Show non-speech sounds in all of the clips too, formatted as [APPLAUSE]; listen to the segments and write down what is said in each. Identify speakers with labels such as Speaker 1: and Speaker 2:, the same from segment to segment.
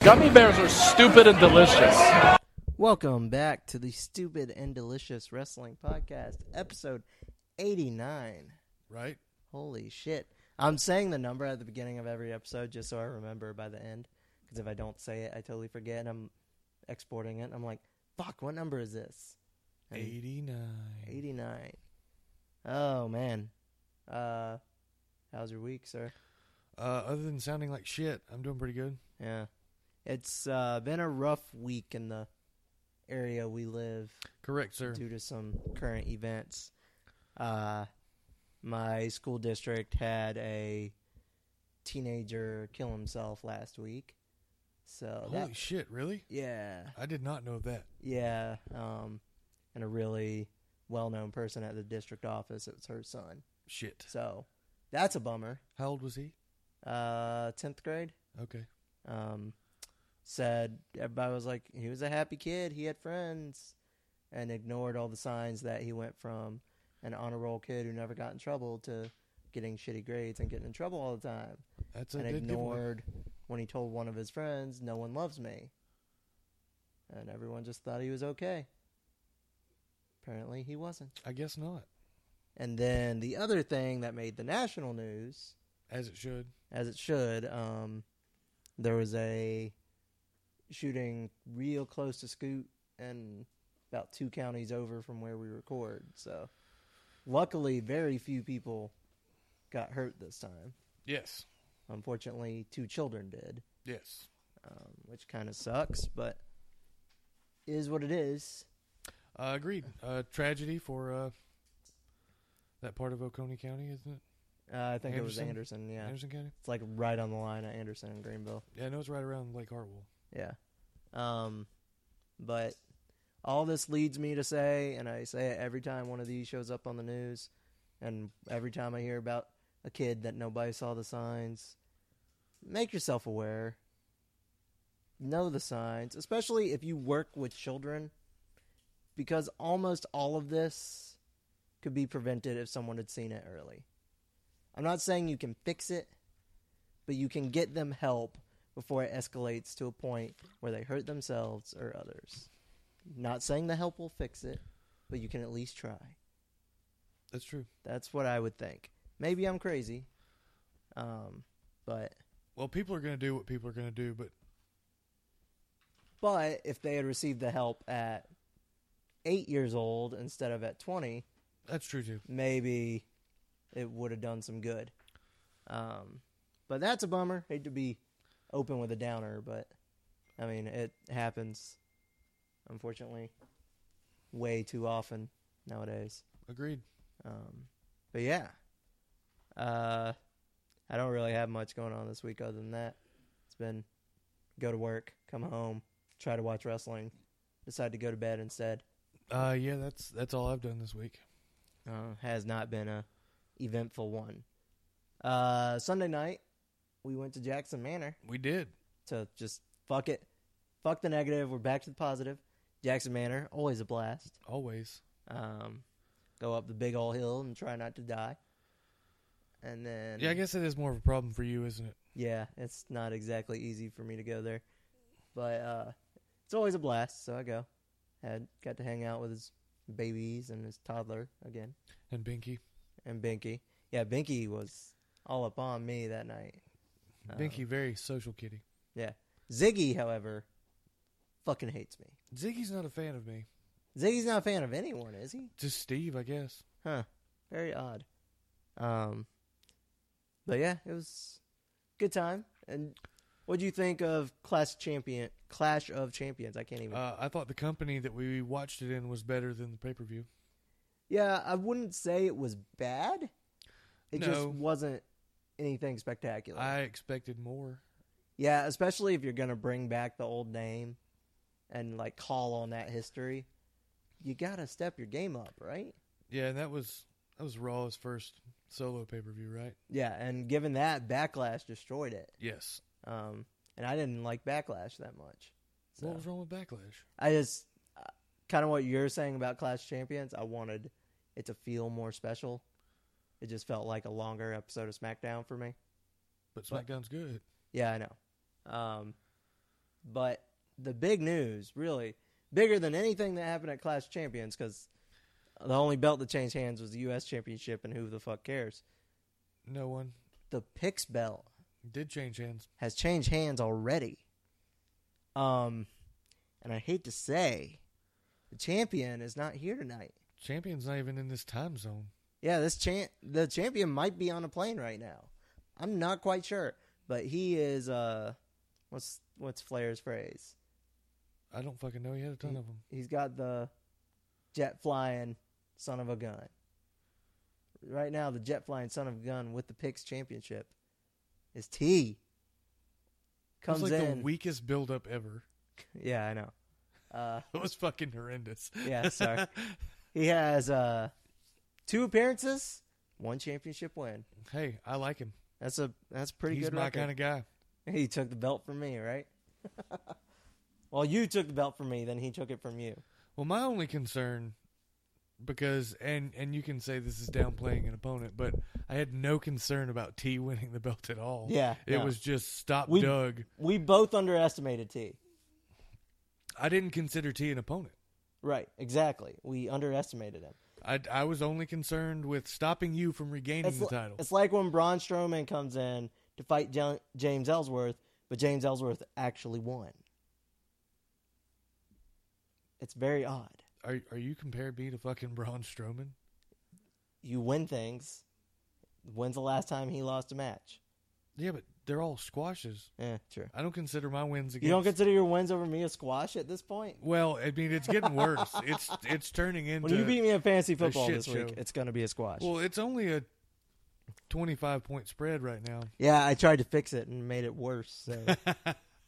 Speaker 1: Gummy bears are stupid and delicious.
Speaker 2: Welcome back to the Stupid and Delicious Wrestling Podcast, episode 89.
Speaker 3: Right?
Speaker 2: Holy shit. I'm saying the number at the beginning of every episode just so I remember by the end. Because if I don't say it, I totally forget and I'm exporting it. I'm like, fuck, what number is this? And
Speaker 3: 89.
Speaker 2: 89. Oh, man. Uh, how's your week, sir?
Speaker 3: Uh, other than sounding like shit, I'm doing pretty good.
Speaker 2: Yeah. It's uh, been a rough week in the area we live.
Speaker 3: Correct, sir.
Speaker 2: due to some current events. Uh, my school district had a teenager kill himself last week. So
Speaker 3: Holy
Speaker 2: that,
Speaker 3: shit, really?
Speaker 2: yeah,
Speaker 3: I did not know that.
Speaker 2: yeah, um, and a really well-known person at the district office. It's her son.
Speaker 3: Shit.
Speaker 2: So that's a bummer.
Speaker 3: How old was he?
Speaker 2: Uh, tenth grade.
Speaker 3: Okay.
Speaker 2: Um, said everybody was like he was a happy kid. He had friends, and ignored all the signs that he went from an honor roll kid who never got in trouble to getting shitty grades and getting in trouble all the time.
Speaker 3: That's a
Speaker 2: and
Speaker 3: dead giveaway.
Speaker 2: ignored when he told one of his friends, "No one loves me," and everyone just thought he was okay. Apparently, he wasn't.
Speaker 3: I guess not.
Speaker 2: And then the other thing that made the national news
Speaker 3: As it should.
Speaker 2: as it should. Um, there was a shooting real close to Scoot and about two counties over from where we record. So, luckily, very few people got hurt this time.
Speaker 3: Yes.
Speaker 2: Unfortunately, two children did,
Speaker 3: Yes.
Speaker 2: um, which kind of sucks, but is what it is.
Speaker 3: Uh, agreed. Uh, tragedy for uh, that part of Oconee County, isn't it?
Speaker 2: Uh, I think it was
Speaker 3: Anderson?
Speaker 2: Anderson. Yeah,
Speaker 3: Anderson County?
Speaker 2: it's like right on the line at Anderson and Greenville.
Speaker 3: Yeah, I know it's right around Lake Hartwell.
Speaker 2: Yeah. Um, but all this leads me to say, and I say it every time one of these shows up on the news, and every time I hear about a kid that nobody saw the signs, make yourself aware. Know the signs, especially if you work with children, because almost all of this could be prevented if someone had seen it early. I'm not saying you can fix it, but you can get them help before it escalates to a point where they hurt themselves or others. Not saying the help will fix it, but you can at least try.
Speaker 3: That's true.
Speaker 2: That's what I would think. Maybe I'm crazy, um, but
Speaker 3: Well, people are going to do what people are going to do, but
Speaker 2: but if they had received the help at eight years old instead of at twenty,
Speaker 3: that's true too.
Speaker 2: maybe it would have done some good. Um, but that's a bummer. Hate to be open with a downer, but I mean it happens. Unfortunately, way too often nowadays.
Speaker 3: Agreed.
Speaker 2: Um, but yeah, uh, I don't really have much going on this week other than that. It's been go to work, come home, try to watch wrestling, decide to go to bed instead.
Speaker 3: Uh, yeah, that's that's all I've done this week. Uh-huh.
Speaker 2: uh, has not been a eventful one. Uh, Sunday night, we went to Jackson Manor
Speaker 3: We did.
Speaker 2: to just fuck it, fuck the negative. We're back to the positive. Jackson Manor, always a blast.
Speaker 3: Always.
Speaker 2: Um, go up the big old hill and try not to die. And then
Speaker 3: Yeah, I guess it is more of a problem for you, isn't it?
Speaker 2: yeah, it's not exactly easy for me to go there, but uh, it's always a blast. So I go. Had got to hang out with his babies and his toddler again.
Speaker 3: And Binky.
Speaker 2: and Binky. Yeah, Binky was all up on me that night. Uh,
Speaker 3: Binky, very social kitty.
Speaker 2: Yeah. Ziggy, however, fucking hates me.
Speaker 3: Ziggy's not a fan of me.
Speaker 2: Ziggy's not a fan of anyone, is he?
Speaker 3: Just Steve, I guess.
Speaker 2: Huh. Very odd. Um But yeah, it was good time. And what do you think of Clash Champion Clash of Champions? I can't even
Speaker 3: Uh, I thought the company that we watched it in was better than the pay per view.
Speaker 2: Yeah, I wouldn't say it was bad. It just
Speaker 3: No.
Speaker 2: wasn't anything spectacular.
Speaker 3: I expected more.
Speaker 2: Yeah, especially if you're gonna bring back the old name and like call on that history, you gotta step your game up, right?
Speaker 3: Yeah, and that was that was Raw's first solo pay per view, right?
Speaker 2: Yeah, and given that backlash destroyed it,
Speaker 3: Yes.
Speaker 2: um, and I didn't like backlash that much. So
Speaker 3: What was wrong with Backlash?
Speaker 2: I just uh, kind of what you're saying about Clash of Champions. I wanted it to feel more special. It just felt like a longer episode of SmackDown for me.
Speaker 3: But
Speaker 2: What?
Speaker 3: SmackDown's good.
Speaker 2: Yeah, I know. Um, But the big news, really, bigger than anything that happened at Clash of Champions, because the only belt that changed hands was the U.S. Championship, and who the fuck cares?
Speaker 3: No one
Speaker 2: The Pix belt
Speaker 3: did change hands.
Speaker 2: has changed hands already. Um, and I hate to say, the champion is not here tonight.
Speaker 3: Champion's not even in this time zone.
Speaker 2: Yeah, this champ, the champion might be on a plane right now. I'm not quite sure, but he is. Uh, what's what's Flair's phrase?
Speaker 3: I don't fucking know. He had a ton of them.
Speaker 2: He's got the jet flying son of a gun. Right now, the jet flying son of a gun with the Picks Championship is T. Comes
Speaker 3: it was like
Speaker 2: in,
Speaker 3: the weakest buildup ever. [LAUGHS]
Speaker 2: yeah, I know. Uh,
Speaker 3: It was fucking horrendous.
Speaker 2: yeah,
Speaker 3: [LAUGHS]
Speaker 2: sorry. he has uh, two appearances, one championship win.
Speaker 3: Hey, I like him.
Speaker 2: That's a that's a pretty
Speaker 3: He's
Speaker 2: good
Speaker 3: my
Speaker 2: record.
Speaker 3: kind of guy.
Speaker 2: He took the belt from me, right? [LAUGHS] well, you took the belt from me, then he took it from you.
Speaker 3: Well, my only concern, because and and you can say this is downplaying an opponent, but I had no concern about T [LAUGHS] winning the belt at all.
Speaker 2: Yeah,
Speaker 3: it
Speaker 2: no.
Speaker 3: was just stop
Speaker 2: We-
Speaker 3: Doug.
Speaker 2: We both underestimated T.
Speaker 3: I didn't consider T an opponent.
Speaker 2: Right, exactly. We underestimated him.
Speaker 3: I I was only concerned with stopping you from regaining
Speaker 2: It's,
Speaker 3: the
Speaker 2: li-
Speaker 3: title.
Speaker 2: it's like when Braun Strowman comes in to fight Jan- James Ellsworth, but James Ellsworth actually won. It's very odd.
Speaker 3: Are are you comparing me to fucking Braun Strowman?
Speaker 2: You win things. When's the last time he lost a match?
Speaker 3: Yeah, but they're all squashes.
Speaker 2: Eh, true.
Speaker 3: I don't consider my wins against.
Speaker 2: You don't consider your wins over me a squash at this point?
Speaker 3: Well, I mean, it's getting worse. it's it's turning into.
Speaker 2: When you beat me in fantasy football
Speaker 3: shit
Speaker 2: this week,
Speaker 3: show.
Speaker 2: it's going to be a squash.
Speaker 3: well, it's only a twenty-five point spread right now.
Speaker 2: yeah, I tried to fix it and made it worse.
Speaker 3: [LAUGHS]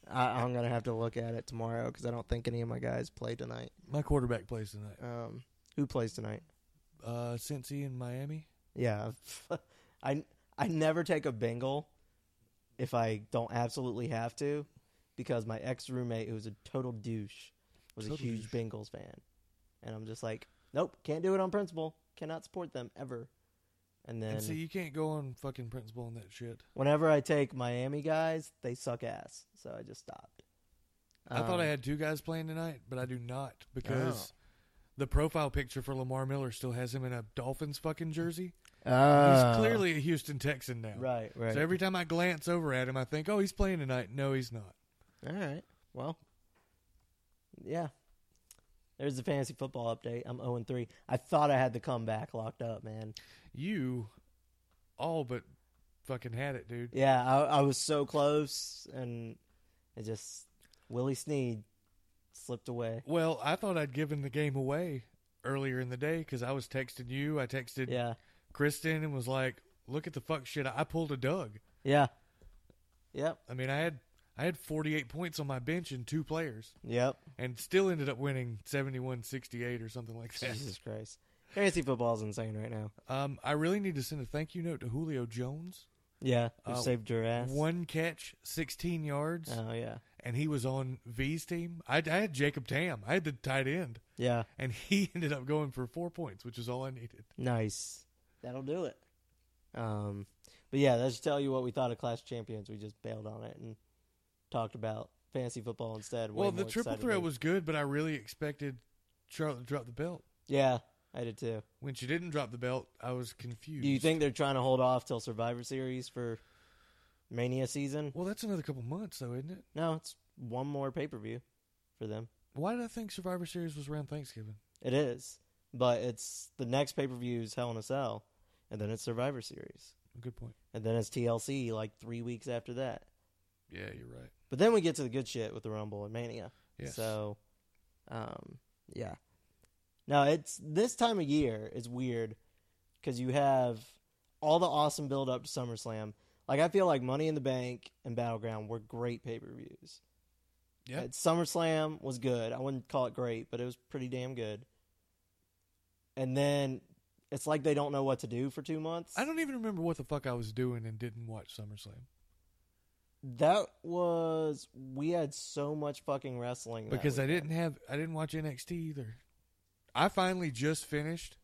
Speaker 2: So I, I'm going to have to look at it tomorrow because I don't think any of my guys play tonight.
Speaker 3: My quarterback plays tonight.
Speaker 2: Um, who plays tonight?
Speaker 3: Uh, Cincy in Miami.
Speaker 2: Yeah, [LAUGHS] I I never take a Bengal if I don't absolutely have to because my ex roommate, who was a total douche, was a
Speaker 3: Total
Speaker 2: huge Bengals fan, and I'm just like, nope, can't do it on principle. Cannot support them ever. And then
Speaker 3: And see, you can't go on fucking principle and that shit.
Speaker 2: whenever I take Miami guys, they suck ass. So I just stopped.
Speaker 3: I thought I
Speaker 2: Um, Oh.
Speaker 3: had two guys playing tonight, but I do not because the profile picture for Lamar Miller still has him in a Dolphins fucking jersey. He's clearly a Houston Texan now.
Speaker 2: uh, right, right.
Speaker 3: So every time I glance over at him, I think, oh, he's playing tonight. No, he's not.
Speaker 2: All right. Well, yeah. There's the fantasy football update. I'm 0 and 3. I thought I had the comeback locked up, man.
Speaker 3: You all but fucking had it, dude.
Speaker 2: Yeah, I, I was so close, and it just Willie Sneed slipped away.
Speaker 3: Well, I thought I'd given the game away earlier in the day because I was texting you. I texted
Speaker 2: Yeah,
Speaker 3: Kristen and was like, look at the fuck shit. I pulled a Doug.
Speaker 2: yeah, yep,
Speaker 3: I mean, I had I had 48 points on my bench in two players
Speaker 2: [LAUGHS] yep.
Speaker 3: and still ended up winning 71-68 or something like
Speaker 2: [LAUGHS]
Speaker 3: that.
Speaker 2: Jesus Christ, fantasy football's insane right now.
Speaker 3: Um, I really need to send a thank you note to Julio Jones.
Speaker 2: Yeah, you
Speaker 3: Uh,
Speaker 2: saved your ass.
Speaker 3: One catch, 16 yards,
Speaker 2: Oh yeah,
Speaker 3: and he was on V's team. I, I had Jacob Tam. I had the tight end,
Speaker 2: yeah,
Speaker 3: and [LAUGHS] he ended up going for four points, which is all I needed.
Speaker 2: nice. That'll do it. Um, but yeah, that should tell you what we thought of Clash of Champions. We just bailed on it and talked about fantasy football instead. way
Speaker 3: well, the
Speaker 2: more
Speaker 3: triple
Speaker 2: excitedly.
Speaker 3: threat was good, but I really expected Charlotte to drop the belt.
Speaker 2: Yeah, I did too.
Speaker 3: When she didn't drop the belt, I was confused.
Speaker 2: Do you think they're trying to hold off till Survivor Series for Mania season?
Speaker 3: Well, that's another couple months, though, isn't it?
Speaker 2: No, it's one more pay per view for them.
Speaker 3: Why did I think Survivor Series was around Thanksgiving?
Speaker 2: It is, but it's the next pay per view is Hell in a Cell, and then it's Survivor Series,
Speaker 3: Good point.
Speaker 2: and then it's TLC like three weeks after that.
Speaker 3: Yeah, you're right.
Speaker 2: But then we get to the good shit with the Rumble and Mania.
Speaker 3: Yes.
Speaker 2: So, um, yeah. Now it's this time of year is weird because you have all the awesome build up to SummerSlam. Like I feel like Money in the Bank and Battleground were great pay per views.
Speaker 3: Yeah.
Speaker 2: SummerSlam was good. I wouldn't call it great, but it was pretty damn good. And then it's like they don't know what to do for two months.
Speaker 3: I don't even remember what the fuck I was doing and didn't watch SummerSlam
Speaker 2: That was we had so much fucking wrestling that
Speaker 3: because I
Speaker 2: weekend.
Speaker 3: didn't have I didn't watch NXT either. I finally just finished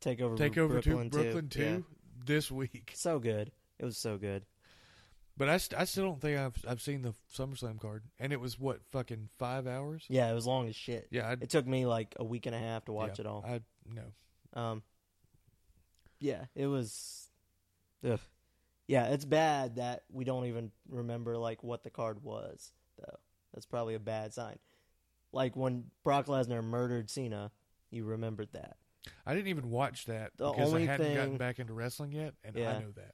Speaker 2: take over
Speaker 3: Takeover
Speaker 2: Brooklyn
Speaker 3: to Brooklyn
Speaker 2: too.
Speaker 3: Two this week. [LAUGHS]
Speaker 2: So good. It was so good.
Speaker 3: But I, st- I still don't think I've I've seen the SummerSlam card, and it was what fucking five hours.
Speaker 2: Yeah, it was long as shit.
Speaker 3: Yeah, I,
Speaker 2: It took me like a week and a half to watch
Speaker 3: yeah,
Speaker 2: it all.
Speaker 3: I no.
Speaker 2: Um, yeah, it was. Ugh. Yeah, it's bad that we don't even remember like what the card was though. That's probably a bad sign. Like when Brock Lesnar murdered Cena, you remembered that.
Speaker 3: I didn't even watch that
Speaker 2: The
Speaker 3: because
Speaker 2: only
Speaker 3: I hadn't gotten
Speaker 2: thing-
Speaker 3: back into wrestling yet, and
Speaker 2: Yeah.
Speaker 3: I know that.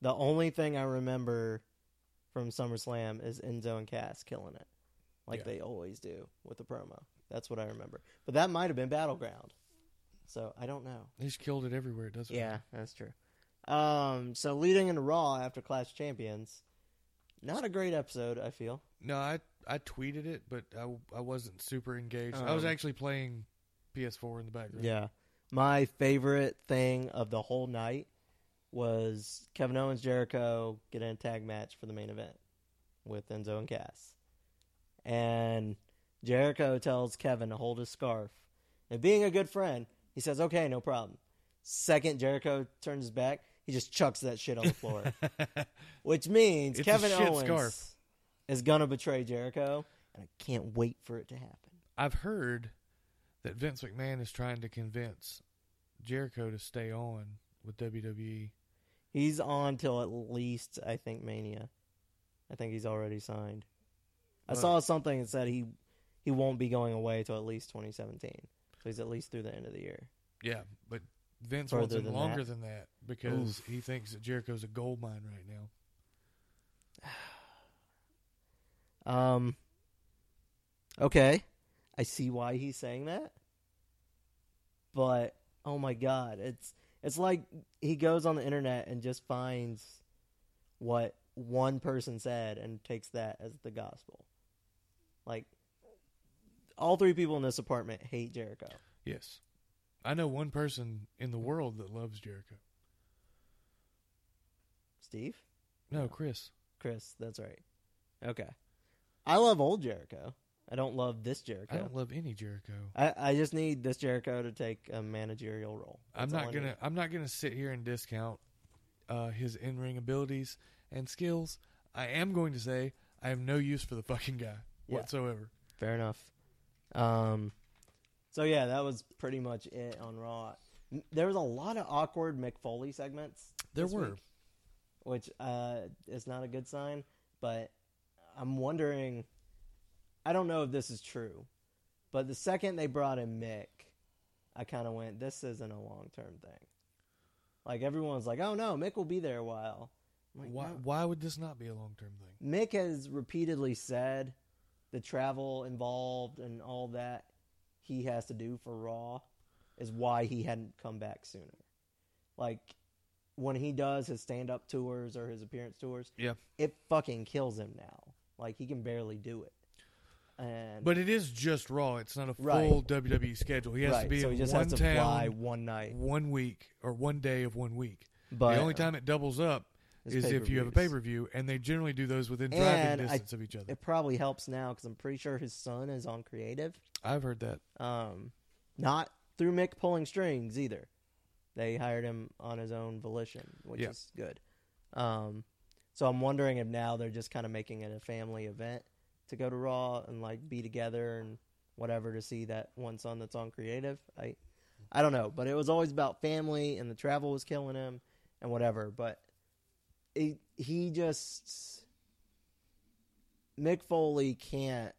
Speaker 2: The only thing I remember from SummerSlam is Enzo and Cass killing it, like
Speaker 3: Yeah.
Speaker 2: they always do with the promo. That's what I remember. But that might have been Battleground, so I don't know.
Speaker 3: He's killed it everywhere. It doesn't.
Speaker 2: Yeah,
Speaker 3: matter.
Speaker 2: that's true. Um, so leading into Raw after Clash of Champions, not a great episode. I feel.
Speaker 3: No, I I tweeted it, but I I wasn't super engaged. I was
Speaker 2: Um,
Speaker 3: actually playing PS4 in the background.
Speaker 2: Yeah, my favorite thing of the whole night was Kevin Owens Jericho getting a tag match for the main event with Enzo and Cass, and Jericho tells Kevin to hold his scarf, and being a good friend, he says, "Okay, no problem." Second, Jericho turns his back. He just chucks that shit on the floor.
Speaker 3: [LAUGHS]
Speaker 2: Which means
Speaker 3: It's a
Speaker 2: Kevin
Speaker 3: shit
Speaker 2: Owens
Speaker 3: scarf.
Speaker 2: is gonna betray Jericho, and I can't wait for it to happen.
Speaker 3: I've heard that Vince McMahon is trying to convince Jericho to stay on with E. WWE.
Speaker 2: He's on till at least I think Mania. I think he's already signed. I
Speaker 3: Well-
Speaker 2: saw something that said he he won't be going away till at least 2017. So he's at least through the end of the year.
Speaker 3: Yeah, but Vince
Speaker 2: Further
Speaker 3: wants him
Speaker 2: than
Speaker 3: longer
Speaker 2: that?
Speaker 3: than that because he thinks that Jericho's a gold mine right now.
Speaker 2: Um. Okay, I see why he's saying that, but oh my god, it's it's like he goes on the internet and just finds what one person said and takes that as the gospel. Like all three people in this apartment hate Jericho.
Speaker 3: Yes, I know one person in the world that loves Jericho.
Speaker 2: Steve,
Speaker 3: No, Chris.
Speaker 2: Chris, that's right. Okay, I love old Jericho. I don't love this
Speaker 3: I
Speaker 2: Jericho.
Speaker 3: don't love any Jericho.
Speaker 2: I, I just need this Jericho to take a managerial role.
Speaker 3: I'm
Speaker 2: That's all
Speaker 3: not
Speaker 2: I need.
Speaker 3: gonna. I'm not gonna sit here and discount uh, his in-ring abilities and skills. I am going to say I have no use for the fucking guy
Speaker 2: Yeah.
Speaker 3: whatsoever.
Speaker 2: Fair enough. Um, so yeah, that was pretty much it on Raw. M- There was a lot of awkward McFoley segments.
Speaker 3: There
Speaker 2: this
Speaker 3: were.
Speaker 2: week, which uh, is not a good sign. But I'm wondering. I don't know if this is true, but the second they brought in Mick, I kind of went, "This isn't a long term thing." Like everyone's like, "Oh no, Mick will be there a while." I'm like,
Speaker 3: Why?
Speaker 2: "No."
Speaker 3: Why would this not be a long-term thing?
Speaker 2: Mick has repeatedly said the travel involved and all that he has to do for Raw is why he hadn't come back sooner. Like when he does his stand up tours or his appearance tours,
Speaker 3: Yeah,
Speaker 2: it fucking kills him now. Like he can barely do it. And
Speaker 3: but it is just Raw. It's not a full
Speaker 2: Right.
Speaker 3: WWE schedule. He has
Speaker 2: right,
Speaker 3: to be
Speaker 2: so
Speaker 3: in
Speaker 2: he just
Speaker 3: one
Speaker 2: has to
Speaker 3: town,
Speaker 2: fly one night.
Speaker 3: one week, or one day of one week.
Speaker 2: But
Speaker 3: the only time it doubles up
Speaker 2: Is
Speaker 3: is if you have a
Speaker 2: pay-per-views.
Speaker 3: pay-per-view, and they generally do those within
Speaker 2: And
Speaker 3: driving
Speaker 2: I-
Speaker 3: distance of each other.
Speaker 2: it probably helps now because I'm pretty sure his son is on creative.
Speaker 3: I've heard that.
Speaker 2: Um, not through Mick pulling strings either. They hired him on his own volition, which
Speaker 3: Yeah.
Speaker 2: is good. Um, so I'm wondering if now they're just kind of making it a family event to go to Raw and like be together and whatever to see that one son that's on creative. I I don't know, but it was always about family and the travel was killing him and whatever. But he he just Mick Foley can't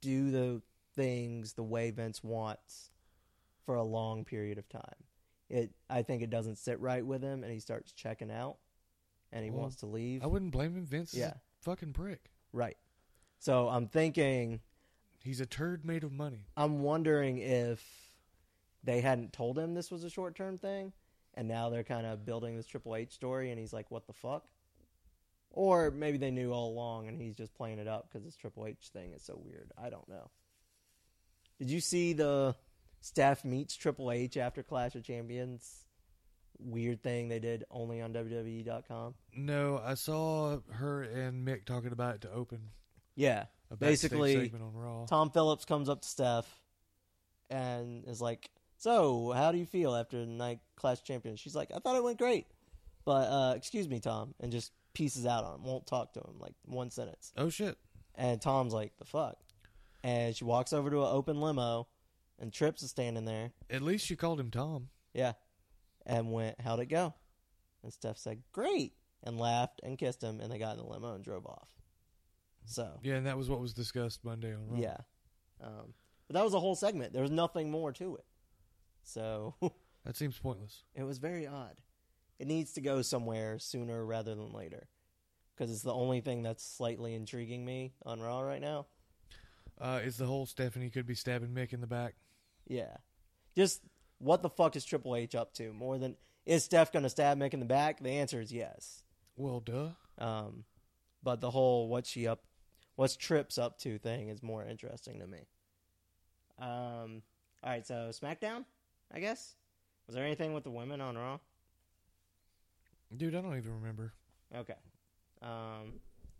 Speaker 2: do the things the way Vince wants for a long period of time. It I think it doesn't sit right with him and he starts checking out and he
Speaker 3: Well,
Speaker 2: wants to leave.
Speaker 3: I wouldn't blame him. Vince is
Speaker 2: Yeah.
Speaker 3: a fucking prick.
Speaker 2: Right. So I'm thinking
Speaker 3: He's a turd made of money.
Speaker 2: I'm wondering if they hadn't told him this was a short term thing, and now they're kind of building this Triple H story, and he's like, "What the fuck?" Or maybe they knew all along, and he's just playing it up because this Triple H thing is so weird. I don't know. Did you see the staff meets Triple H after Clash of Champions? Weird thing they did only on E WWE.com.
Speaker 3: No, I saw her and Mick talking about it to open
Speaker 2: Yeah,
Speaker 3: a backstage
Speaker 2: basically
Speaker 3: segment on Raw.
Speaker 2: Tom Phillips comes up to Steph and is like, "So, how do you feel after the night class champion?" She's like, "I thought it went great, but uh, excuse me, Tom," and just pieces out on him, won't talk to him, like one sentence.
Speaker 3: Oh shit.
Speaker 2: And Tom's like, the fuck. And she walks over to an open limo, and Trips is standing there.
Speaker 3: At least you called him Tom.
Speaker 2: Yeah. And went, how'd it go? And Steph said, great. And laughed and kissed him, and they got in the limo and drove off. So,
Speaker 3: Yeah, and that was what was discussed Monday on Raw.
Speaker 2: yeah. Um, but that was a whole segment. There was nothing more to it. So [LAUGHS]
Speaker 3: That seems pointless.
Speaker 2: it was very odd. It needs to go somewhere sooner rather than later. Because it's the only thing that's slightly intriguing me on Raw right now.
Speaker 3: Uh, is the whole Stephanie could be stabbing Mick in the back?
Speaker 2: Yeah. Just what the fuck is Triple H up to? More than is Steph gonna stab Mick in the back? The answer is yes.
Speaker 3: Well, duh.
Speaker 2: Um, but the whole what's she up, what's Trips up to thing is more interesting to me. Um, all right, so SmackDown, I guess. Was there anything with the women on Raw?
Speaker 3: Dude, I don't even remember.
Speaker 2: Okay. Um,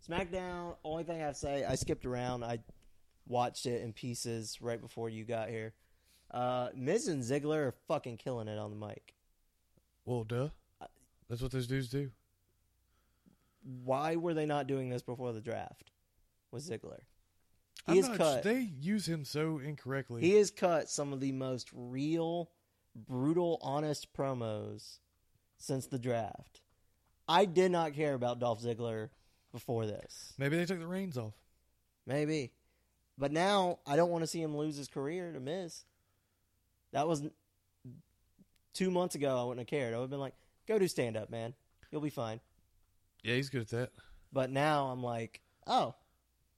Speaker 2: SmackDown. Only thing I have to say, I skipped around. I watched it in pieces right before you got here. Uh, Miz and Ziggler are fucking killing it on the mic.
Speaker 3: Well, duh.
Speaker 2: Uh,
Speaker 3: That's what those dudes do.
Speaker 2: Why were they not doing this before the draft? With Ziggler,
Speaker 3: I'm
Speaker 2: he is
Speaker 3: not-
Speaker 2: cut.
Speaker 3: They use him so incorrectly.
Speaker 2: He has cut some of the most real, brutal, honest promos since the draft. I did not care about Dolph Ziggler before this.
Speaker 3: Maybe they took the reins off.
Speaker 2: Maybe. But now I don't want to see him lose his career to Miz. That was two months ago. I wouldn't have cared. I would have been like, go do stand up, man. You'll be fine.
Speaker 3: Yeah, he's good at that.
Speaker 2: But now I'm like, oh,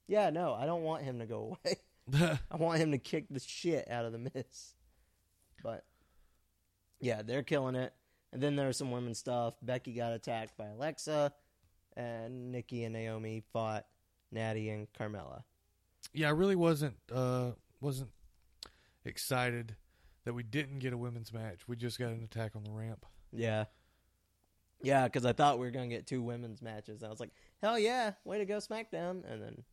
Speaker 2: yeah, no, I don't want him to go [LAUGHS] away.
Speaker 3: [LAUGHS]
Speaker 2: I want him to kick the shit out of the Miz. But yeah, they're killing it. And then there was some women's stuff. Becky got attacked by Alexa, and Nikki and Naomi fought Natty and Carmella.
Speaker 3: yeah, I really wasn't uh, wasn't excited that we didn't get a women's match. We just got an attack on the ramp.
Speaker 2: Yeah. Yeah, because I thought we were going to get two women's matches. I was like, hell yeah, way to go, SmackDown. And then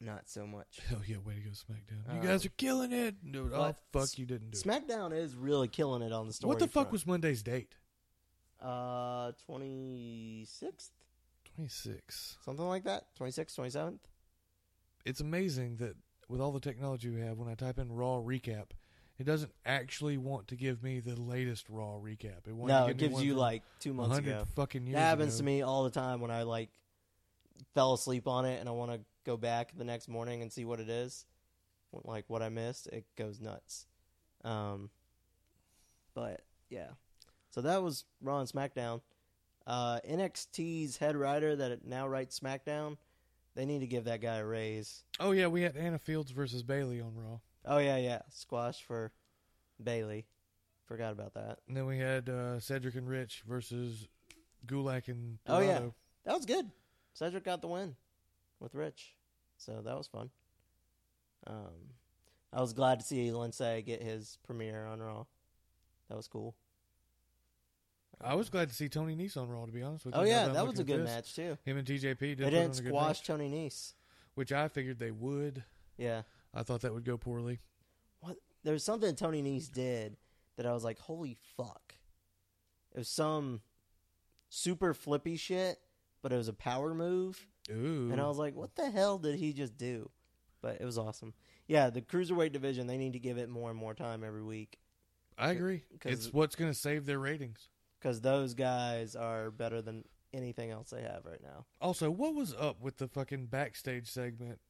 Speaker 2: not so much.
Speaker 3: [LAUGHS] Hell yeah, way to go, SmackDown!
Speaker 2: Um,
Speaker 3: you guys are killing it. No, oh
Speaker 2: but
Speaker 3: fuck, you didn't do it.
Speaker 2: SmackDown is really killing it on the story.
Speaker 3: What the fuck
Speaker 2: front.
Speaker 3: was Monday's date?
Speaker 2: Uh, 26th?
Speaker 3: Twenty six.
Speaker 2: Something like that? 26th, 27th?
Speaker 3: It's amazing that with all the technology we have, when I type in Raw recap, it doesn't actually want to give me the latest Raw recap. It wanted to
Speaker 2: No,
Speaker 3: give
Speaker 2: it
Speaker 3: me
Speaker 2: gives
Speaker 3: one
Speaker 2: you
Speaker 3: from
Speaker 2: like two months
Speaker 3: 100
Speaker 2: ago.
Speaker 3: fucking years.
Speaker 2: That happens
Speaker 3: ago.
Speaker 2: to me all the time when I like fell asleep on it and I want to go back the next morning and see what it is, like what I missed. It goes nuts. Um, but yeah, so that was Raw and SmackDown. Uh, NXT's head writer that now writes SmackDown, they need to give that guy a raise.
Speaker 3: Oh yeah, we had Anna Fields versus Bailey on Raw.
Speaker 2: Oh yeah, yeah, squash for Bailey. Forgot about that.
Speaker 3: And then we had uh, Cedric and Rich versus Gulak and
Speaker 2: Oh, yeah.
Speaker 3: Dorado.
Speaker 2: That was good. Cedric got the win with Rich, so that was fun. Um, I was glad to see Lindsay get his premiere on Raw. That was cool.
Speaker 3: I was glad to see Tony Nese on Raw. To be honest with you,
Speaker 2: oh
Speaker 3: now
Speaker 2: yeah,
Speaker 3: I'm
Speaker 2: that
Speaker 3: looking
Speaker 2: was a
Speaker 3: at
Speaker 2: good
Speaker 3: this.
Speaker 2: match too.
Speaker 3: Him and TJP did
Speaker 2: They
Speaker 3: put
Speaker 2: didn't
Speaker 3: on a good
Speaker 2: squash
Speaker 3: match,
Speaker 2: Tony Nese.
Speaker 3: which I figured they would.
Speaker 2: Yeah,
Speaker 3: I thought that would go poorly.
Speaker 2: what? There was something Tony Nese did that I was like, holy fuck! It was some super flippy shit, but it was a power move.
Speaker 3: Ooh,
Speaker 2: And I was like, what the hell did he just do? But it was awesome. Yeah, the cruiserweight division, they need to give it more and more time every week
Speaker 3: I agree.
Speaker 2: 'cause-
Speaker 3: It's what's going to save their ratings.
Speaker 2: because those guys are better than anything else they have right now.
Speaker 3: Also, what was up with the fucking backstage segment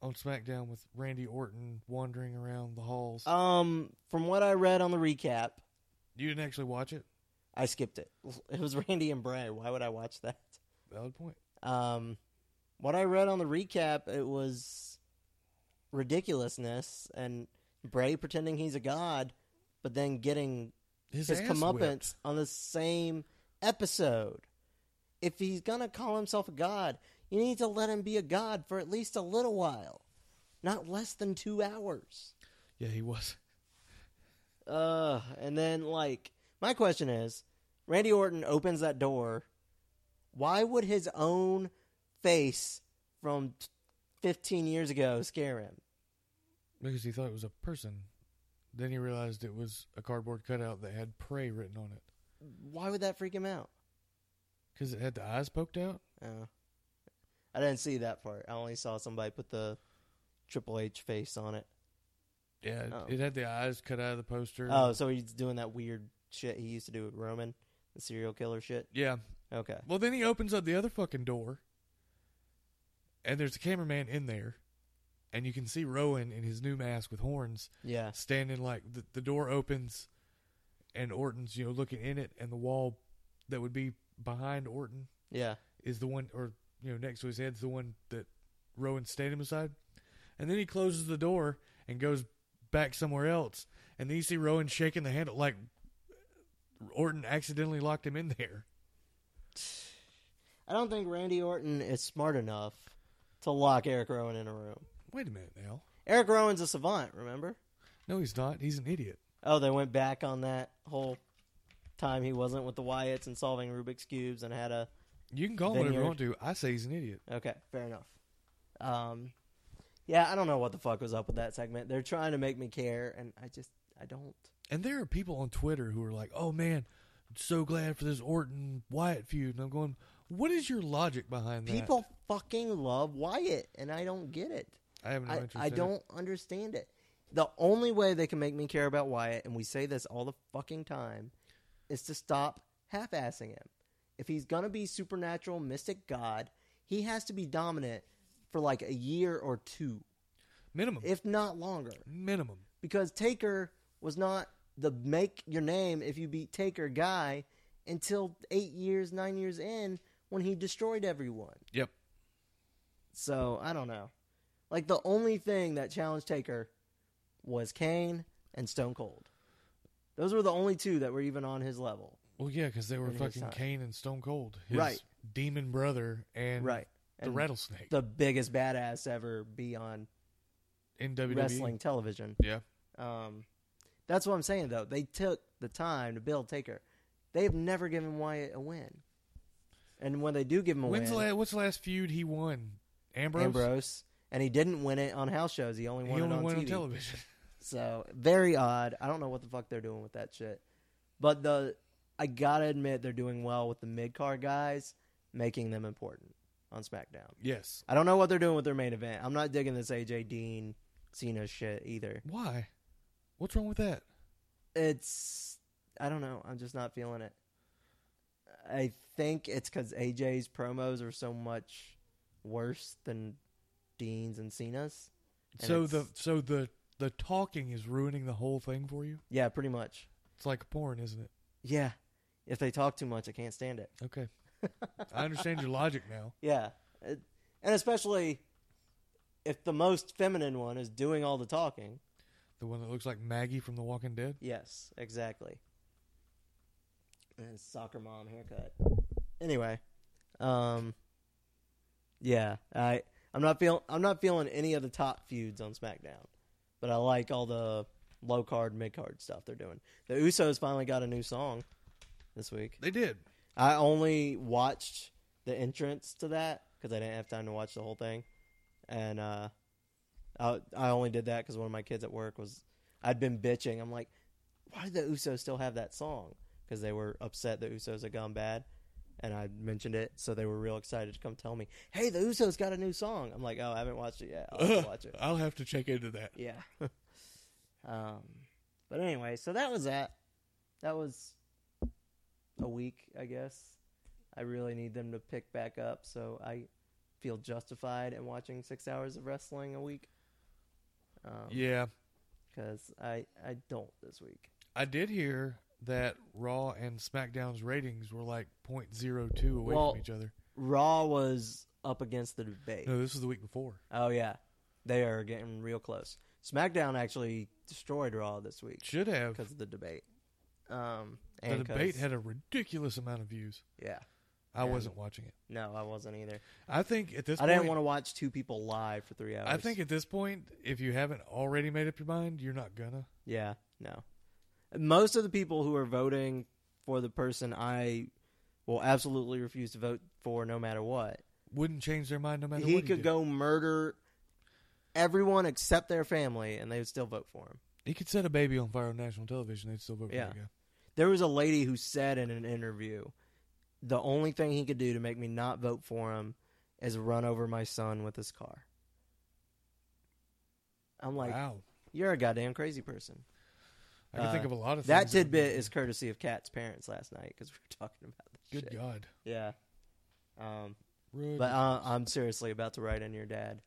Speaker 3: on SmackDown with Randy Orton wandering around the halls?
Speaker 2: Um, from what I read on the recap,
Speaker 3: you didn't actually watch it.
Speaker 2: I skipped it. [LAUGHS] It was Randy and Bray. Why would I watch that?
Speaker 3: Valid point.
Speaker 2: Um, what I read on the recap, it was ridiculousness and Bray pretending he's a god, but then getting
Speaker 3: His,
Speaker 2: his
Speaker 3: ass
Speaker 2: comeuppance
Speaker 3: whipped.
Speaker 2: on the same episode. If he's gonna call himself a god, you need to let him be a god for at least a little while, not less than two hours.
Speaker 3: Yeah, he was.
Speaker 2: Uh, and then like my question is, Randy Orton opens that door. Why would his own face from t- fifteen years ago scare him?
Speaker 3: Because he thought it was a person. Then he realized it was a cardboard cutout that had prey written on it.
Speaker 2: Why would that freak him out?
Speaker 3: Because it had the eyes poked out.
Speaker 2: Uh, I didn't see that part. I only saw somebody put the Triple H face on it.
Speaker 3: Yeah, it-
Speaker 2: Oh.
Speaker 3: it had the eyes cut out of the poster.
Speaker 2: Oh, so he's doing that weird shit he used to do with Roman, the serial killer shit.
Speaker 3: yeah.
Speaker 2: Okay.
Speaker 3: Well, then he opens up the other fucking door, and there's a cameraman in there, and you can see Rowan in his new mask with horns
Speaker 2: Yeah.
Speaker 3: standing like the, the door opens, and Orton's you know looking in it, and the wall that would be behind Orton
Speaker 2: Yeah.
Speaker 3: is the one, or you know next to his head's the one that Rowan's standing beside, and then he closes the door and goes back somewhere else, and then you see Rowan shaking the handle like Orton accidentally locked him in there.
Speaker 2: I don't think Randy Orton is smart enough to lock Eric Rowan in a room.
Speaker 3: Wait a minute now.
Speaker 2: Eric Rowan's a savant, remember?
Speaker 3: No, he's not. He's an idiot.
Speaker 2: Oh, they went back on that whole time he wasn't with the Wyatts and solving Rubik's cubes and had a
Speaker 3: You can call him whatever you
Speaker 2: Vineyard.
Speaker 3: want to. I say he's an idiot.
Speaker 2: Okay, fair enough. Um, yeah, I don't know what the fuck was up with that segment. They're trying to make me care, and I just I don't.
Speaker 3: And there are people on Twitter who are like, "Oh man, I'm so glad for this Orton Wyatt feud." And I'm going, "What is your logic behind that?"
Speaker 2: People fucking love Wyatt, and I don't get it.
Speaker 3: I have no
Speaker 2: I,
Speaker 3: interest.
Speaker 2: I
Speaker 3: in it.
Speaker 2: don't understand it. The only way they can make me care about Wyatt, and we say this all the fucking time, is to stop half assing him. If he's gonna be supernatural, mystic god, he has to be dominant for like a year or two,
Speaker 3: Minimum.
Speaker 2: if not longer.
Speaker 3: minimum.
Speaker 2: because Taker was not the make your name if you beat Taker guy until eight years, nine years in when he destroyed everyone.
Speaker 3: Yep.
Speaker 2: So I don't know. Like the only thing that challenged Taker was Kane and Stone Cold. Those were the only two that were even on his level.
Speaker 3: Well, yeah, because they were
Speaker 2: In his
Speaker 3: fucking
Speaker 2: time.
Speaker 3: Kane and Stone Cold, his
Speaker 2: Right.
Speaker 3: demon brother, and
Speaker 2: Right.
Speaker 3: the
Speaker 2: And
Speaker 3: rattlesnake
Speaker 2: The biggest badass ever be on
Speaker 3: in WWE.
Speaker 2: wrestling television.
Speaker 3: Yeah.
Speaker 2: Um, that's what I'm saying though. They took the time to build Taker. They have never given Wyatt a win, and when they do give him a
Speaker 3: When's the
Speaker 2: win,
Speaker 3: la- what's the last feud he won? Ambrose.
Speaker 2: Ambrose, and he didn't win it on house shows. He only
Speaker 3: He
Speaker 2: won
Speaker 3: only
Speaker 2: it on
Speaker 3: won
Speaker 2: TV. [LAUGHS]
Speaker 3: on television.
Speaker 2: So very odd. I don't know what the fuck they're doing with that shit. But the I gotta admit they're doing well with the mid card guys, making them important on SmackDown.
Speaker 3: yes.
Speaker 2: I don't know what they're doing with their main event. I'm not digging this AJ Dean Cena shit either.
Speaker 3: Why? What's wrong with that?
Speaker 2: it's I don't know. I'm just not feeling it. I think it's because AJ's promos are so much worse than Dean's and Cena's. And
Speaker 3: so
Speaker 2: it's-
Speaker 3: the so the the talking is ruining the whole thing for you.
Speaker 2: Yeah, pretty much.
Speaker 3: It's like porn, isn't it?
Speaker 2: Yeah, if they talk too much, I can't stand it. [LAUGHS]
Speaker 3: Okay, I understand your logic now.
Speaker 2: Yeah, It- and especially if the most feminine one is doing all the talking.
Speaker 3: The one that looks like Maggie from The Walking Dead.
Speaker 2: Yes, exactly. And soccer mom haircut. Anyway, um, yeah, I I'm not feeling I'm not feeling any of the top feuds on SmackDown, but I like all the low card, mid card stuff they're doing. The Usos finally got a new song this week.
Speaker 3: They did.
Speaker 2: I only watched the entrance to that because I didn't have time to watch the whole thing, and uh, I I only did that because one of my kids at work was I'd been bitching. I'm like, why do the Usos still have that song? Because they were upset the Usos had gone bad, and I mentioned it, so they were real excited to come tell me, hey, the Usos got a new song. I'm like, oh, I haven't watched it yet. I'll have to watch it.
Speaker 3: I'll have to check into that.
Speaker 2: Yeah. [LAUGHS] um, but anyway, so that was that. That was a week, I guess. I really need them to pick back up, so I feel justified in watching six hours of wrestling a week. Oh.
Speaker 3: Yeah,
Speaker 2: Because I, I don't this week.
Speaker 3: I did hear that Raw and SmackDown's ratings were like 0.02 away
Speaker 2: Well-
Speaker 3: from each other.
Speaker 2: Raw was up against the debate.
Speaker 3: [LAUGHS] No, this was the week before.
Speaker 2: Oh, yeah. They are getting real close. SmackDown actually destroyed Raw this week
Speaker 3: Should have.
Speaker 2: because of the debate. Um,
Speaker 3: The
Speaker 2: and 'cause-
Speaker 3: debate had a ridiculous amount of views.
Speaker 2: Yeah.
Speaker 3: I
Speaker 2: And-
Speaker 3: wasn't watching it.
Speaker 2: No, I wasn't either.
Speaker 3: I think at this
Speaker 2: I
Speaker 3: point,
Speaker 2: didn't want to watch two people live for three hours.
Speaker 3: I think at this point, if you haven't already made up your mind, you're not gonna.
Speaker 2: yeah, no. Most of the people who are voting for the person I will absolutely refuse to vote for, no matter what,
Speaker 3: Wouldn't change their mind no matter
Speaker 2: he
Speaker 3: what.
Speaker 2: could
Speaker 3: did.
Speaker 2: go murder everyone except their family, and they would still vote for him.
Speaker 3: He could set a baby on fire on national television. They'd still vote
Speaker 2: Yeah.
Speaker 3: for that guy.
Speaker 2: There was a lady who said in an interview the only thing he could do to make me not vote for him is run over my son with his car. I'm like,
Speaker 3: wow.
Speaker 2: you're a goddamn crazy person.
Speaker 3: I can
Speaker 2: uh,
Speaker 3: think of a lot of things.
Speaker 2: That tidbit is courtesy of Cat's parents last night because we were talking about this
Speaker 3: Good
Speaker 2: shit.
Speaker 3: God.
Speaker 2: Yeah. Um,
Speaker 3: Rude.
Speaker 2: but uh, I'm seriously about to write in your dad.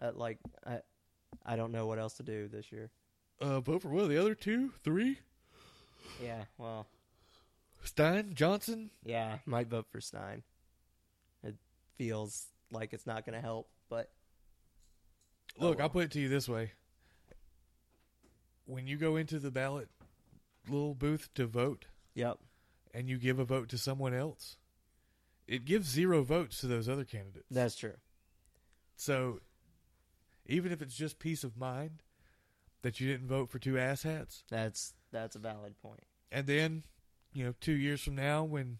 Speaker 2: Uh, like, I, I don't know what else to do this year.
Speaker 3: uh, vote for what? The other two? Three?
Speaker 2: Yeah, well,
Speaker 3: Stein? Johnson?
Speaker 2: yeah, might vote for Stein. It feels like it's not going to help, but Oh,
Speaker 3: Look, I'll
Speaker 2: well.
Speaker 3: put it to you this way. When you go into the ballot little booth to vote
Speaker 2: yep,
Speaker 3: and you give a vote to someone else, it gives zero votes to those other candidates.
Speaker 2: that's true.
Speaker 3: So even if it's just peace of mind that you didn't vote for two asshats,
Speaker 2: That's that's a valid point.
Speaker 3: and then, you know, two years from now when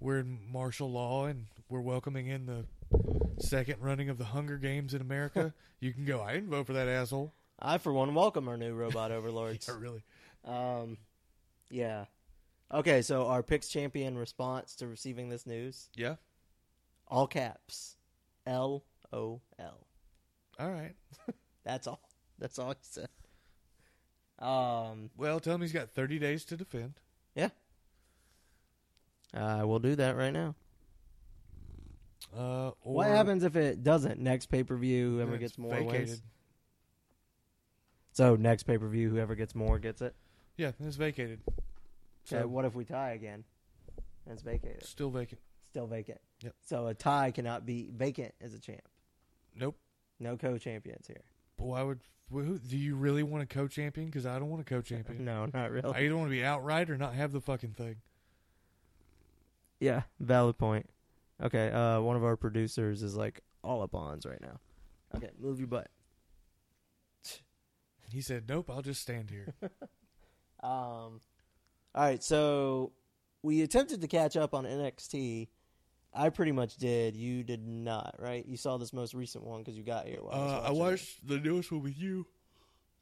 Speaker 3: we're in martial law and we're welcoming in the second running of the Hunger Games in America, you can go, I didn't vote for that asshole.
Speaker 2: I, for one, welcome our new robot
Speaker 3: [LAUGHS]
Speaker 2: overlords.
Speaker 3: Yeah, really.
Speaker 2: Um, yeah. Okay, so our picks champion response to receiving this news,
Speaker 3: Yeah.
Speaker 2: all caps, L O L.
Speaker 3: All right.
Speaker 2: That's all. [LAUGHS] That's all he said. Um,
Speaker 3: Well, tell him he's got 30 days to defend.
Speaker 2: yeah. I will do that right now.
Speaker 3: Uh, or
Speaker 2: what happens if it doesn't? Next pay per view,
Speaker 3: then
Speaker 2: whoever
Speaker 3: it's
Speaker 2: gets more wins.
Speaker 3: vacated.
Speaker 2: So next pay per view, whoever gets more gets it.
Speaker 3: Yeah, then it's vacated.
Speaker 2: So
Speaker 3: So-
Speaker 2: what if we tie again? That's vacated.
Speaker 3: Still vacant.
Speaker 2: Still vacant.
Speaker 3: Yep.
Speaker 2: So a tie cannot be vacant as a champ.
Speaker 3: Nope.
Speaker 2: No co-champions here.
Speaker 3: Boy, I would. Who, do you really want a co-champion? Because I don't want
Speaker 2: [LAUGHS]
Speaker 3: a co-champion.
Speaker 2: No, not really.
Speaker 3: I either want to be outright or not have the fucking thing.
Speaker 2: yeah, valid point. Okay, uh, one of our producers is like all up ons right now. Okay, move your butt.
Speaker 3: He said, "Nope, I'll just stand
Speaker 2: [LAUGHS]
Speaker 3: here." Uh,
Speaker 2: Um, all right, so we attempted to catch up on NXT. I pretty much did. You did not, right? You saw this most recent one because you got here. While
Speaker 3: uh, I
Speaker 2: I, was watching it.
Speaker 3: watched the newest one with you,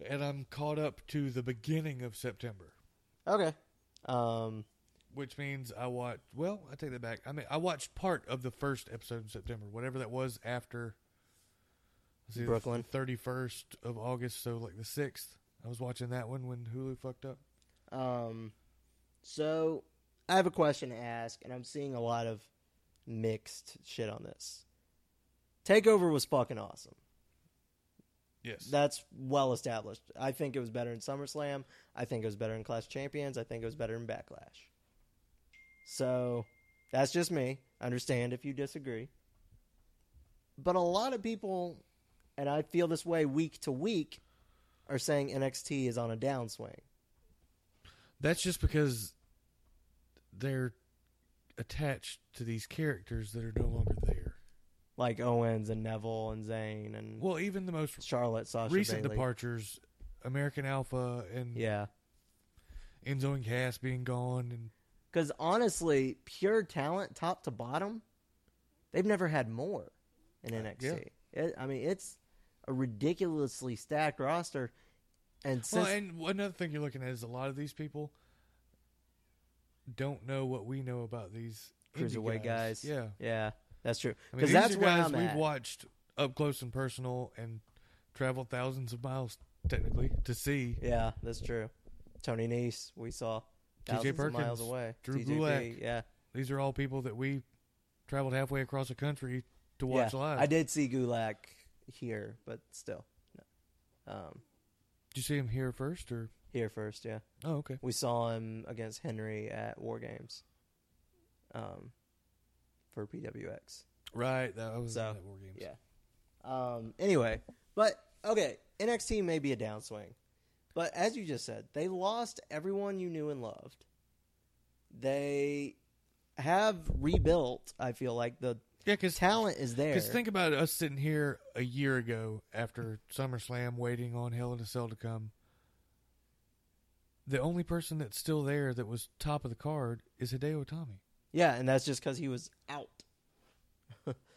Speaker 3: and I'm caught up to the beginning of September,
Speaker 2: Okay. Um,
Speaker 3: which means I watched. Well, I take that back. I mean, I watched part of the first episode in September, whatever that was after let's see,
Speaker 2: Brooklyn.
Speaker 3: thirty first of August, so like the sixth. I was watching that one when Hulu fucked up.
Speaker 2: Um, so I have a question to ask, and I'm seeing a lot of mixed shit on this. Takeover was fucking awesome.
Speaker 3: Yes,
Speaker 2: That's well established. I think it was better in SummerSlam. I think it was better in Clash of Champions. I think it was better in Backlash. So that's just me. Understand if you disagree. But a lot of people, and I feel this way week to week, are saying NXT is on a downswing.
Speaker 3: That's just because they're attached to these characters that are no longer there.
Speaker 2: like Owens and Neville and Zayn and
Speaker 3: Well, even the most
Speaker 2: Charlotte Sasha
Speaker 3: recent
Speaker 2: Bailey.
Speaker 3: departures, American Alpha and
Speaker 2: Yeah,
Speaker 3: Enzo and Cass being gone, and
Speaker 2: because honestly, pure talent, top to bottom, they've never had more in
Speaker 3: Uh,
Speaker 2: NXT. It, I mean, it's a ridiculously stacked roster, and since
Speaker 3: well, and another thing you're looking at is a lot of these people don't know what we know about these indie
Speaker 2: cruiserweight guys.
Speaker 3: Yeah,
Speaker 2: yeah, that's true.
Speaker 3: I mean,
Speaker 2: Because
Speaker 3: these
Speaker 2: that's
Speaker 3: are
Speaker 2: where
Speaker 3: guys
Speaker 2: I'm
Speaker 3: we've
Speaker 2: at.
Speaker 3: watched up close and personal and traveled thousands of miles technically to see.
Speaker 2: Yeah, that's true. Tony Nese, we saw
Speaker 3: T.J.
Speaker 2: thousands of
Speaker 3: Perkins,
Speaker 2: miles away.
Speaker 3: Drew
Speaker 2: TJP,
Speaker 3: Gulak.
Speaker 2: yeah,
Speaker 3: These are all people that we traveled halfway across the country to watch
Speaker 2: yeah.
Speaker 3: live.
Speaker 2: I did see Gulak here, but still, no. um,
Speaker 3: Did you see him here first, or
Speaker 2: here first. Yeah,
Speaker 3: oh, okay,
Speaker 2: we saw him against Henry at War Games, um, for PWX.
Speaker 3: right? That was
Speaker 2: So,
Speaker 3: in that war games.
Speaker 2: Yeah. Um. Anyway, but okay, NXT may be a downswing, but as you just said, they lost everyone you knew and loved. They have rebuilt. I feel like the
Speaker 3: yeah, because
Speaker 2: talent is there.
Speaker 3: think about us sitting here a year ago after SummerSlam, waiting on Hell in a Cell to come. The only person that's still there that was top of the card is Hideo Itami.
Speaker 2: yeah, and that's just because he was out.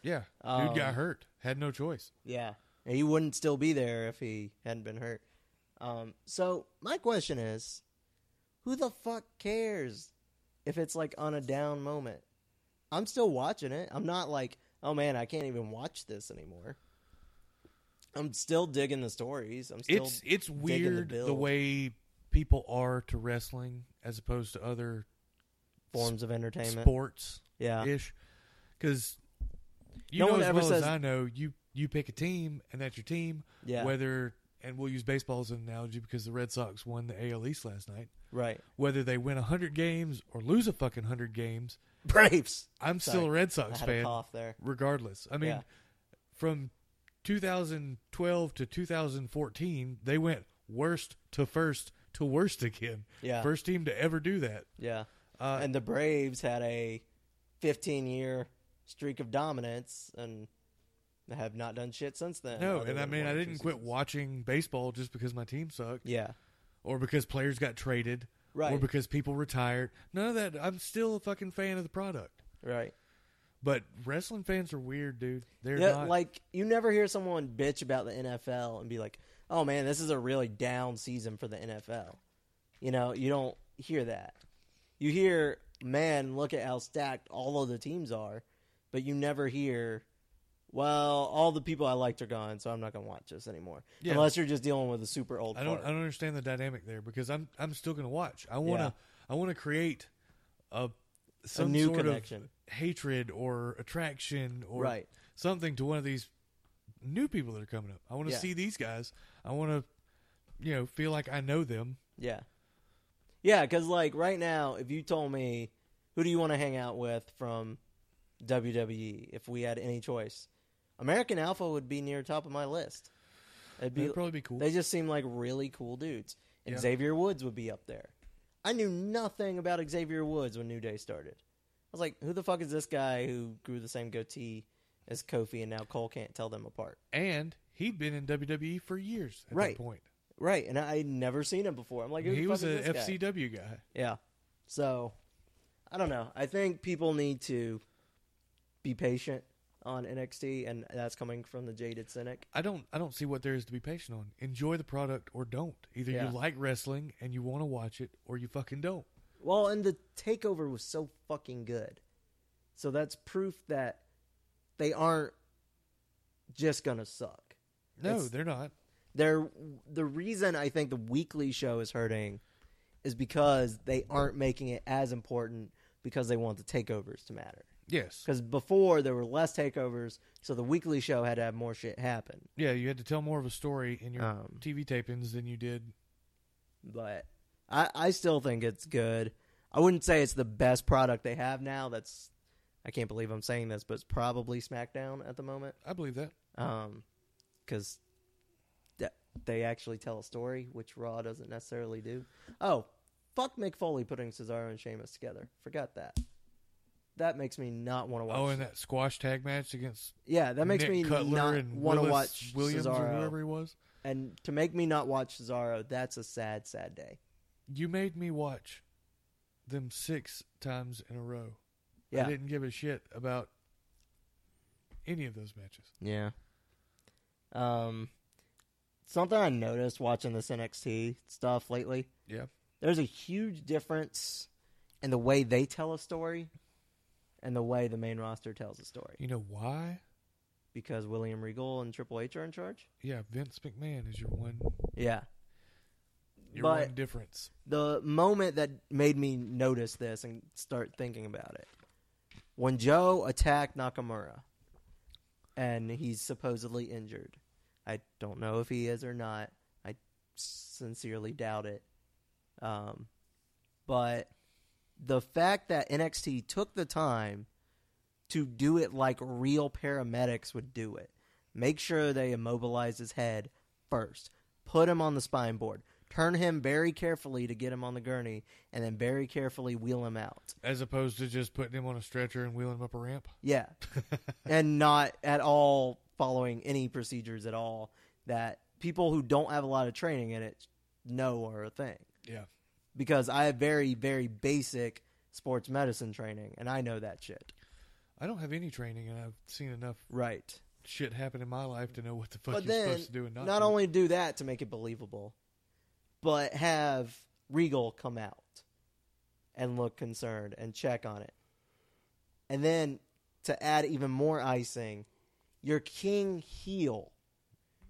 Speaker 3: Yeah,
Speaker 2: Um,
Speaker 3: dude got hurt, had no choice.
Speaker 2: Yeah. And he wouldn't still be there if he hadn't been hurt. Um, so my question is, who the fuck cares if it's like on a down moment? I'm still watching it. I'm not like, oh man, I can't even watch this anymore. I'm still digging the stories. I'm still
Speaker 3: it's it's
Speaker 2: the
Speaker 3: weird the,
Speaker 2: build.
Speaker 3: way people are to wrestling as opposed to other
Speaker 2: forms of entertainment.
Speaker 3: sports
Speaker 2: Yeah,
Speaker 3: ish. Because you
Speaker 2: No
Speaker 3: know
Speaker 2: one
Speaker 3: as
Speaker 2: ever
Speaker 3: well
Speaker 2: says-
Speaker 3: as I know, you you pick a team and that's your team.
Speaker 2: yeah,
Speaker 3: Whether and we'll use baseball as an analogy because the Red Sox won the AL East last night.
Speaker 2: right.
Speaker 3: Whether they win hundred games or lose a fucking hundred games,
Speaker 2: Braves.
Speaker 3: I'm
Speaker 2: Sorry.
Speaker 3: still a Red
Speaker 2: I
Speaker 3: Sox
Speaker 2: had a
Speaker 3: fan.
Speaker 2: cough there.
Speaker 3: regardless. I mean,
Speaker 2: Yeah.
Speaker 3: from 2012 to 2014, they went worst to first to worst again.
Speaker 2: Yeah,
Speaker 3: First team to ever do that.
Speaker 2: yeah.
Speaker 3: Uh,
Speaker 2: and the Braves had a 15 year streak of dominance and they have not done shit since then.
Speaker 3: no,
Speaker 2: other
Speaker 3: and I
Speaker 2: than
Speaker 3: mean,
Speaker 2: one
Speaker 3: I
Speaker 2: or two
Speaker 3: didn't quit
Speaker 2: seasons.
Speaker 3: watching baseball just because my team sucked
Speaker 2: Yeah,
Speaker 3: or because players got traded or
Speaker 2: right,
Speaker 3: because people retired. None of that. I'm still a fucking fan of the product.
Speaker 2: right.
Speaker 3: But wrestling fans are weird, dude. They're
Speaker 2: Yeah,
Speaker 3: not.
Speaker 2: like you never hear someone bitch about the NFL and be like, "Oh man, this is a really down season for the NFL." You know, you don't hear that. You hear, "Man, look at how stacked all of the teams are," but you never hear, "Well, all the people I liked are gone, so I'm not going to watch this anymore."
Speaker 3: Yeah.
Speaker 2: Unless you're just dealing with a super old.
Speaker 3: I don't
Speaker 2: fart.
Speaker 3: I don't understand the dynamic there because I'm I'm still gonna watch. I wanna I wanna create a some
Speaker 2: new
Speaker 3: sort
Speaker 2: connection.
Speaker 3: of hatred or attraction or
Speaker 2: Right.
Speaker 3: something to one of these new people that are coming up. I wanna
Speaker 2: Yeah.
Speaker 3: see these guys. I wanna you know, feel like I know them.
Speaker 2: Yeah. Yeah, because like right now, if you told me who do you want to hang out with from WWE, if we had any choice, American Alpha would be near top of my list. It'd be
Speaker 3: That'd probably be cool.
Speaker 2: they just seem like really cool dudes, and
Speaker 3: Yeah.
Speaker 2: Xavier Woods would be up there. I knew nothing about Xavier Woods when New Day started. I was like, who the fuck is this guy who grew the same goatee as Kofi and now Cole can't tell them apart?
Speaker 3: and he'd been in WWE for years at
Speaker 2: Right.
Speaker 3: that point.
Speaker 2: Right, and I I'd never seen him before. I'm like, who the
Speaker 3: he
Speaker 2: fuck
Speaker 3: was
Speaker 2: is this
Speaker 3: a
Speaker 2: guy?
Speaker 3: FCW guy.
Speaker 2: Yeah. So I don't know. I think people need to be patient on NXT, and that's coming from the jaded cynic.
Speaker 3: I don't I don't see what there is to be patient on. Enjoy the product or don't. Either
Speaker 2: Yeah.
Speaker 3: you like wrestling and you want to watch it or you fucking don't.
Speaker 2: Well, and the takeover was so fucking good. So that's proof that they aren't just gonna suck.
Speaker 3: No,
Speaker 2: It's-
Speaker 3: they're not.
Speaker 2: They're the reason I think the weekly show is hurting is because they aren't making it as important because they want the takeovers to matter.
Speaker 3: Yes.
Speaker 2: Because before there were less takeovers, so the weekly show had to have more shit happen.
Speaker 3: Yeah, you had to tell more of a story in your
Speaker 2: Um,
Speaker 3: TV tapings than you did.
Speaker 2: but I, I still think it's good. I wouldn't say it's the best product they have now. That's I can't believe I'm saying this, but it's probably SmackDown at the moment
Speaker 3: I believe that.
Speaker 2: because they actually tell a story, which Raw doesn't necessarily do. Oh, fuck Mick Foley putting Cesaro and Sheamus together. Forgot that. That makes me not want to watch.
Speaker 3: Oh, and that squash tag match against
Speaker 2: yeah, that makes
Speaker 3: Nick
Speaker 2: me
Speaker 3: Cutler
Speaker 2: not
Speaker 3: and
Speaker 2: want to
Speaker 3: Willis
Speaker 2: watch
Speaker 3: Williams or
Speaker 2: Cesaro.
Speaker 3: whoever he was.
Speaker 2: and to make me not watch Cesaro, that's a sad, sad day.
Speaker 3: You made me watch them six times in a row. I
Speaker 2: Yeah,
Speaker 3: didn't give a shit about any of those matches.
Speaker 2: Yeah. Um, something I noticed watching this NXT stuff lately.
Speaker 3: Yeah.
Speaker 2: There's a huge difference in the way they tell a story and the way the main roster tells a story
Speaker 3: You know why?
Speaker 2: because William Regal and Triple H are in charge.
Speaker 3: Yeah, Vince McMahon is your one
Speaker 2: Yeah.
Speaker 3: your
Speaker 2: But-
Speaker 3: one difference.
Speaker 2: the moment that made me notice this and start thinking about it when Joe attacked Nakamura and he's supposedly injured. I don't know if he is or not. I sincerely doubt it. Um, but the fact that NXT took the time to do it like real paramedics would do it. Make sure they immobilize his head first. Put him on the spine board. Turn him very carefully to get him on the gurney, and then very carefully wheel him out.
Speaker 3: As opposed to just putting him on a stretcher and wheeling him up a ramp.
Speaker 2: Yeah. and not at all following any procedures at all that people who don't have a lot of training in it know are a thing.
Speaker 3: Yeah.
Speaker 2: Because I have very, very basic sports medicine training, and I know that shit.
Speaker 3: I don't have any training and I've seen enough
Speaker 2: Right.
Speaker 3: shit happen in my life to know what the fuck
Speaker 2: But
Speaker 3: you're
Speaker 2: then,
Speaker 3: supposed to do and not
Speaker 2: not
Speaker 3: do.
Speaker 2: only do that to make it believable, but have Regal come out and look concerned and check on it. And then to add even more icing, your king heel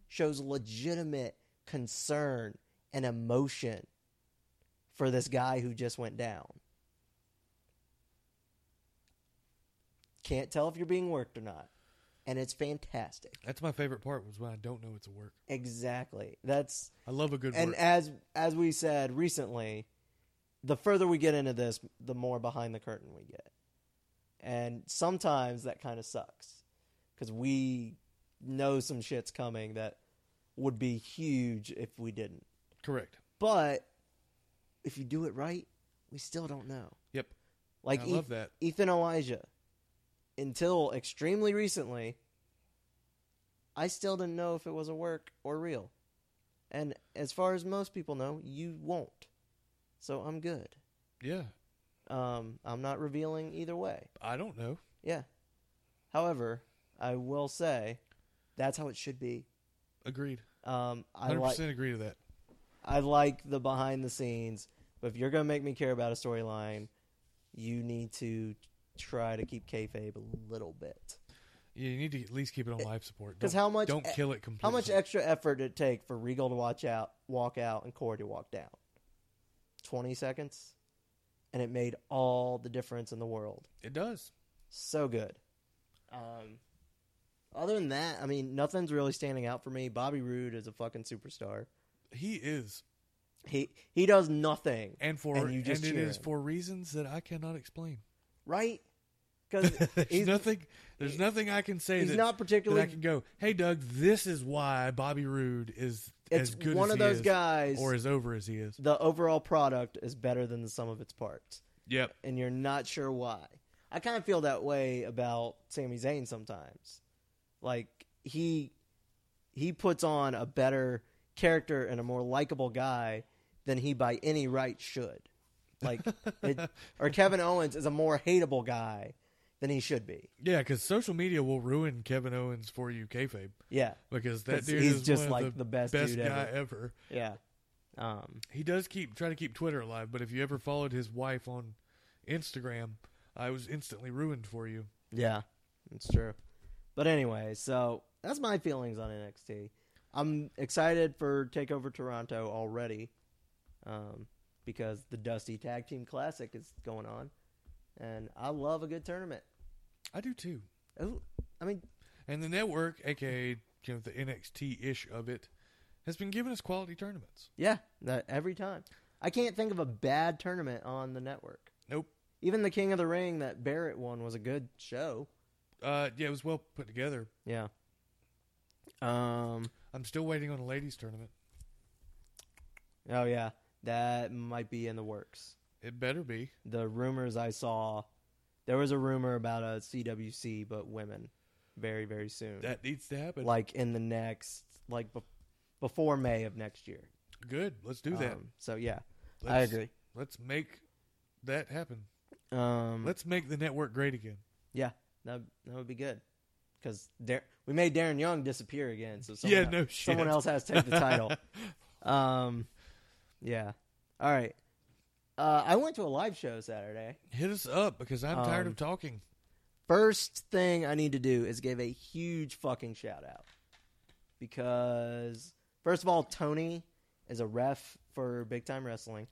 Speaker 2: shows legitimate concern and emotion for this guy who just went down. Can't tell if you're being worked or not. And it's fantastic.
Speaker 3: That's my favorite part was when I don't know it's a work.
Speaker 2: Exactly. That's
Speaker 3: I love a good
Speaker 2: and
Speaker 3: work.
Speaker 2: as as we said recently, the further we get into this, the more behind the curtain we get, and sometimes that kind of sucks because we know some shit's coming that would be huge if we didn't.
Speaker 3: Correct.
Speaker 2: But if you do it right, we still don't know.
Speaker 3: Yep.
Speaker 2: Like
Speaker 3: I
Speaker 2: Eth-
Speaker 3: love that.
Speaker 2: Ethan Elijah, until extremely recently, I still didn't know if it was a work or real. And as far as most people know, you won't. So I'm good.
Speaker 3: Yeah.
Speaker 2: Um, I'm not revealing either way.
Speaker 3: I don't know.
Speaker 2: Yeah. However, I will say that's how it should be.
Speaker 3: Agreed.
Speaker 2: Um, I
Speaker 3: Hundred
Speaker 2: like
Speaker 3: percent agree to that.
Speaker 2: I like the behind the scenes, but if you're gonna make me care about a storyline, you need to try to keep kayfabe a little bit.
Speaker 3: Yeah, you need to at least keep it on life support.
Speaker 2: 'Cause
Speaker 3: Don't-
Speaker 2: how much- e-
Speaker 3: Don't kill it completely.
Speaker 2: How much extra effort did it take for Regal to watch out, walk out, and Corey to walk down? Twenty seconds, and it made all the difference in the world.
Speaker 3: it does.
Speaker 2: So good. Um, other than that, I mean, nothing's really standing out for me. Bobby Roode is a fucking superstar.
Speaker 3: He is,
Speaker 2: He he does nothing
Speaker 3: and for
Speaker 2: And you just
Speaker 3: and it
Speaker 2: cheer
Speaker 3: is
Speaker 2: him.
Speaker 3: for reasons that I cannot explain. [LAUGHS]
Speaker 2: right because
Speaker 3: there's
Speaker 2: [LAUGHS] he's,
Speaker 3: nothing. There's nothing I can say
Speaker 2: he's
Speaker 3: that,
Speaker 2: not
Speaker 3: that
Speaker 2: particularly
Speaker 3: I can go. Hey, Doug, this is why Bobby Roode is
Speaker 2: It's
Speaker 3: as good.
Speaker 2: one
Speaker 3: as
Speaker 2: of
Speaker 3: he
Speaker 2: those
Speaker 3: is,
Speaker 2: guys-
Speaker 3: or as over as he is.
Speaker 2: the overall product is better than the sum of its parts,
Speaker 3: Yep.
Speaker 2: and you're not sure why. I kind of feel that way about Sami Zayn sometimes. Like he he puts on a better character and a more likable guy than he by any right should. Like it, or Kevin Owens is a more hateable guy than he should be.
Speaker 3: Yeah, because social media will ruin Kevin Owens for you, kayfabe,
Speaker 2: Yeah.
Speaker 3: because that
Speaker 2: 'Cause
Speaker 3: dude
Speaker 2: he's
Speaker 3: is
Speaker 2: just
Speaker 3: one
Speaker 2: like
Speaker 3: of
Speaker 2: the best dude
Speaker 3: guy
Speaker 2: ever.
Speaker 3: ever.
Speaker 2: Yeah. Um
Speaker 3: He does keep try to keep Twitter alive, but if you ever followed his wife on Instagram, I was instantly ruined for you.
Speaker 2: Yeah, it's true. But anyway, so that's my feelings on NXT. I'm excited for Takeover Toronto already, um, because the Dusty Tag Team Classic is going on, and I love a good tournament.
Speaker 3: I do too.
Speaker 2: Ooh, I mean,
Speaker 3: And the network, aka you know the NXT ish of it, has been giving us quality tournaments.
Speaker 2: yeah, that every time. I can't think of a bad tournament on the network.
Speaker 3: Nope.
Speaker 2: Even the King of the Ring that Barrett won was a good show.
Speaker 3: Uh, yeah, it was well put together.
Speaker 2: Yeah. Um.
Speaker 3: I'm still waiting on a ladies tournament.
Speaker 2: Oh yeah, that might be in the works.
Speaker 3: It better be.
Speaker 2: the rumors I saw, there was a rumor about a CWC, but women, very very soon,
Speaker 3: That needs to happen.
Speaker 2: like in the next, like bef before May of next year.
Speaker 3: Good. Let's do that.
Speaker 2: Um, so yeah, I
Speaker 3: Let's-
Speaker 2: agree.
Speaker 3: Let's make that happen.
Speaker 2: Um,
Speaker 3: Let's make the network great again.
Speaker 2: yeah, that that would be good because Dar- we made Darren Young disappear again. So someone
Speaker 3: Yeah,
Speaker 2: el-
Speaker 3: no shit.
Speaker 2: someone else has to take the title. um, yeah. All right. Uh, I went to a live show Saturday.
Speaker 3: [LAUGHS] Hit us up because I'm tired
Speaker 2: Um,
Speaker 3: of talking.
Speaker 2: first thing I need to do is give a huge fucking shout out. Because first of all, Tony is a ref for Big Time Wrestling.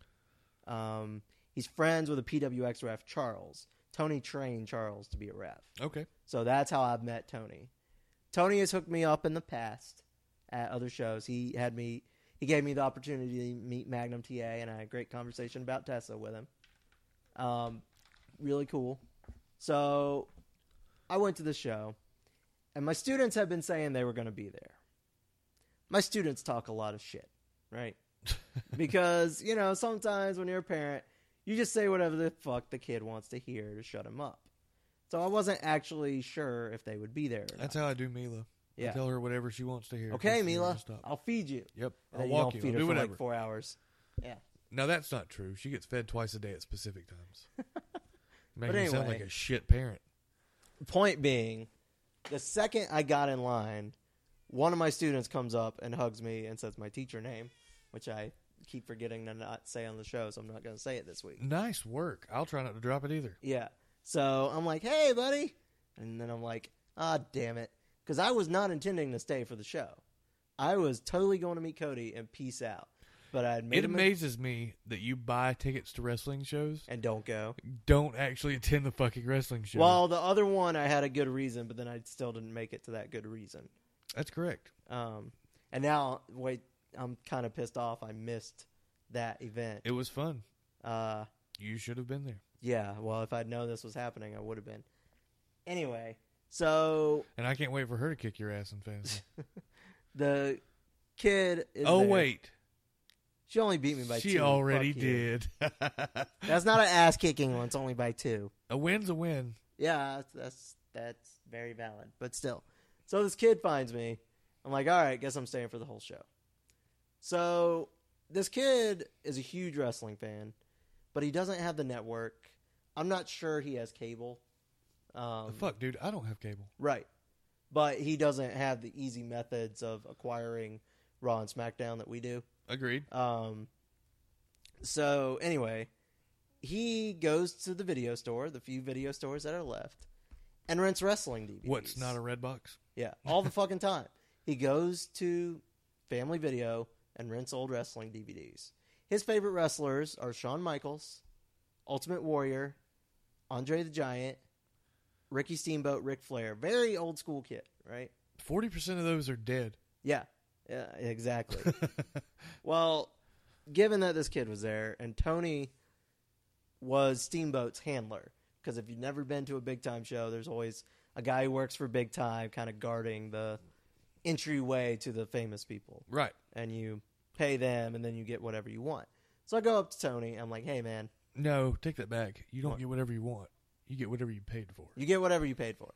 Speaker 2: Um, he's friends with a PWX ref, Charles. Tony trained Charles to be a ref.
Speaker 3: Okay.
Speaker 2: So that's how I've met Tony. Tony has hooked me up in the past at other shows. He had me he gave me the opportunity to meet Magnum TA and I had a great conversation about Tessa with him. Um really cool. So I went to the show and my students have been saying they were going to be there. My students talk a lot of shit, right? because, you know, sometimes when you're a parent, you just say whatever the fuck the kid wants to hear to shut him up. So I wasn't actually sure if they would be there. Or
Speaker 3: That's
Speaker 2: not.
Speaker 3: how I do Mila. I
Speaker 2: Yeah.
Speaker 3: tell her whatever she wants to hear.
Speaker 2: Okay,
Speaker 3: Just-
Speaker 2: Mila,
Speaker 3: just Stop.
Speaker 2: I'll feed you.
Speaker 3: Yep.
Speaker 2: And then
Speaker 3: I'll walk
Speaker 2: you.
Speaker 3: you.
Speaker 2: Don't feed her
Speaker 3: I'll do
Speaker 2: for
Speaker 3: whatever.
Speaker 2: like four hours. Yeah.
Speaker 3: Now that's not true. She gets fed twice a day at specific
Speaker 2: [LAUGHS]
Speaker 3: times. Making me sound
Speaker 2: anyway.
Speaker 3: like a shit parent.
Speaker 2: Point being, the second I got in line, one of my students comes up and hugs me and says my teacher name, which I keep forgetting to not say on the show, so I'm not going to say it this week.
Speaker 3: Nice work. I'll try not to drop it either.
Speaker 2: Yeah. So I'm like, hey, buddy. And then I'm like, ah, damn it. Because I was not intending to stay for the show. I was totally going to meet Cody and peace out. But I had made
Speaker 3: It
Speaker 2: a move
Speaker 3: amazes me that you buy tickets to wrestling shows,
Speaker 2: and don't go.
Speaker 3: don't actually attend the fucking wrestling show.
Speaker 2: Well, the other one I had a good reason, but then I still didn't make it to that good reason.
Speaker 3: That's correct.
Speaker 2: Um, and now, wait, I'm kind of pissed off. I missed that event.
Speaker 3: It was fun.
Speaker 2: Uh,
Speaker 3: You should have been there.
Speaker 2: yeah. Well, if I'd known this was happening, I would have been. Anyway, so
Speaker 3: And I can't wait for her to kick your ass in fantasy.
Speaker 2: the kid is.
Speaker 3: [LAUGHS] oh
Speaker 2: there.
Speaker 3: wait,
Speaker 2: she only beat me by two.
Speaker 3: she already
Speaker 2: Fuck you.
Speaker 3: did. [LAUGHS]
Speaker 2: That's not an ass kicking one. It's only by two.
Speaker 3: a win's a win.
Speaker 2: Yeah, that's- that's that's very valid, but still. So this kid finds me. I'm like, all right, guess I'm staying for the whole show. So this kid is a huge wrestling fan, but he doesn't have the network. I'm not sure he has cable. Um,
Speaker 3: Fuck, dude, I don't have cable.
Speaker 2: Right. But he doesn't have the easy methods of acquiring Raw and SmackDown that we do.
Speaker 3: Agreed.
Speaker 2: Um, so anyway, he goes to the video store, the few video stores that are left, and rents wrestling DVDs.
Speaker 3: What's not a red box?
Speaker 2: yeah, all the fucking time. He goes to Family Video and rents old wrestling DVDs. His favorite wrestlers are Shawn Michaels, Ultimate Warrior, Andre the Giant, Ricky Steamboat, Ric Flair. Very old school kid, right?
Speaker 3: Forty percent of those
Speaker 2: [LAUGHS]
Speaker 3: are dead.
Speaker 2: Yeah, yeah, exactly. Well, given that this kid was there and Tony was Steamboat's handler, because if you've never been to a big time show, there's always a guy who works for big time kind of guarding the entryway to the famous people.
Speaker 3: right.
Speaker 2: And you pay them and then you get whatever you want. So I go up to Tony. I'm like, hey, man,
Speaker 3: No, take that back. You don't
Speaker 2: What?
Speaker 3: get whatever you want. You get whatever you paid for.
Speaker 2: You get whatever you paid for.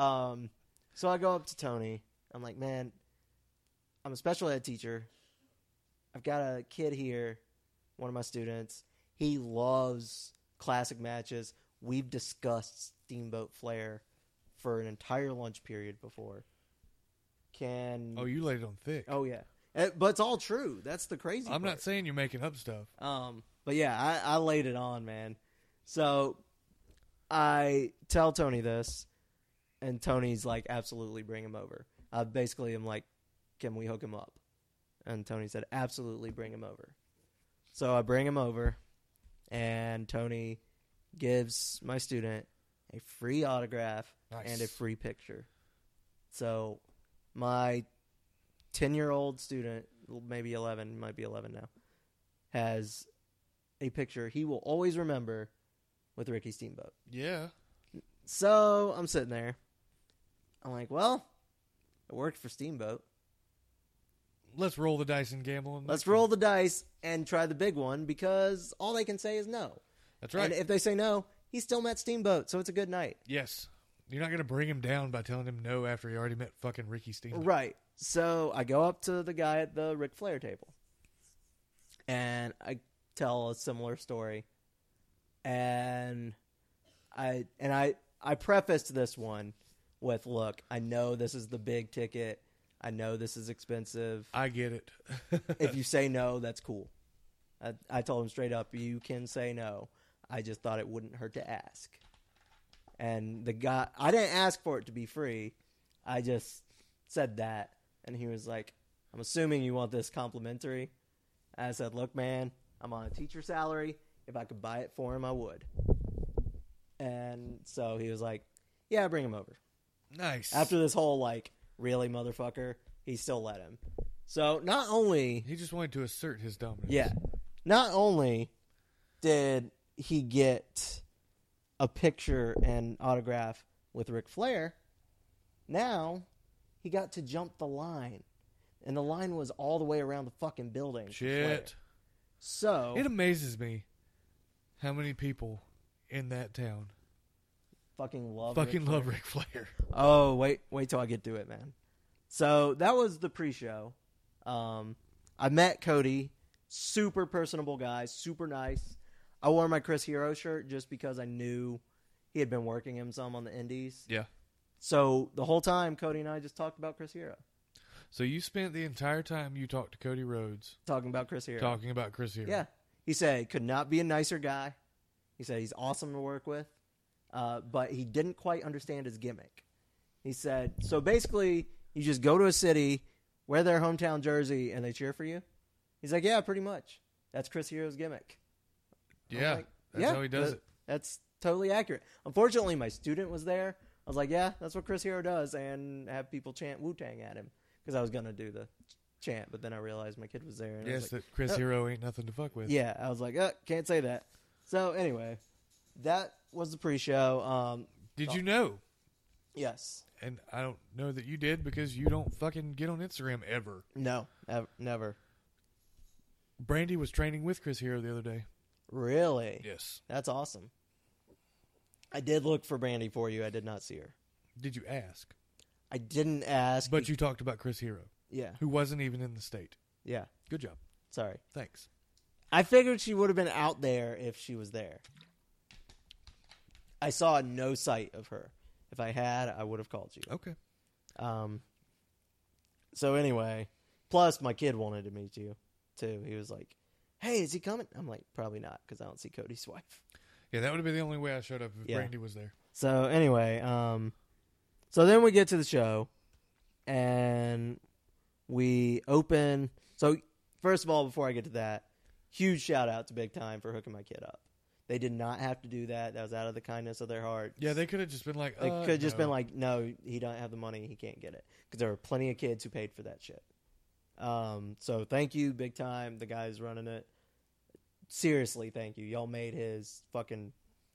Speaker 2: um, so I go up to Tony. I'm like, man, I'm a special ed teacher. I've got a kid here, one of my students. He loves classic matches. We've discussed Steamboat Flair for an entire lunch period before. Can
Speaker 3: Oh, you laid it on thick.
Speaker 2: oh yeah, Eh, but it's all true. That's the crazy.
Speaker 3: I'm
Speaker 2: part.
Speaker 3: not saying you're making up stuff.
Speaker 2: Um, but yeah, I, I laid it on, man. So I tell Tony this, and Tony's like, absolutely bring him over. I basically am like, can we hook him up? And Tony said, absolutely bring him over. So I bring him over, and Tony gives my student a free autograph
Speaker 3: Nice.
Speaker 2: and a free picture. So my 10 year old student, maybe 11, might be 11 now, has a picture he will always remember with Ricky Steamboat.
Speaker 3: Yeah.
Speaker 2: So I'm sitting there. I'm like, well, it worked for Steamboat.
Speaker 3: Let's roll the dice and gamble. on
Speaker 2: Let's
Speaker 3: that one.
Speaker 2: roll the dice and try the big one because all they can say is no.
Speaker 3: That's right.
Speaker 2: And if they say no, he still met Steamboat, so it's a good night.
Speaker 3: yes. You're not going to bring him down by telling him no after he already met fucking Ricky Steamboat.
Speaker 2: Right. So I go up to the guy at the Ric Flair table, and I tell a similar story, and I and I I prefaced this one with, "Look, I know this is the big ticket. I know this is expensive.
Speaker 3: I get it.
Speaker 2: If you say no, that's cool." I, I told him straight up, "You can say no. I just thought it wouldn't hurt to ask." And the guy, I didn't ask for it to be free. I just said that. And he was like, I'm assuming you want this complimentary. I said, Look, man, I'm on a teacher salary. If I could buy it for him, I would. And so he was like, Yeah, bring him over.
Speaker 3: [LAUGHS] nice.
Speaker 2: After this whole, like, really, motherfucker, he still let him. So not only
Speaker 3: he just wanted to assert his dominance.
Speaker 2: yeah. Not only did he get a picture and autograph with Ric Flair, now he got to jump the line. And the line was all the way around the fucking building. for Flair.
Speaker 3: Shit.
Speaker 2: So
Speaker 3: It amazes me how many people in that town
Speaker 2: fucking love Ric
Speaker 3: fucking love
Speaker 2: [LAUGHS]
Speaker 3: Ric Flair.
Speaker 2: Oh, wait, wait till I get to it, man. So that was the pre-show. Um, I met Cody, super personable guy, super nice. I wore my Chris Hero shirt just because I knew he had been working him some on the Indies.
Speaker 3: Yeah.
Speaker 2: So the whole time, Cody and I just talked about Chris Hero,
Speaker 3: So you spent the entire time you talked to Cody Rhodes
Speaker 2: talking about Chris Hero.
Speaker 3: talking about Chris Hero.
Speaker 2: Yeah, he said could not be a nicer guy. He said he's awesome to work with. uh, but he didn't quite understand his gimmick. He said, "So basically, you just go to a city, wear their hometown jersey, and they cheer for you." He's like, "Yeah, pretty much. That's Chris Hero's gimmick." I was
Speaker 3: Yeah,
Speaker 2: like,
Speaker 3: that's
Speaker 2: "Yeah,
Speaker 3: how he does
Speaker 2: that-
Speaker 3: it.
Speaker 2: That's totally accurate. Unfortunately, my student was there. I was like, "Yeah, that's what Chris Hero does," and have people chant Wu Tang at him because I was gonna do the chant, but then I realized my kid was there. And I was
Speaker 3: Yes,
Speaker 2: like,
Speaker 3: that Chris
Speaker 2: "Oh,
Speaker 3: Hero ain't nothing to fuck with.
Speaker 2: yeah, I was like, uh, can't say that. So anyway, that was the pre-show. Um,
Speaker 3: Did you know?
Speaker 2: yes,
Speaker 3: And I don't know that you did because you don't fucking get on Instagram ever.
Speaker 2: no, ev- never
Speaker 3: Brandy was training with Chris Hero the other day.
Speaker 2: really.
Speaker 3: Yes.
Speaker 2: That's awesome. I did look for Brandy for you. I did not see her.
Speaker 3: Did you ask?
Speaker 2: I didn't ask.
Speaker 3: But you talked about Chris Hero,
Speaker 2: yeah,
Speaker 3: who wasn't even in the state.
Speaker 2: yeah.
Speaker 3: Good job.
Speaker 2: Sorry,
Speaker 3: Thanks.
Speaker 2: I figured she would have been out there if she was there. I saw no sight of her. If I had, I would have called you.
Speaker 3: Okay.
Speaker 2: Um. So anyway, plus my kid wanted to meet you too. He was like, "Hey, is he coming?" I'm like, "Probably not," because I don't see Cody's wife.
Speaker 3: Yeah, that would have been the only way I showed up if
Speaker 2: Yeah.
Speaker 3: Brandy was there.
Speaker 2: So anyway, um, so then we get to the show, and we open. So first of all, before I get to that, huge shout out to Big Time for hooking my kid up. They did not have to do that. That was out of the kindness of their heart.
Speaker 3: Yeah, they could have just been like,
Speaker 2: They
Speaker 3: uh,
Speaker 2: could have just been
Speaker 3: no.
Speaker 2: like, no, he don't have the money. He can't get it because there were plenty of kids who paid for that shit. Um, so thank you, big time. The guys running it. Seriously, thank you. Y'all made his fucking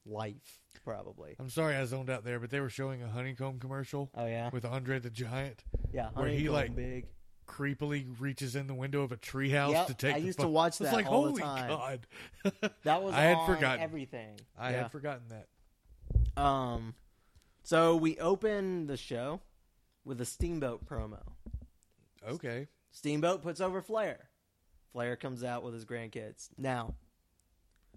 Speaker 2: life, probably.
Speaker 3: I'm sorry I zoned out there, but they were showing a honeycomb commercial
Speaker 2: Oh yeah,
Speaker 3: with Andre the Giant.
Speaker 2: yeah.
Speaker 3: where he,
Speaker 2: honeycomb
Speaker 3: like,
Speaker 2: big.
Speaker 3: Creepily reaches in the window of a treehouse
Speaker 2: Yep,
Speaker 3: to take.
Speaker 2: I
Speaker 3: the
Speaker 2: used to
Speaker 3: fuck-
Speaker 2: watch
Speaker 3: It's
Speaker 2: that
Speaker 3: like,
Speaker 2: all the
Speaker 3: holy
Speaker 2: time.
Speaker 3: god!
Speaker 2: That was
Speaker 3: [LAUGHS] I had
Speaker 2: on
Speaker 3: forgotten.
Speaker 2: everything.
Speaker 3: I
Speaker 2: yeah.
Speaker 3: had forgotten that.
Speaker 2: Um, so we open the show with a Steamboat promo.
Speaker 3: Okay,
Speaker 2: Steamboat puts over Flair. Flair comes out with his grandkids. Now,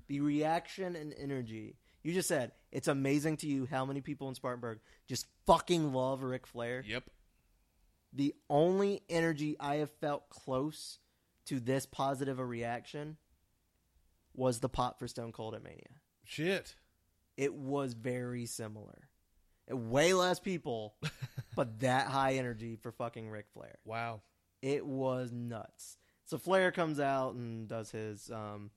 Speaker 2: the reaction and energy. You just said it's amazing to you how many people in Spartanburg just fucking love Ric Flair.
Speaker 1: Yep.
Speaker 2: The only energy I have felt close to this positive a reaction was the pop for Stone Cold at Mania
Speaker 3: shit.
Speaker 2: it was very similar. Way less people, but that high energy for fucking Ric Flair.
Speaker 3: Wow.
Speaker 2: It was nuts. So Flair comes out and does his um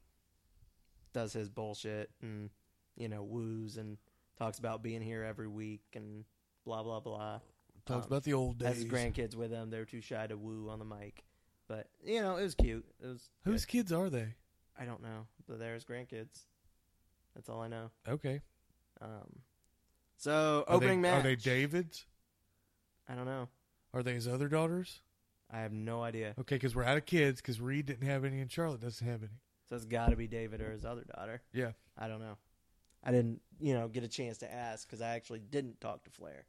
Speaker 2: does his bullshit and you know, woos and talks about being here every week and blah blah blah.
Speaker 3: Talks
Speaker 2: Um,
Speaker 3: about the old
Speaker 2: Has
Speaker 3: days.
Speaker 2: his grandkids with him. They were too shy to woo on the mic. But you know, it was cute. It was
Speaker 3: Whose kids are they?
Speaker 2: I don't know. But there's grandkids. That's all I know.
Speaker 3: Okay.
Speaker 2: Um so
Speaker 3: Are
Speaker 2: opening
Speaker 3: they,
Speaker 2: Oh, match
Speaker 3: Are they David's?
Speaker 2: I don't know.
Speaker 3: Are they his other daughters?
Speaker 2: I have no idea.
Speaker 3: Okay, because we're out of kids. Because Reed didn't have any, and Charlotte doesn't have any.
Speaker 2: So it's got to be David or his other daughter.
Speaker 3: Yeah.
Speaker 2: I don't know. I didn't, you know, get a chance to ask because I actually didn't talk to Flair.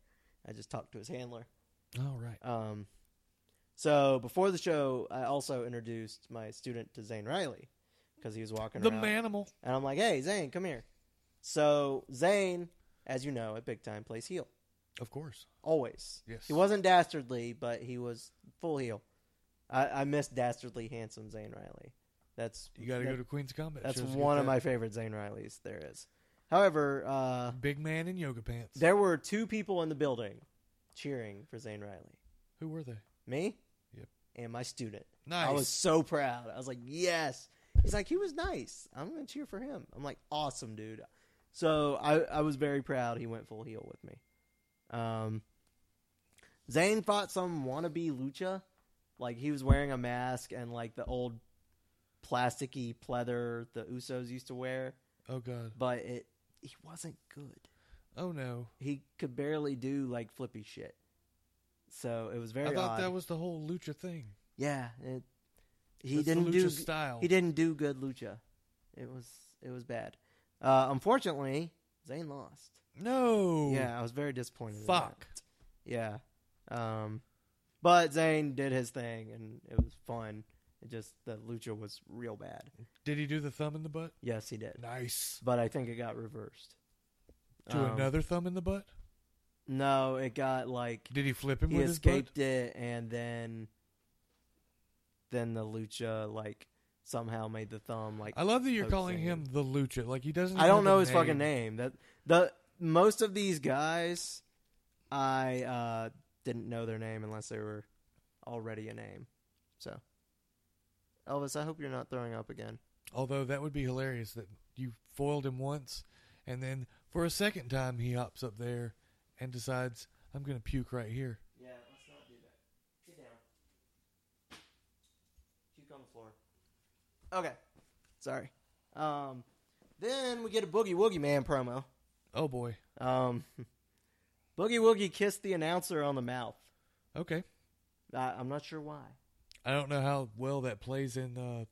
Speaker 2: I just talked to his handler.
Speaker 3: All right.
Speaker 2: Um, so before the show, I also introduced my student to Zane Riley because he was walking
Speaker 3: The
Speaker 2: around.
Speaker 3: manimal.
Speaker 2: And I'm like, hey, Zane, come here. So Zane, as you know, at Big Time plays heel.
Speaker 3: Of course.
Speaker 2: Always.
Speaker 3: Yes.
Speaker 2: He wasn't dastardly, but he was full heel. I, I miss dastardly, handsome Zane Riley. That's
Speaker 3: You got to
Speaker 2: that-
Speaker 3: go to Queen's Combat.
Speaker 2: That's
Speaker 3: shows to get
Speaker 2: one of
Speaker 3: that.
Speaker 2: my favorite Zane Rileys there is. However, uh,
Speaker 3: big man in yoga pants.
Speaker 2: there were two people in the building cheering for Zane Riley.
Speaker 3: Who were they?
Speaker 2: Me
Speaker 3: Yep.
Speaker 2: and my student.
Speaker 3: Nice.
Speaker 2: I was so proud. I was like, yes. He's like, he was nice. I'm going to cheer for him. I'm like, awesome, dude. So I, I was very proud he went full heel with me. Um, Zane fought some wannabe lucha. Like, he was wearing a mask and, like, the old plasticky pleather the Usos used to wear.
Speaker 3: oh god.
Speaker 2: but it he wasn't good.
Speaker 3: Oh no.
Speaker 2: He could barely do like flippy shit. So it was very
Speaker 3: I thought
Speaker 2: odd.
Speaker 3: that was the whole lucha thing.
Speaker 2: yeah, it, he
Speaker 3: That's the
Speaker 2: didn't
Speaker 3: lucha
Speaker 2: do
Speaker 3: style.
Speaker 2: he didn't do good lucha. It was it was bad. Uh, unfortunately, Zayn lost.
Speaker 3: No.
Speaker 2: Yeah, I was very disappointed. in that.
Speaker 3: Fuck.
Speaker 2: Yeah. Um, but Zayn did his thing and it was fun. It just the lucha was real bad.
Speaker 3: Did he do the thumb in the butt?
Speaker 2: Yes, he did.
Speaker 3: Nice.
Speaker 2: But I think it got reversed.
Speaker 3: To
Speaker 2: Um,
Speaker 3: another thumb in the butt?
Speaker 2: No, it got like
Speaker 3: Did he flip him
Speaker 2: he
Speaker 3: with
Speaker 2: escaped it and then then the lucha like somehow made the thumb
Speaker 3: his
Speaker 2: like
Speaker 3: butt? I love that you're
Speaker 2: Poke
Speaker 3: calling
Speaker 2: Zane.
Speaker 3: him the lucha. Like he doesn't.
Speaker 2: I don't
Speaker 3: even have a
Speaker 2: know his fucking name that the most of these guys, I uh, didn't know their name unless they were already a name. So, Elvis, I hope you're not throwing up again.
Speaker 3: Although that would be hilarious that you foiled him once, and then for a second time he hops up there and decides I'm gonna puke right here.
Speaker 2: Yeah, let's not do that. Get down. Puke on the floor. Okay. Sorry. Um, then we get a Boogie Woogie Man promo.
Speaker 3: Oh boy.
Speaker 2: Um, [LAUGHS] Boogie Woogie kissed the announcer on the mouth.
Speaker 3: Okay.
Speaker 2: I, I'm not sure why.
Speaker 3: I don't know how well that plays in uh,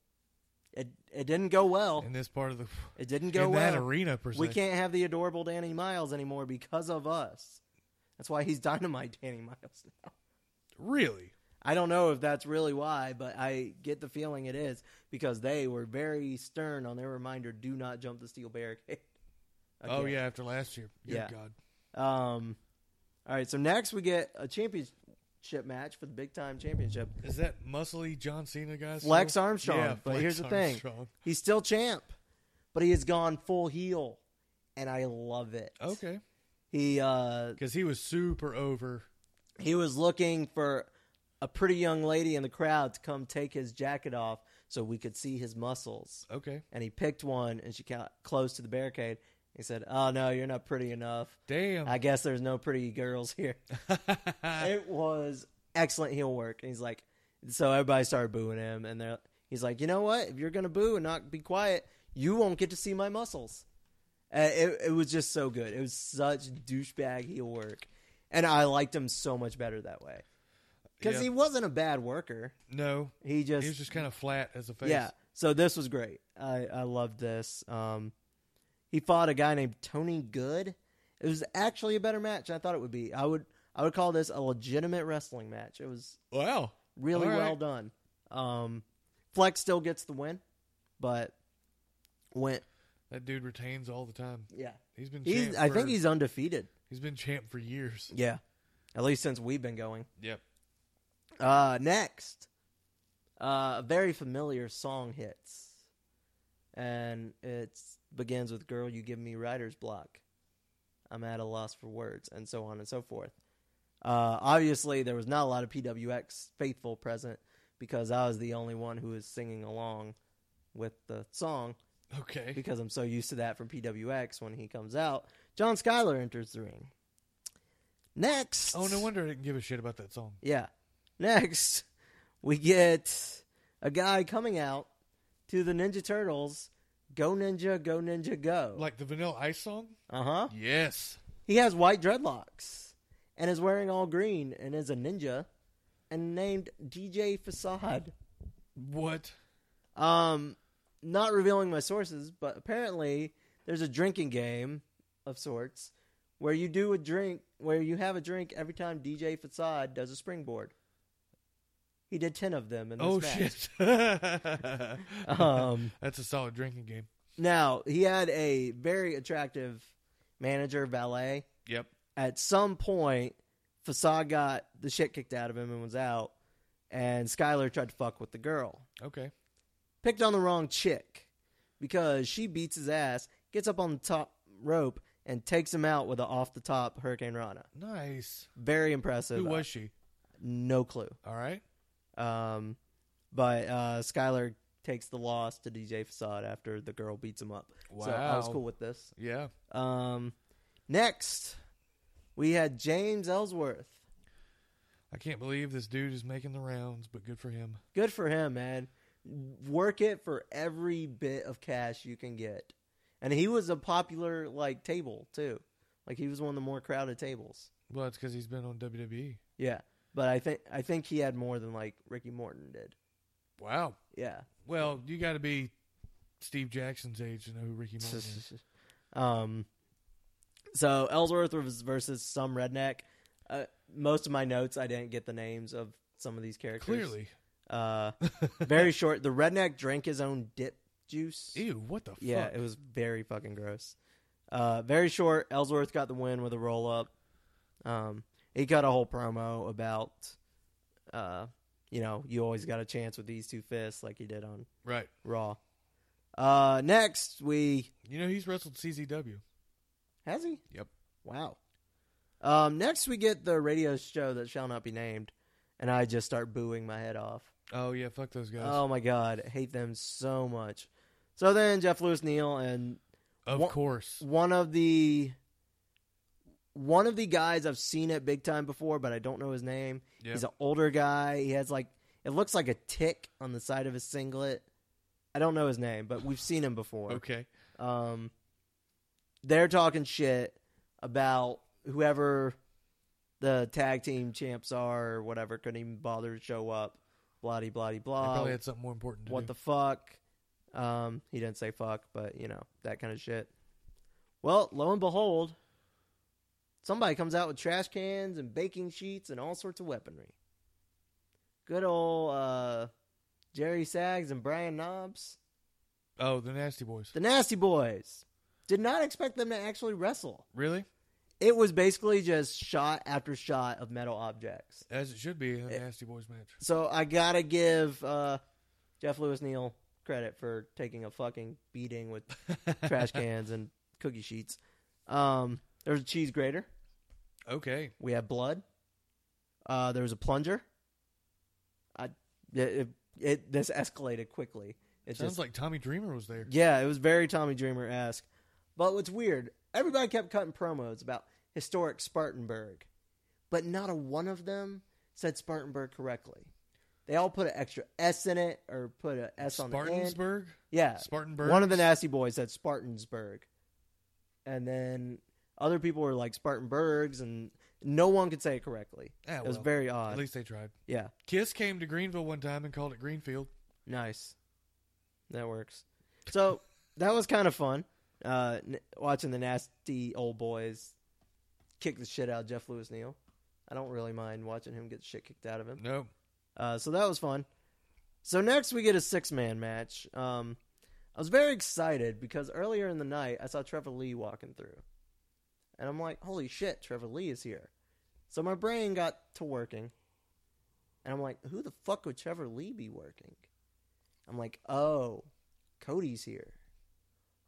Speaker 2: It it didn't go well.
Speaker 3: in this part of the
Speaker 2: It didn't go
Speaker 3: in
Speaker 2: well.
Speaker 3: that arena per se.
Speaker 2: We can't have the adorable Danny Miles anymore because of us. That's why he's [LAUGHS] dynamite Danny Miles now.
Speaker 3: really.
Speaker 2: I don't know if that's really why, but I get the feeling it is because they were very stern on their reminder: do not jump the steel barricade. [LAUGHS]
Speaker 3: Oh
Speaker 2: Again.
Speaker 3: yeah, after last year. Good
Speaker 2: Yeah.
Speaker 3: God.
Speaker 2: Um. All right. So next we get a championship match for the big time championship.
Speaker 3: Is that muscly John Cena guy? still?
Speaker 2: Flex Armstrong.
Speaker 3: Yeah,
Speaker 2: but
Speaker 3: Flex
Speaker 2: here's the thing:
Speaker 3: Armstrong.
Speaker 2: he's still champ, but he has gone full heel, and I love it.
Speaker 3: Okay.
Speaker 2: He uh
Speaker 3: Because he was super over.
Speaker 2: he was looking for a pretty young lady in the crowd to come take his jacket off so we could see his muscles.
Speaker 3: Okay.
Speaker 2: And he picked one, and she got close to the barricade. He said, "Oh no, you're not pretty enough.
Speaker 3: Damn.
Speaker 2: I guess there's no pretty girls
Speaker 3: [LAUGHS]
Speaker 2: here." it was excellent heel work. And he's like, so everybody started booing him, and they're, he's like, you know what? If you're gonna boo and not be quiet, you won't get to see my muscles. Uh, it, it was just so good. It was such douchebag heel work, and I liked him so much better that way because
Speaker 3: Yeah.
Speaker 2: he wasn't a bad worker.
Speaker 3: no.
Speaker 2: He just,
Speaker 3: He was just kind of flat as a face.
Speaker 2: yeah. So this was great. I I loved this. Um, he fought a guy named Tony Good. It was actually a better match than I thought it would be. I would I would call this a legitimate wrestling match. It was
Speaker 3: Wow.
Speaker 2: really
Speaker 3: All right.
Speaker 2: well done. Um, Flex still gets the win, but went
Speaker 3: That dude retains all the time.
Speaker 2: yeah.
Speaker 3: He's been.
Speaker 2: He's
Speaker 3: champ
Speaker 2: I
Speaker 3: for-
Speaker 2: think he's undefeated.
Speaker 3: He's been champ for years.
Speaker 2: Yeah, at least since we've been going.
Speaker 3: Yep.
Speaker 2: Uh, next, uh, a very familiar song hits, and it begins with "Girl, you give me writer's block." I'm at a loss for words, and so on and so forth. Uh, obviously, there was not a lot of PWX faithful present because I was the only one who was singing along with the song
Speaker 3: Okay.
Speaker 2: because I'm so used to that from PWX when he comes out. John Schuyler enters the ring. Next,
Speaker 3: Oh, no wonder I didn't give a shit about that song.
Speaker 2: yeah. Next, we get a guy coming out to the Ninja Turtles. Go Ninja, go Ninja, go.
Speaker 3: Like the Vanilla Ice song.
Speaker 2: uh huh.
Speaker 3: Yes.
Speaker 2: He has white dreadlocks and is wearing all green and is a ninja and named DJ Facade.
Speaker 3: What?
Speaker 2: Um, not revealing my sources, but apparently there's a drinking game of sorts where you do a drink, where you have a drink every time DJ Facade does a springboard. He did ten of them in this
Speaker 3: oh
Speaker 2: match.
Speaker 3: shit.
Speaker 2: [LAUGHS]
Speaker 3: [LAUGHS]
Speaker 2: Um,
Speaker 3: That's a solid drinking game.
Speaker 2: now he had a very attractive manager valet.
Speaker 3: Yep.
Speaker 2: At some point, Facade got the shit kicked out of him and was out, and Skylar tried to fuck with the girl.
Speaker 3: Okay.
Speaker 2: picked on the wrong chick because she beats his ass, gets up on the top rope, and takes him out with an off the top Hurricane Rana.
Speaker 3: Nice.
Speaker 2: Very impressive.
Speaker 3: Who was she?
Speaker 2: No clue.
Speaker 3: All right.
Speaker 2: Um, but uh, Skylar takes the loss to DJ Facade after the girl beats him up. So I was
Speaker 3: Wow.
Speaker 2: cool with this.
Speaker 3: Yeah.
Speaker 2: Um, next, we had James Ellsworth.
Speaker 3: I can't believe this dude is making the rounds, but good for him.
Speaker 2: Good for him, man. Work it for every bit of cash you can get. And he was a popular like table too. Like he was one of the more crowded tables.
Speaker 3: Well, it's because he's been on E. WWE.
Speaker 2: Yeah. But I think I think he had more than like Ricky Morton did.
Speaker 3: Wow.
Speaker 2: Yeah. [LAUGHS]
Speaker 3: Well, you got to be Steve Jackson's age to know who Ricky Martin is.
Speaker 2: um so Ellsworth was versus some redneck. Uh, most of my notes I didn't get the names of some of these characters.
Speaker 3: Clearly.
Speaker 2: Uh very short. The redneck drank his own dip juice.
Speaker 3: [LAUGHS] Ew, what the fuck?
Speaker 2: Yeah, it was very fucking gross. Uh, very short. Ellsworth got the win with a roll up. Um, he got a whole promo about, uh, you know, you always got a chance with these two fists, like he did on
Speaker 3: right.
Speaker 2: Raw. Uh, next we
Speaker 3: You know, he's wrestled CZW.
Speaker 2: has he?
Speaker 3: Yep.
Speaker 2: Wow. Um, next we get the radio show that shall not be named, and I just start booing my head off.
Speaker 3: Oh yeah, fuck those guys.
Speaker 2: Oh my god, I hate them so much. So then Jeff Lewis Neal and
Speaker 3: of
Speaker 2: wha-
Speaker 3: course.
Speaker 2: one of the one of the guys I've seen at big time before, but I don't know his name.
Speaker 3: Yeah.
Speaker 2: He's an older guy. He has like it looks like a tick on the side of his singlet. I don't know his name, but we've seen him before.
Speaker 3: okay.
Speaker 2: Um, they're talking shit about whoever the tag team champs are or whatever couldn't even bother to show up. Blah de blah de
Speaker 3: They
Speaker 2: blah.
Speaker 3: probably had something more important to
Speaker 2: Uh, What
Speaker 3: do.
Speaker 2: the fuck? Um, he didn't say fuck, but you know that kind of shit. Well, lo and behold, somebody comes out with trash cans and baking sheets and all sorts of weaponry. Good old uh, Jerry Sags and Brian Knobs.
Speaker 3: oh, the nasty boys.
Speaker 2: The Nasty Boys. Did not expect them to actually wrestle.
Speaker 3: really?
Speaker 2: It was basically just shot after shot of metal objects.
Speaker 3: As it should be in a nasty boys
Speaker 2: [LAUGHS]
Speaker 3: match.
Speaker 2: So I gotta give uh, Jeff Lewis Neal credit for taking a fucking beating with trash cans and cookie sheets. Um, there was a cheese grater.
Speaker 3: Okay.
Speaker 2: We had blood. Uh, there was a plunger. I it, it, it this escalated quickly. It
Speaker 3: Sounds
Speaker 2: just
Speaker 3: like Tommy Dreamer was there.
Speaker 2: Yeah, it was very Tommy Dreamer esque. But what's weird, everybody kept cutting promos about historic Spartanburg, but not a one of them said Spartanburg correctly. They all put an extra S in it or put an S on the end.
Speaker 3: Spartansburg?
Speaker 2: Yeah.
Speaker 3: Spartanburg.
Speaker 2: One of the nasty boys said Spartansburg. And then other people were like Spartanburgs, and no one could say it correctly.
Speaker 3: Ah,
Speaker 2: it was
Speaker 3: well,
Speaker 2: very
Speaker 3: At
Speaker 2: odd.
Speaker 3: least they tried.
Speaker 2: yeah.
Speaker 3: Kiss came to Greenville one time and called it Greenfield.
Speaker 2: Nice. That works. So that was kind of fun. Uh, n- watching the nasty old boys kick the shit out of Jeff Lewis Neal. I don't really mind watching him get the shit kicked out of him.
Speaker 3: No.
Speaker 2: Uh, so that was fun. So next we get a six man match. Um, I was very excited because earlier in the night I saw Trevor Lee walking through, and I'm like, "Holy shit, Trevor Lee is here!" So my brain got to working, and I'm like, "Who the fuck would Trevor Lee be working?" I'm like, "Oh, Cody's here."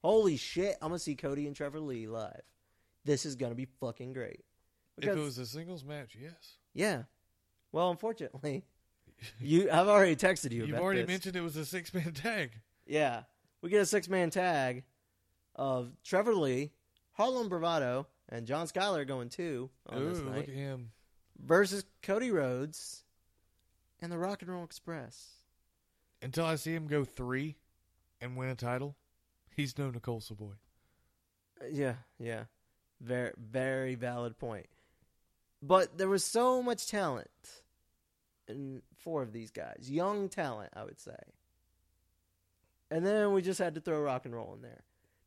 Speaker 2: Holy shit, I'm gonna see Cody and Trevor Lee live. This is gonna be fucking great.
Speaker 3: if it was a singles match, yes.
Speaker 2: Yeah. Well, unfortunately, [LAUGHS] you I've already texted you.
Speaker 3: You've
Speaker 2: about
Speaker 3: already
Speaker 2: this.
Speaker 3: mentioned it was a six man [LAUGHS] tag.
Speaker 2: Yeah, we get a six man tag of Trevor Lee, Harlem Bravado, and John Schuyler going two on
Speaker 3: Ooh,
Speaker 2: this
Speaker 3: look
Speaker 2: night
Speaker 3: at him.
Speaker 2: versus Cody Rhodes and the Rock and Roll Express.
Speaker 3: Until I see him go three and win a title, he's no Nicole Savoy.
Speaker 2: Uh, Yeah, yeah, very very valid point. But there was so much talent in four of these guys, young talent, I would say. And then we just had to throw rock and roll in there.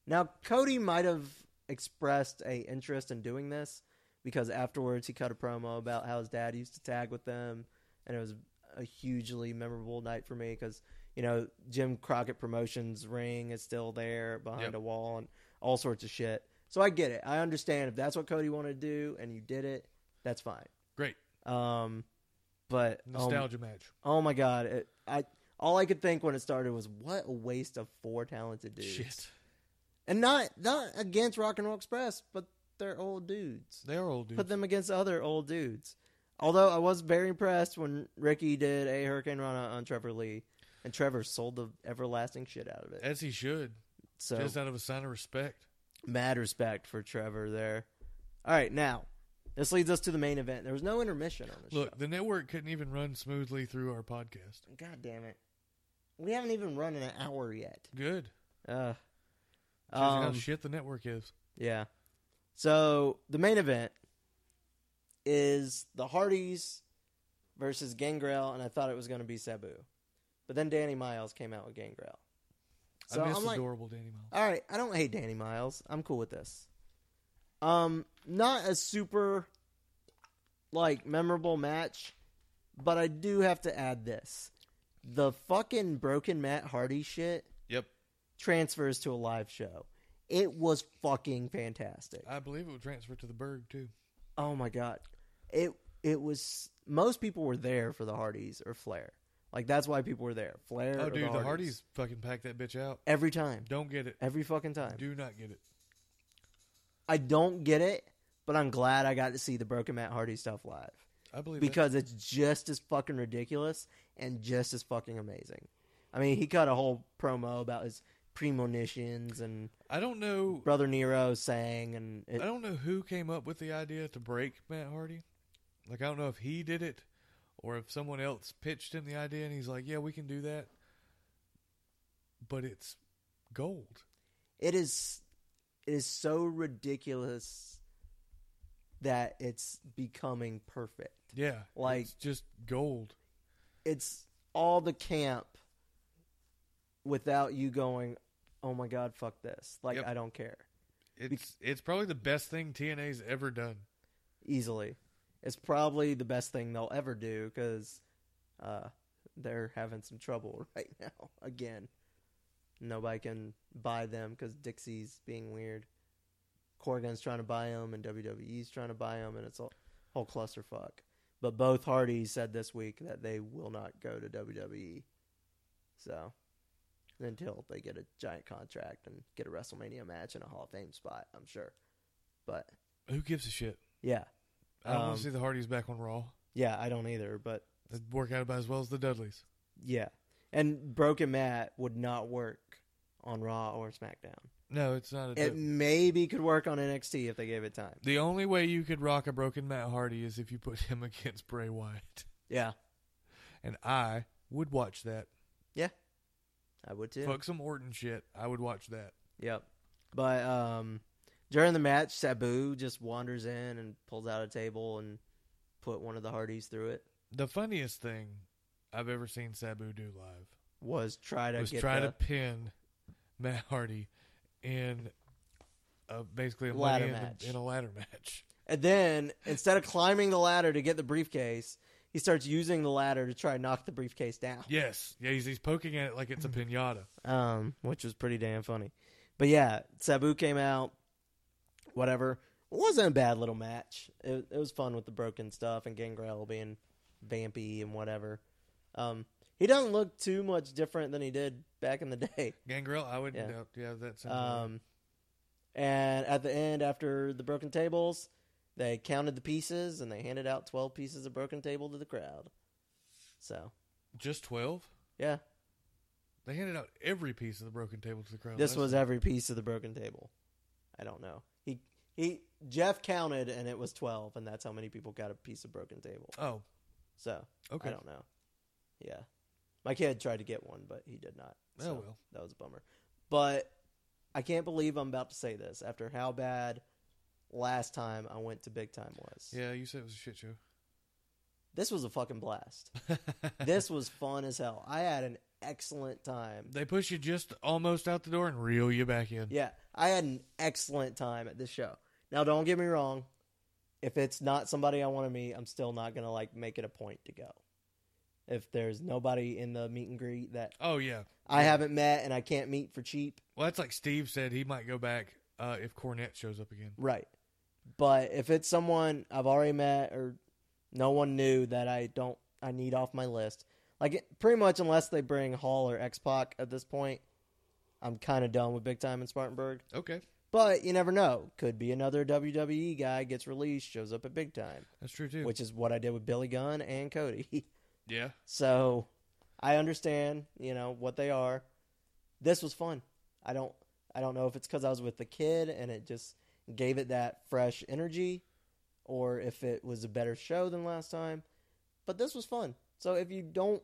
Speaker 2: Now Cody might have expressed a interest in doing this because afterwards he cut a promo about how his dad used to tag with them, and it was a hugely memorable night for me because you know Jim Crockett Promotions ring is still there behind
Speaker 3: Yep.
Speaker 2: a wall and all sorts of shit. So I get it. I understand if that's what Cody wanted to do and you did it, that's fine.
Speaker 3: Great.
Speaker 2: Um, but um,
Speaker 3: Nostalgia match.
Speaker 2: oh my god, it, I all I could think when it started was what a waste of four talented dudes.
Speaker 3: Shit.
Speaker 2: And not not against Rock and Roll Express, but they're old dudes.
Speaker 3: They're old dudes.
Speaker 2: Put them against other old dudes. Although I was very impressed when Ricky did a Hurricane Rana on Trevor Lee, and Trevor sold the everlasting shit out of it.
Speaker 3: As he should.
Speaker 2: So
Speaker 3: Just out of a sign of respect.
Speaker 2: mad respect for Trevor there. All right, now this leads us to the main event. There was no intermission on this
Speaker 3: Look, the network couldn't even run smoothly through our podcast.
Speaker 2: show. God damn it, we haven't even run an hour yet.
Speaker 3: Good.
Speaker 2: Ugh.
Speaker 3: Shows you how
Speaker 2: Um,
Speaker 3: shit the network is.
Speaker 2: Yeah. So the main event is the Hardys versus Gangrel, and I thought it was going to be Sabu, but then Danny Miles came out with Gangrel. So
Speaker 3: I miss
Speaker 2: I'm like,
Speaker 3: adorable Danny Miles.
Speaker 2: all right, I don't hate Danny Miles. I'm cool with this. Um, not a super like memorable match, but I do have to add this: the fucking broken Matt Hardy shit
Speaker 3: Yep.
Speaker 2: transfers to a live show. It was fucking fantastic.
Speaker 3: I believe it would transfer to the Berg too.
Speaker 2: Oh my god. It it was most people were there for the Hardys or Flair. Like that's why people were there. Flair
Speaker 3: Oh,
Speaker 2: or
Speaker 3: dude,
Speaker 2: the
Speaker 3: the,
Speaker 2: Hardys.
Speaker 3: Hardys fucking packed that bitch out.
Speaker 2: every time.
Speaker 3: Don't get it.
Speaker 2: Every fucking time.
Speaker 3: Do not get it.
Speaker 2: I don't get it, but I'm glad I got to see the Broken Matt Hardy stuff live
Speaker 3: I believe that.
Speaker 2: because it's just as fucking ridiculous and just as fucking amazing. I mean, he cut a whole promo about his premonitions and
Speaker 3: I don't know.
Speaker 2: brother Nero sang and it,
Speaker 3: I don't know who came up with the idea to break Matt Hardy. Like I don't know if he did it or if someone else pitched him the idea and he's like, "Yeah, we can do that." But it's gold.
Speaker 2: it is it is so ridiculous that it's becoming perfect.
Speaker 3: Yeah.
Speaker 2: Like-
Speaker 3: it's just gold.
Speaker 2: It's all the camp without you going, "Oh my god, fuck this." Like
Speaker 3: Yep.
Speaker 2: I don't care.
Speaker 3: It's it's probably the best thing TNA's ever done.
Speaker 2: easily. It's probably the best thing they'll ever do because uh, they're having some trouble [LAUGHS] right now. Again, nobody can buy them because Dixie's being weird. Corgan's trying to buy them, and WWE's trying to buy them, and it's a whole clusterfuck. But both Hardys said this week that they will not go to WWE. So, until they get a giant contract and get a WrestleMania match and a Hall of Fame spot, I'm sure. But,
Speaker 3: Who gives a shit?
Speaker 2: yeah.
Speaker 3: I don't want
Speaker 2: Um,
Speaker 3: to see the Hardys back on Raw.
Speaker 2: Yeah, I don't either, but
Speaker 3: That'd work out about as well as the Dudleys.
Speaker 2: yeah. And Broken Matt would not work on Raw or SmackDown.
Speaker 3: No, it's not a
Speaker 2: It
Speaker 3: Dud-
Speaker 2: maybe could work on NXT if they gave it time.
Speaker 3: The only way you could rock a broken Matt Hardy is if you put him [LAUGHS] against Bray Wyatt.
Speaker 2: Yeah.
Speaker 3: And I would watch that.
Speaker 2: I would too.
Speaker 3: Fuck some Orton shit. I would watch that.
Speaker 2: Yep. But um during the match Sabu just wanders in and pulls out a table and put one of the Hardys through it.
Speaker 3: The funniest thing I've ever seen Sabu do live
Speaker 2: Was try to
Speaker 3: was
Speaker 2: get
Speaker 3: try
Speaker 2: the
Speaker 3: to pin Matt Hardy in a, basically a
Speaker 2: Ladder
Speaker 3: money in the-
Speaker 2: match.
Speaker 3: in a ladder match. [LAUGHS]
Speaker 2: And then instead of climbing the ladder to get the briefcase, he starts using the ladder to try and knock the briefcase down.
Speaker 3: Yes, yeah, he's, he's poking at it
Speaker 2: [CLEARS THROAT]
Speaker 3: like it's a pinata.
Speaker 2: um, which was pretty damn funny. But yeah, Sabu came out, whatever. It wasn't a bad little match. It, it was fun with the broken stuff and Gangrel being vampy and whatever. Um, he doesn't look too much different than he did back in the day.
Speaker 3: Gangrel, I would
Speaker 2: Yeah.
Speaker 3: yeah, yeah that's
Speaker 2: Um, and at the end, after the broken tables, they counted the pieces and they handed out 12 pieces of broken table to the crowd. So,
Speaker 3: just twelve.
Speaker 2: yeah,
Speaker 3: They handed out every piece of the broken table to the crowd.
Speaker 2: This
Speaker 3: That's-
Speaker 2: was every piece of the broken table. I don't know. He he Jeff counted and it was 12 and that's how many people got a piece of broken table.
Speaker 3: oh
Speaker 2: So,
Speaker 3: okay.
Speaker 2: I don't know. Yeah. My kid tried to get one but he did not.
Speaker 3: Oh,
Speaker 2: So
Speaker 3: well.
Speaker 2: that was a bummer. But I can't believe I'm about to say this after how bad last time I went to Big Time was.
Speaker 3: Yeah, you said it was a shit show. [LAUGHS]
Speaker 2: This was a fucking blast. [LAUGHS] this was fun as hell. I had an excellent time.
Speaker 3: They push you just almost out the door and reel you back in.
Speaker 2: Yeah, I had an excellent time at this show. Now, don't get me wrong. If it's not somebody I want to meet, I'm still not gonna like make it a point to go. If there's nobody in the meet and greet that
Speaker 3: Oh yeah.
Speaker 2: I haven't met and I can't meet for cheap,
Speaker 3: Well, that's like Steve said. He might go back uh, if Cornette shows up again.
Speaker 2: right? But if it's someone I've already met or no one knew that I don't I need off my list, like it, pretty much unless they bring Hall or X Pac at this point, I'm kind of done with Big Time in Spartanburg.
Speaker 3: Okay,
Speaker 2: But you never know. Could be another WWE guy gets released, shows up at big time,
Speaker 3: that's true too.
Speaker 2: which is what I did with Billy Gunn and Cody. [LAUGHS]
Speaker 3: yeah,
Speaker 2: so I understand, you know, what they are. This was fun. I don't I don't know if it's cuz I was with the kid and it just gave it that fresh energy or if it was a better show than last time, but this was fun. So if you don't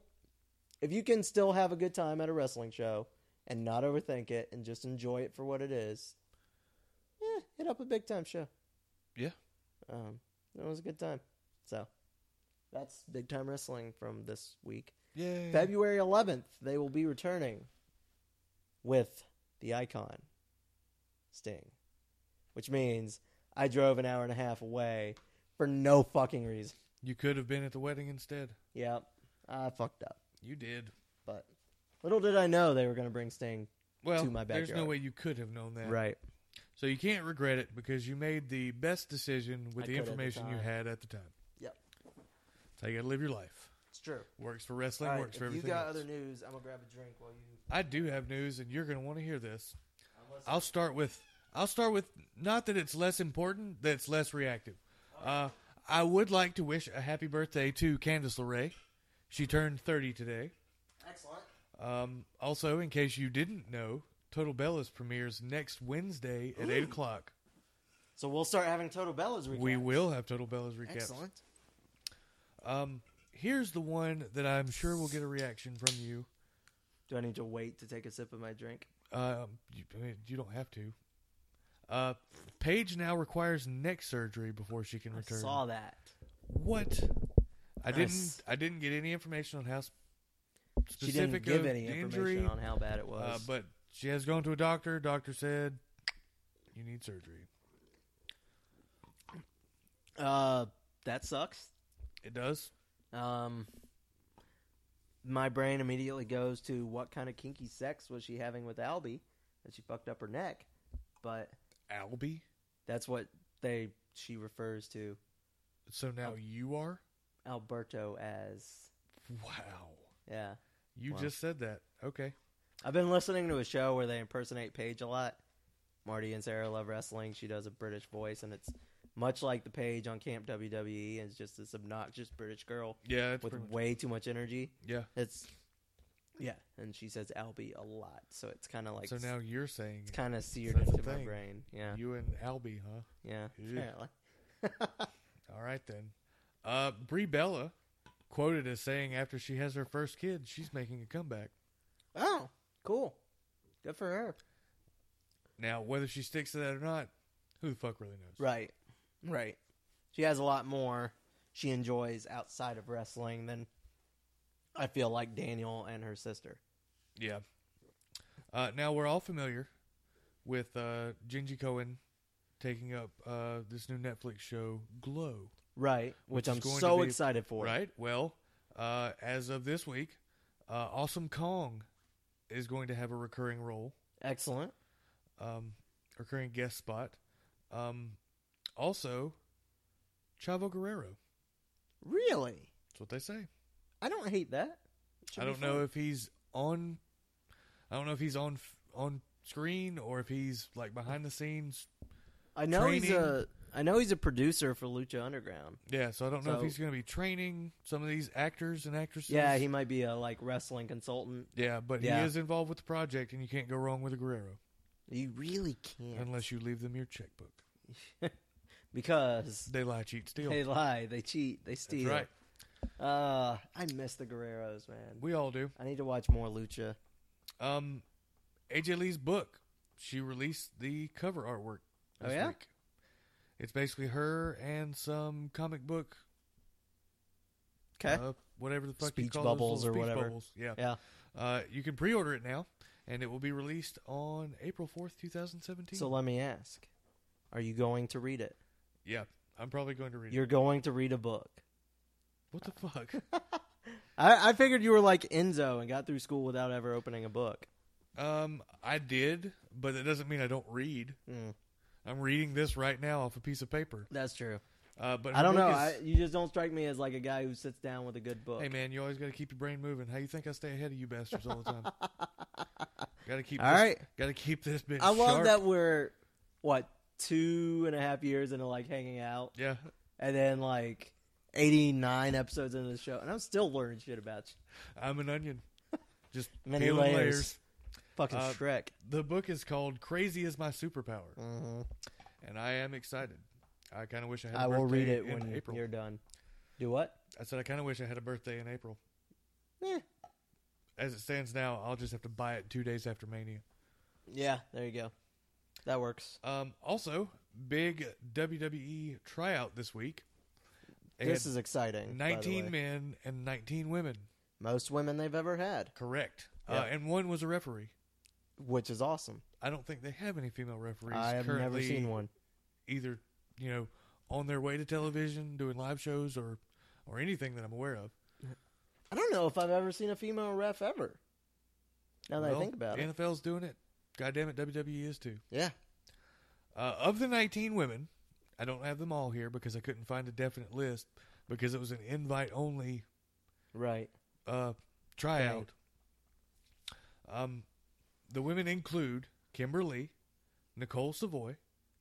Speaker 2: if you can still have a good time at a wrestling show and not overthink it and just enjoy it for what it is, yeah, hit up a big time show.
Speaker 3: Yeah.
Speaker 2: Um, it was a good time. So that's big time wrestling from this week.
Speaker 3: yeah.
Speaker 2: February 11th, they will be returning with the icon, Sting, which means I drove an hour and a half away for no fucking reason.
Speaker 3: You could have been at the wedding instead.
Speaker 2: Yep, I fucked up.
Speaker 3: You did.
Speaker 2: But little did I know they were going to bring Sting.
Speaker 3: Well,
Speaker 2: To my
Speaker 3: there's no
Speaker 2: backyard.
Speaker 3: way you could have known that.
Speaker 2: Right.
Speaker 3: So you can't regret it because you made the best decision with
Speaker 2: I
Speaker 3: the
Speaker 2: could at the
Speaker 3: information you
Speaker 2: time.
Speaker 3: had at the time.
Speaker 2: Yep.
Speaker 3: So you got to live your life.
Speaker 2: It's true.
Speaker 3: Works for wrestling. works for
Speaker 2: if you
Speaker 3: everything.
Speaker 2: got
Speaker 3: else.
Speaker 2: other news, I'm going to grab a drink while you.
Speaker 3: I do have news, and you're going to want to hear this.
Speaker 2: Unless
Speaker 3: I'll start with I'll start with not that it's less important, that it's less reactive. Uh, I would like to wish a happy birthday to Candice LeRae. She turned 30 today.
Speaker 2: Excellent.
Speaker 3: Um, also, in case you didn't know, Total Bellas premieres next Wednesday at 8 o'clock.
Speaker 2: So we'll start having Total Bellas recaps.
Speaker 3: We will have Total Bellas recaps.
Speaker 2: Excellent.
Speaker 3: Um, here's the one that I'm sure will get a reaction from you.
Speaker 2: Do I need to wait to take a sip of my drink?
Speaker 3: Um, you, I mean, you don't have to. Uh, Paige now requires neck surgery before she can return.
Speaker 2: I saw that.
Speaker 3: What? I
Speaker 2: Nice.
Speaker 3: didn't. I didn't get any information on how s-
Speaker 2: She
Speaker 3: specific
Speaker 2: didn't give
Speaker 3: of
Speaker 2: any
Speaker 3: the
Speaker 2: information
Speaker 3: injury,
Speaker 2: on how bad it was.
Speaker 3: uh, but she has gone to a doctor. Doctor said you need surgery.
Speaker 2: Uh, that sucks.
Speaker 3: It does.
Speaker 2: Um, my brain immediately goes to what kind of kinky sex was she having with Albie that she fucked up her neck, but
Speaker 3: Albie.
Speaker 2: that's what they she refers to
Speaker 3: So now
Speaker 2: Oh.
Speaker 3: you are.
Speaker 2: Alberto as.
Speaker 3: Wow.
Speaker 2: Yeah,
Speaker 3: You
Speaker 2: Wow.
Speaker 3: just said that. Okay.
Speaker 2: I've been listening to a show where they impersonate Paige a lot. Marty and Sarah love wrestling. She does a British voice, and it's much like the Paige on Camp WWE, and it's just this obnoxious British girl
Speaker 3: Yeah. It's
Speaker 2: with
Speaker 3: pretty much-
Speaker 2: way too much energy.
Speaker 3: yeah.
Speaker 2: It's yeah, and she says Albie a lot, so it's kind of like
Speaker 3: so now you're saying
Speaker 2: it's kind of seared
Speaker 3: that's the
Speaker 2: into my
Speaker 3: thing.
Speaker 2: brain. Yeah,
Speaker 3: you and Albie, huh?
Speaker 2: yeah.
Speaker 3: Ew.
Speaker 2: apparently. [LAUGHS]
Speaker 3: All right then. Uh, Brie Bella quoted as saying after she has her first kid, she's making a comeback.
Speaker 2: Oh, cool. Good for her.
Speaker 3: Now, whether she sticks to that or not, who the fuck really knows?
Speaker 2: Right, right. She has a lot more she enjoys outside of wrestling than I feel like Daniel and her sister.
Speaker 3: Yeah. Uh, now we're all familiar with uh, Gingy Cohen taking up uh, this new Netflix show, Glow.
Speaker 2: Right, which,
Speaker 3: Which is
Speaker 2: I'm
Speaker 3: going
Speaker 2: so
Speaker 3: to be-
Speaker 2: excited for.
Speaker 3: Right. Well, uh, as of this week, uh, Awesome Kong is going to have a recurring role.
Speaker 2: Excellent.
Speaker 3: um, recurring guest spot. Um, also, Chavo Guerrero.
Speaker 2: Really,
Speaker 3: That's what they say.
Speaker 2: I don't hate that. It should
Speaker 3: I
Speaker 2: be
Speaker 3: don't know
Speaker 2: fun.
Speaker 3: if he's on. I don't know if he's on f- on screen or if he's like behind the scenes.
Speaker 2: I know he's
Speaker 3: training-
Speaker 2: a. I know he's a producer for Lucha Underground.
Speaker 3: Yeah, so I don't know if
Speaker 2: So-
Speaker 3: he's going to be training some of these actors and actresses.
Speaker 2: Yeah, he might be a like wrestling consultant.
Speaker 3: Yeah, but
Speaker 2: Yeah.
Speaker 3: he is involved with the project, and you can't go wrong with a Guerrero
Speaker 2: You really can't
Speaker 3: unless you leave them your checkbook.
Speaker 2: because
Speaker 3: They lie, cheat, steal.
Speaker 2: they lie, they cheat, they
Speaker 3: That's
Speaker 2: steal.
Speaker 3: right.
Speaker 2: Uh, I miss the Guerreros, man.
Speaker 3: We all do.
Speaker 2: I need to watch more Lucha.
Speaker 3: Um, AJ Lee's book. She released the cover artwork.
Speaker 2: Oh,
Speaker 3: this
Speaker 2: yeah?
Speaker 3: week. It's basically her and some comic book,
Speaker 2: Okay,
Speaker 3: uh, whatever the fuck you
Speaker 2: Eh? Speech
Speaker 3: call
Speaker 2: bubbles
Speaker 3: those little
Speaker 2: or
Speaker 3: speech
Speaker 2: whatever.
Speaker 3: Bubbles. Yeah.
Speaker 2: yeah,
Speaker 3: Uh, you can pre-order it now, and it will be released on April fourth, two thousand seventeen.
Speaker 2: So let me ask: Are you going to read it?
Speaker 3: yeah, I'm probably going to read it.
Speaker 2: You're going to read a book.
Speaker 3: What the fuck? [LAUGHS]
Speaker 2: I, I figured you were like Enzo and got through school without ever opening a book.
Speaker 3: um, I did, but that doesn't mean I don't read.
Speaker 2: Mm,
Speaker 3: I'm reading this right now off a piece of paper.
Speaker 2: that's true.
Speaker 3: Uh, but
Speaker 2: I
Speaker 3: her
Speaker 2: don't know.
Speaker 3: book
Speaker 2: I,
Speaker 3: is-
Speaker 2: you just don't strike me as like a guy who sits down with a good book.
Speaker 3: Hey man, you always got to keep your brain moving. How you think I stay ahead of you bastards all
Speaker 2: [LAUGHS]
Speaker 3: the time? got to keep.
Speaker 2: All
Speaker 3: this,
Speaker 2: right.
Speaker 3: Got to keep this bitch.
Speaker 2: I love
Speaker 3: sharp.
Speaker 2: that we're what two and a half years into like hanging out,
Speaker 3: Yeah,
Speaker 2: and then like eighty nine episodes into the show, and I'm still learning shit about you.
Speaker 3: I'm
Speaker 2: [LAUGHS]
Speaker 3: an onion. Just
Speaker 2: Many
Speaker 3: peeling
Speaker 2: layers.
Speaker 3: layers.
Speaker 2: Fucking
Speaker 3: Uh,
Speaker 2: Shrek.
Speaker 3: The book is called "Crazy Is My Superpower,"
Speaker 2: Mhm.
Speaker 3: and I am excited. I kind of wish I had. a
Speaker 2: I will read
Speaker 3: birthday
Speaker 2: it
Speaker 3: in
Speaker 2: when
Speaker 3: April.
Speaker 2: you're done. Do what?
Speaker 3: I said I kind of wish I had a birthday in April.
Speaker 2: Eh.
Speaker 3: As it stands now, I'll just have to buy it two days after Mania.
Speaker 2: Yeah, there you go. That works.
Speaker 3: Um, also, big WWE tryout this week. They
Speaker 2: This
Speaker 3: had
Speaker 2: is exciting. by the
Speaker 3: 19
Speaker 2: way.
Speaker 3: men and 19 women.
Speaker 2: most women they've ever had,
Speaker 3: Correct.
Speaker 2: Yeah.
Speaker 3: Uh, and one was a referee.
Speaker 2: which is awesome.
Speaker 3: I don't think they have any female referees
Speaker 2: I have
Speaker 3: currently
Speaker 2: never seen one.
Speaker 3: either, you know, on their way to television, doing live shows or or anything that I'm aware of.
Speaker 2: I don't know if I've ever seen a female ref ever. Now that I think about it,
Speaker 3: NFL's doing it. God damn it, WWE is too.
Speaker 2: yeah,
Speaker 3: Uh, of the 19 women, I don't have them all here because I couldn't find a definite list because it was an invite only
Speaker 2: right.
Speaker 3: uh, tryout. Um, the women include Kimberly, Nicole Savoy,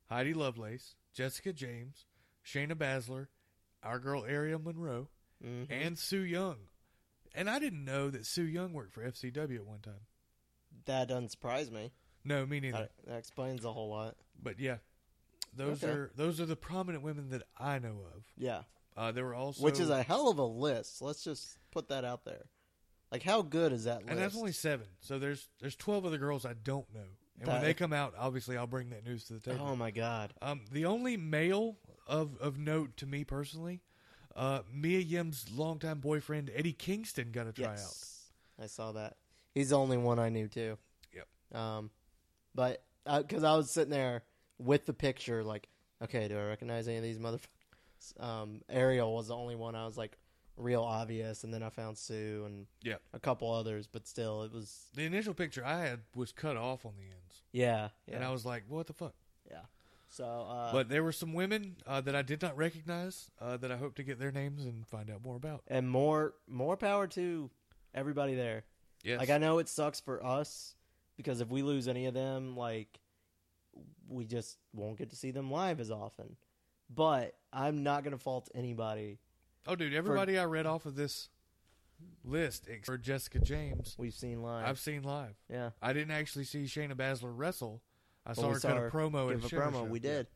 Speaker 3: Heidi Lovelace, Jessica James, Shayna Baszler, our girl Ariel Monroe,
Speaker 2: Mhm.
Speaker 3: and Sue Young. And I didn't know that Sue Young worked for FCW at one time.
Speaker 2: That doesn't surprise me.
Speaker 3: No, me neither.
Speaker 2: That, that explains a whole lot.
Speaker 3: But yeah, those
Speaker 2: Okay.
Speaker 3: are those are the prominent women that I know of.
Speaker 2: Yeah,
Speaker 3: Uh, there were also
Speaker 2: which is a hell of a list. Let's just put that out there. Like, how good is that list?
Speaker 3: and that's only seven. So there's there's twelve other girls I don't know. And
Speaker 2: That-
Speaker 3: when they come out, obviously I'll bring that news to the table.
Speaker 2: oh my god.
Speaker 3: Um, the only male of of note to me personally, uh, Mia Yim's longtime boyfriend Eddie Kingston got a tryout.
Speaker 2: Yes, I saw that. He's the only one I knew too. Yep. Um, but because I was sitting there with the picture, like, okay, do I recognize any of these motherfuckers? Um, Ariel was the only one I was like real obvious, and then I found Sue and
Speaker 3: Yeah.
Speaker 2: a couple others, but still, it was
Speaker 3: The initial picture I had was cut off on the ends,
Speaker 2: yeah, yeah,
Speaker 3: and I was like, "What the fuck?"
Speaker 2: yeah. So, uh,
Speaker 3: but there were some women uh, that I did not recognize uh, that I hope to get their names and find out more about.
Speaker 2: and more more power to everybody there.
Speaker 3: Yes.
Speaker 2: Like I know it sucks for us because if we lose any of them, like we just won't get to see them live as often. But I'm not gonna fault anybody.
Speaker 3: oh, dude, everybody I read off of this list except for Jessica James,
Speaker 2: We've seen live.
Speaker 3: I've seen live.
Speaker 2: yeah.
Speaker 3: I didn't actually see Shayna Baszler wrestle. I
Speaker 2: But
Speaker 3: saw
Speaker 2: we
Speaker 3: her cut a promo
Speaker 2: give
Speaker 3: at a,
Speaker 2: a
Speaker 3: Shimmer
Speaker 2: promo.
Speaker 3: show.
Speaker 2: We
Speaker 3: Yeah.
Speaker 2: did.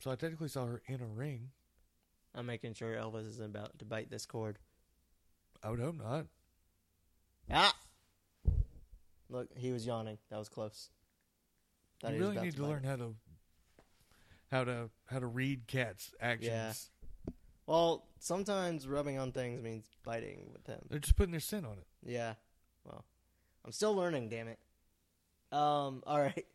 Speaker 3: So I technically saw her in a ring.
Speaker 2: I'm making sure Elvis isn't about to bite this cord.
Speaker 3: I would hope not.
Speaker 2: Ah. Look, he was yawning. That was close. Thought
Speaker 3: you
Speaker 2: he was
Speaker 3: really
Speaker 2: about
Speaker 3: need to
Speaker 2: bite
Speaker 3: learn
Speaker 2: it.
Speaker 3: how to how to how to read cats' actions.
Speaker 2: Well, sometimes rubbing on things means biting with him.
Speaker 3: They're just putting their scent on it.
Speaker 2: Yeah. Well, I'm still learning, damn it. Um. [LAUGHS] All right.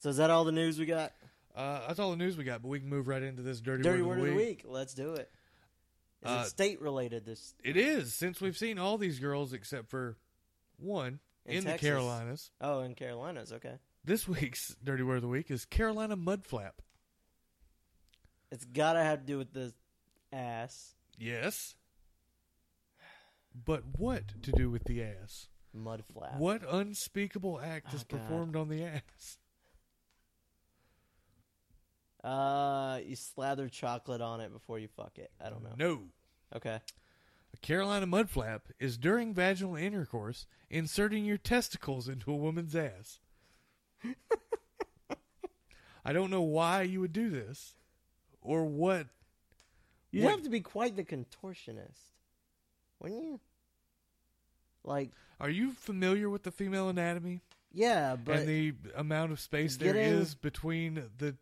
Speaker 2: So is that all the news we got?
Speaker 3: Uh, that's all the news we got, but we can move right into this dirty,
Speaker 2: Dirty
Speaker 3: word, of the week.
Speaker 2: week. Let's do it. Is
Speaker 3: Uh,
Speaker 2: it state related? This
Speaker 3: It is since we've seen all these girls except for one
Speaker 2: In
Speaker 3: in, the
Speaker 2: Texas.
Speaker 3: Carolinas.
Speaker 2: oh in Carolinas. Okay.
Speaker 3: This [LAUGHS] week's dirty word of the week is Carolina mudflap.
Speaker 2: It's gotta have to do with the ass
Speaker 3: Yes, but what to do with the ass?
Speaker 2: mud flap.
Speaker 3: What unspeakable act is
Speaker 2: Uh, Oh, God.
Speaker 3: performed on the ass?
Speaker 2: Uh, you slather chocolate on it before you fuck it. I don't know.
Speaker 3: No.
Speaker 2: Okay.
Speaker 3: A Carolina mudflap is during vaginal intercourse inserting your testicles into a woman's ass. [LAUGHS] I don't know why you would do this or what.
Speaker 2: You'd
Speaker 3: what-
Speaker 2: have to be quite the contortionist, wouldn't you? Like,
Speaker 3: Are you familiar with the female anatomy
Speaker 2: yeah, but
Speaker 3: and the amount of space there
Speaker 2: Getting-
Speaker 3: is between the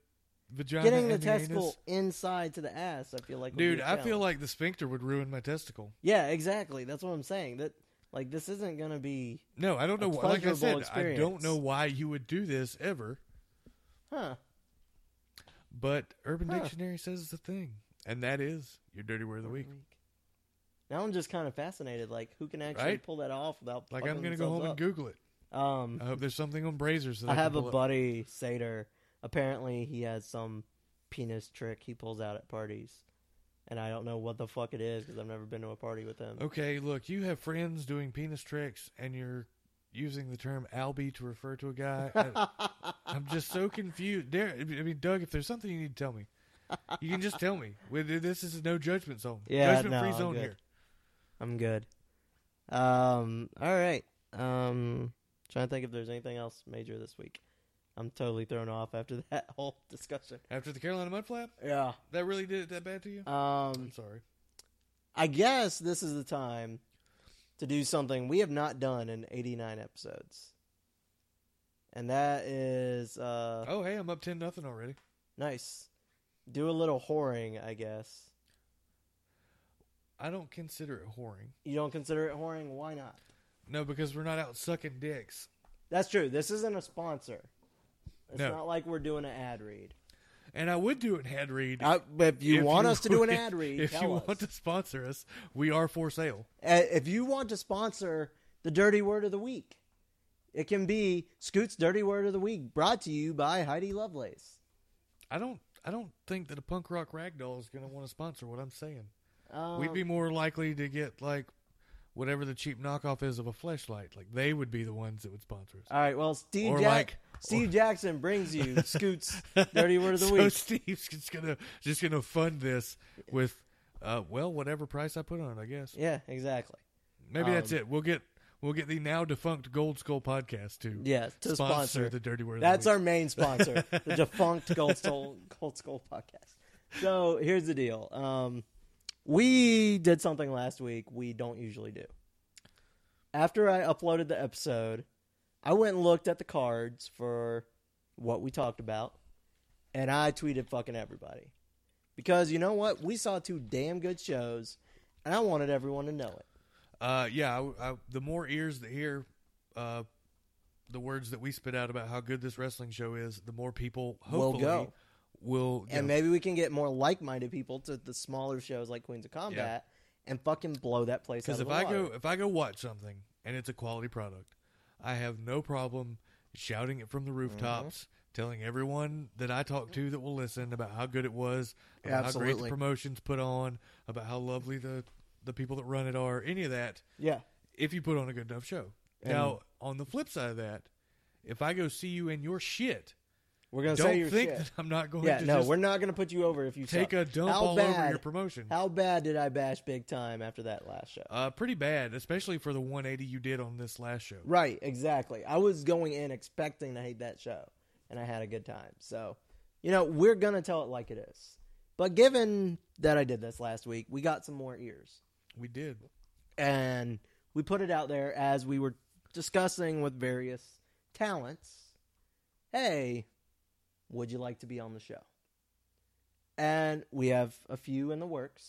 Speaker 3: vagina
Speaker 2: getting
Speaker 3: and
Speaker 2: the
Speaker 3: the,
Speaker 2: testicle
Speaker 3: anus?
Speaker 2: inside to the ass, I feel like. would be
Speaker 3: Dude,
Speaker 2: a
Speaker 3: I feel
Speaker 2: challenge.
Speaker 3: like the sphincter would ruin my testicle.
Speaker 2: Yeah, exactly. That's what I'm saying. That like this isn't gonna be,
Speaker 3: No, I don't know. why. Like I
Speaker 2: pleasurable
Speaker 3: said, I don't
Speaker 2: experience.
Speaker 3: know why you would do this ever.
Speaker 2: huh?
Speaker 3: But Urban
Speaker 2: Huh.
Speaker 3: Dictionary says it's a thing, and that is your dirty word of the week.
Speaker 2: Now I'm just kind of fascinated. Like, who can actually
Speaker 3: Right?
Speaker 2: pull that off without?
Speaker 3: Like I'm
Speaker 2: going to
Speaker 3: gonna go home and Google it.
Speaker 2: Um,
Speaker 3: I hope there's something on Brazers that I,
Speaker 2: I
Speaker 3: can
Speaker 2: have a
Speaker 3: pull up.
Speaker 2: buddy, Sater. Apparently, he has some penis trick he pulls out at parties, and I don't know what the fuck it is because I've never been to a party with him.
Speaker 3: Okay, look, you have friends doing penis tricks, and you're using the term "albi" to refer to
Speaker 2: [LAUGHS]
Speaker 3: a guy. I, am just so confused. There, I mean, Doug, if there's something you need to tell me, you can just tell me. With- This is no judgment zone.
Speaker 2: Yeah,
Speaker 3: judgment free
Speaker 2: no, I'm
Speaker 3: zone
Speaker 2: good.
Speaker 3: here.
Speaker 2: I'm good. Um, all right. Um, trying to think if there's anything else major this week. I'm totally thrown off after [LAUGHS] that whole discussion.
Speaker 3: After the Carolina mudflap,
Speaker 2: Yeah.
Speaker 3: that really did it that bad to you?
Speaker 2: Um,
Speaker 3: I'm sorry.
Speaker 2: I guess this is the time to do something we have not done in 89 episodes, and that is uh,
Speaker 3: Oh, hey, I'm up ten nothing already.
Speaker 2: nice. Do a little whoring, I guess.
Speaker 3: I don't consider it whoring.
Speaker 2: You don't consider it whoring? Why not?
Speaker 3: No, because we're not out sucking dicks.
Speaker 2: That's true. This isn't a sponsor. It's
Speaker 3: No.
Speaker 2: not like we're doing an ad read.
Speaker 3: And I would do an ad read.
Speaker 2: I, Uh, if you
Speaker 3: if
Speaker 2: want us to do
Speaker 3: [LAUGHS]
Speaker 2: an
Speaker 3: would-
Speaker 2: ad read,
Speaker 3: if
Speaker 2: tell
Speaker 3: you
Speaker 2: us.
Speaker 3: want to sponsor us, we are for sale.
Speaker 2: Uh, if you want to sponsor the dirty word of the week, it can be Scoot's dirty word of the week, brought to you by Heidi Lovelace.
Speaker 3: I don't. I don't think that a punk rock ragdoll is going to want to sponsor what I'm saying.
Speaker 2: Um,
Speaker 3: We'd be more likely to get like whatever the cheap knockoff is of a flashlight. Like they would be the ones that would sponsor us.
Speaker 2: All right. Well, Steve
Speaker 3: Or
Speaker 2: Jack-
Speaker 3: like-
Speaker 2: Steve Jackson brings
Speaker 3: [LAUGHS]
Speaker 2: you Scoot's dirty word of the
Speaker 3: so
Speaker 2: week.
Speaker 3: Steve's just gonna just gonna fund this with, uh, well, whatever price I put on it, I guess.
Speaker 2: Yeah, exactly.
Speaker 3: Maybe that's
Speaker 2: Um,
Speaker 3: it. We'll get we'll get the now defunct Gold Skull podcast to
Speaker 2: Yeah, to sponsor.
Speaker 3: the dirty word. of the
Speaker 2: That's
Speaker 3: week.
Speaker 2: our main
Speaker 3: [LAUGHS]
Speaker 2: sponsor, the defunct Gold Skull, Gold Skull podcast. So here's the deal. Um, we did something last week we don't usually do. After I uploaded the episode, I went and looked at the cards for what we talked about, and I tweeted fucking everybody. Because you know what? We saw two damn good shows, and I wanted everyone to know it.
Speaker 3: Uh, yeah, I, I, the more ears that hear uh, the words that we spit out about how good this wrestling show is, the more people
Speaker 2: Will
Speaker 3: hopefully
Speaker 2: go.
Speaker 3: will go.
Speaker 2: And maybe we can get more like-minded people to the smaller shows like Queens of Combat and fucking blow that place out
Speaker 3: Because
Speaker 2: of
Speaker 3: if
Speaker 2: the
Speaker 3: I
Speaker 2: water.
Speaker 3: go if I go watch something and it's a quality product, I have no problem shouting it from the rooftops,
Speaker 2: Mm-hmm.
Speaker 3: telling everyone that I talk to that will listen about how good it was, about how great the
Speaker 2: Absolutely.
Speaker 3: promotions put on, about how lovely the the people that run it are, any of that.
Speaker 2: yeah,
Speaker 3: If you put on a good enough show. now, on the flip side of that, if I go see you in your shit,
Speaker 2: we're gonna say
Speaker 3: don't
Speaker 2: your
Speaker 3: think
Speaker 2: shit.
Speaker 3: that [LAUGHS] I'm not going
Speaker 2: yeah,
Speaker 3: to
Speaker 2: no,
Speaker 3: just
Speaker 2: we're not gonna put you over if you suck.
Speaker 3: take a dump
Speaker 2: How
Speaker 3: all
Speaker 2: bad,
Speaker 3: over your promotion.
Speaker 2: How bad did I bash big time after that last show?
Speaker 3: uh, pretty bad, especially for the 180 you did on this last show.
Speaker 2: Right, exactly. I was going in expecting to hate that show, and I had a good time. So, you know, we're going to tell it like it is. But given that I did this last week, we got some more ears.
Speaker 3: We did.
Speaker 2: And we put it out there as we were discussing with various talents hey, would you like to be on the show? And we have a few in the works.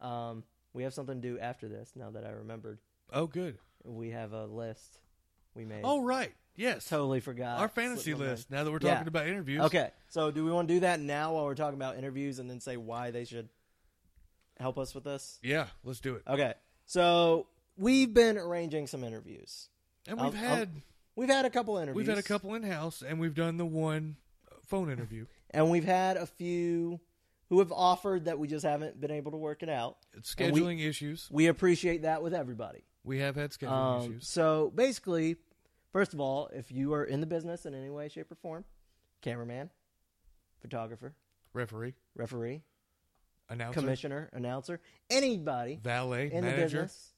Speaker 2: Um, we have something to do after this, now that I remembered.
Speaker 3: Oh, good.
Speaker 2: We have a list we made.
Speaker 3: Oh, right. Yes.
Speaker 2: totally forgot.
Speaker 3: Our fantasy
Speaker 2: Slipped uh, my mind.
Speaker 3: list. Now that we're
Speaker 2: Yeah.
Speaker 3: talking about interviews.
Speaker 2: Okay, so do we want to do that now while we're talking about interviews, and then say why they should help us with this?
Speaker 3: Yeah, let's do it.
Speaker 2: Okay, so we've been arranging some interviews.
Speaker 3: And we've
Speaker 2: I'll- I'll-
Speaker 3: had
Speaker 2: We've had a couple interviews.
Speaker 3: we've had a couple in house, and we've done the one uh, phone interview.
Speaker 2: and we've had a few who have offered that we just haven't been able to work it out.
Speaker 3: It's
Speaker 2: [LAUGHS] And we-
Speaker 3: scheduling issues.
Speaker 2: We appreciate that with everybody.
Speaker 3: We have had scheduling
Speaker 2: Um,
Speaker 3: issues.
Speaker 2: so basically, first of all, if you are in the business in any way, shape, or form, cameraman, photographer,
Speaker 3: Referee,
Speaker 2: referee,
Speaker 3: announcer,
Speaker 2: commissioner, announcer, anybody
Speaker 3: valet,
Speaker 2: in the
Speaker 3: manager,
Speaker 2: business,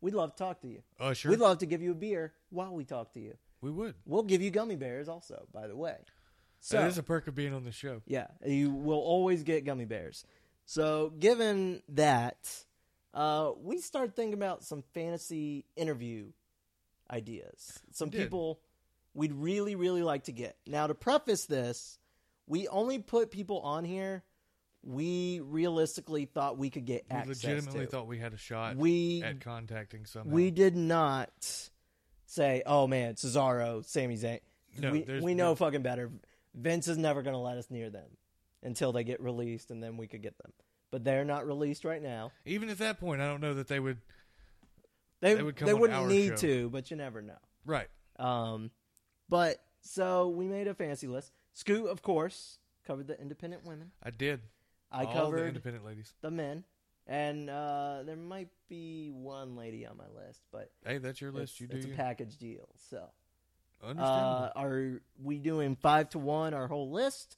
Speaker 2: we'd love to talk to you.
Speaker 3: usher.
Speaker 2: We'd love to give you a beer while we talk to you.
Speaker 3: we would.
Speaker 2: We'll give you gummy bears also, by the way. So
Speaker 3: that is a perk of being on the show.
Speaker 2: yeah, you will always get gummy bears. So given that, uh, we start thinking about some fantasy interview ideas. Some
Speaker 3: We did.
Speaker 2: people we'd really, really like to get. Now to preface this, we only put people on here we realistically thought we could get
Speaker 3: We
Speaker 2: access
Speaker 3: legitimately
Speaker 2: to.
Speaker 3: thought we had a shot
Speaker 2: we
Speaker 3: at contacting someone.
Speaker 2: we did not say, "Oh man, Cesaro, Sami Zayn."
Speaker 3: No,
Speaker 2: we,
Speaker 3: there's-
Speaker 2: we know
Speaker 3: there-
Speaker 2: fucking better. Vince is never going to let us near them until they get released, and then we could get them. But they're not released right now.
Speaker 3: Even at that point, I don't know that they would.
Speaker 2: They
Speaker 3: They would come
Speaker 2: they
Speaker 3: on
Speaker 2: wouldn't
Speaker 3: our
Speaker 2: need
Speaker 3: show.
Speaker 2: to, but you never know.
Speaker 3: Right.
Speaker 2: Um, but so we made a fancy list. Scoot, of course, covered the independent women.
Speaker 3: I did.
Speaker 2: I
Speaker 3: All the
Speaker 2: covered
Speaker 3: independent ladies.
Speaker 2: the men, and uh, there might be one lady on my list, but
Speaker 3: Hey, that's your list.
Speaker 2: it's,
Speaker 3: you do.
Speaker 2: it's a
Speaker 3: you.
Speaker 2: package deal, so.
Speaker 3: Understandable.
Speaker 2: Uh, are we doing five to one our whole list,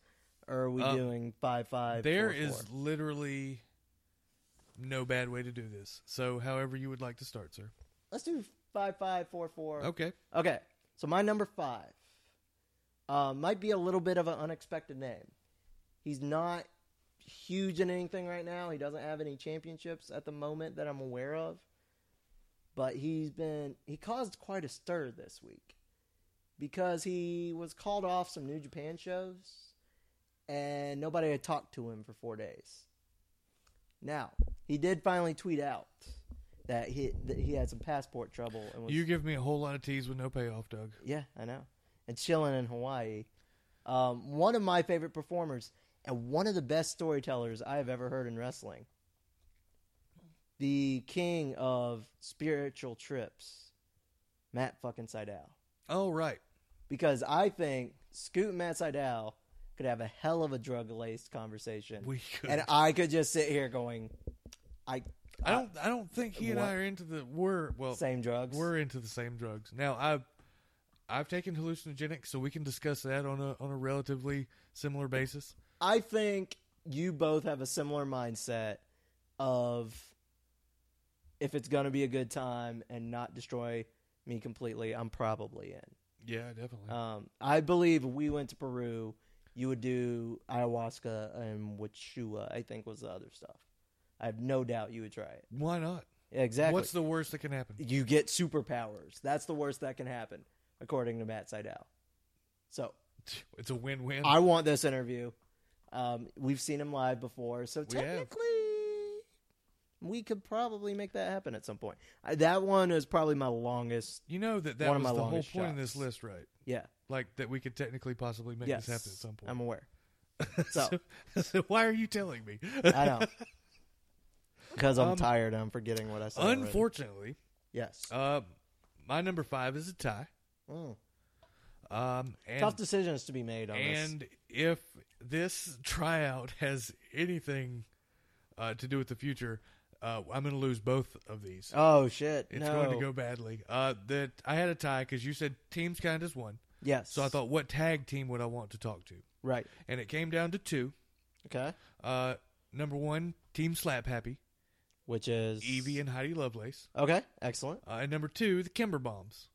Speaker 2: or are we
Speaker 3: Uh,
Speaker 2: doing five five?
Speaker 3: There
Speaker 2: four,
Speaker 3: is
Speaker 2: four?
Speaker 3: literally no bad way to do this. So, however you would like to start, sir.
Speaker 2: Let's do five five four four. Okay.
Speaker 3: Okay.
Speaker 2: So my number five uh, might be a little bit of an unexpected name. He's not huge in anything right now. He doesn't have any championships at the moment that I'm aware of. But he's been he caused quite a stir this week because he was called off some New Japan shows and nobody had talked to him for 4 days. Now, he did finally tweet out that he that he had some passport trouble and was
Speaker 3: You give me a whole lot of teas with no payoff, Doug.
Speaker 2: yeah, I know. And chilling in Hawaii. Um, one of my favorite performers and one of the best storytellers I have ever heard in wrestling. The king of spiritual trips, Matt fucking Seidel.
Speaker 3: Oh, right.
Speaker 2: Because I think Scoot and Matt Seidel could have a hell of a drug laced conversation.
Speaker 3: We could.
Speaker 2: And I could just sit here going, I
Speaker 3: I don't. I don't think he and
Speaker 2: What?
Speaker 3: I are into the. We're well.
Speaker 2: Same drugs.
Speaker 3: Oh, We're into the same drugs. Now I've I've taken hallucinogenics, so we can discuss that on a on a relatively similar basis.
Speaker 2: I think you both have a similar mindset of if it's going to be a good time and not destroy me completely, I'm probably in.
Speaker 3: Yeah, definitely.
Speaker 2: Um, I believe we went to Peru, you would do ayahuasca and Wichua, I think was the other stuff. I have no doubt you would try it.
Speaker 3: Why not?
Speaker 2: Exactly.
Speaker 3: What's the worst that
Speaker 2: [LAUGHS]
Speaker 3: can happen?
Speaker 2: you get superpowers. That's the worst that can happen, according to Matt Seidel. So
Speaker 3: It's a win win.
Speaker 2: I want this interview. Um, we've seen him live before, so
Speaker 3: We have.
Speaker 2: technically, we could probably make that happen at some point. I, that one is probably my longest.
Speaker 3: You know that that
Speaker 2: One of
Speaker 3: was
Speaker 2: my
Speaker 3: the whole
Speaker 2: longest
Speaker 3: point of this
Speaker 2: shots.
Speaker 3: list, right?
Speaker 2: Yeah,
Speaker 3: Like that we could technically possibly make
Speaker 2: yes,
Speaker 3: this happen at some point.
Speaker 2: I'm aware. So
Speaker 3: [LAUGHS] so why are you telling me? [LAUGHS]
Speaker 2: I know because I'm
Speaker 3: Um,
Speaker 2: tired. I'm forgetting what I said. already.
Speaker 3: Unfortunately,
Speaker 2: yes,
Speaker 3: uh, my number five is a tie.
Speaker 2: Mm.
Speaker 3: Um, and
Speaker 2: tough decisions to be made on this.
Speaker 3: And if this tryout has anything uh, to do with the future, uh, I'm going to lose both of these.
Speaker 2: Oh shit!
Speaker 3: it's
Speaker 2: no.
Speaker 3: going to go badly. Uh, that I had a tie because you said teams kind is one,
Speaker 2: Yes.
Speaker 3: so I thought, what tag team would I want to talk to?
Speaker 2: right.
Speaker 3: And it came down to two.
Speaker 2: Okay.
Speaker 3: Uh, number one, Team Slap Happy,
Speaker 2: Which is
Speaker 3: Evie and Heidi Lovelace,
Speaker 2: Okay, excellent.
Speaker 3: uh, and number two, the Kimber Bombs,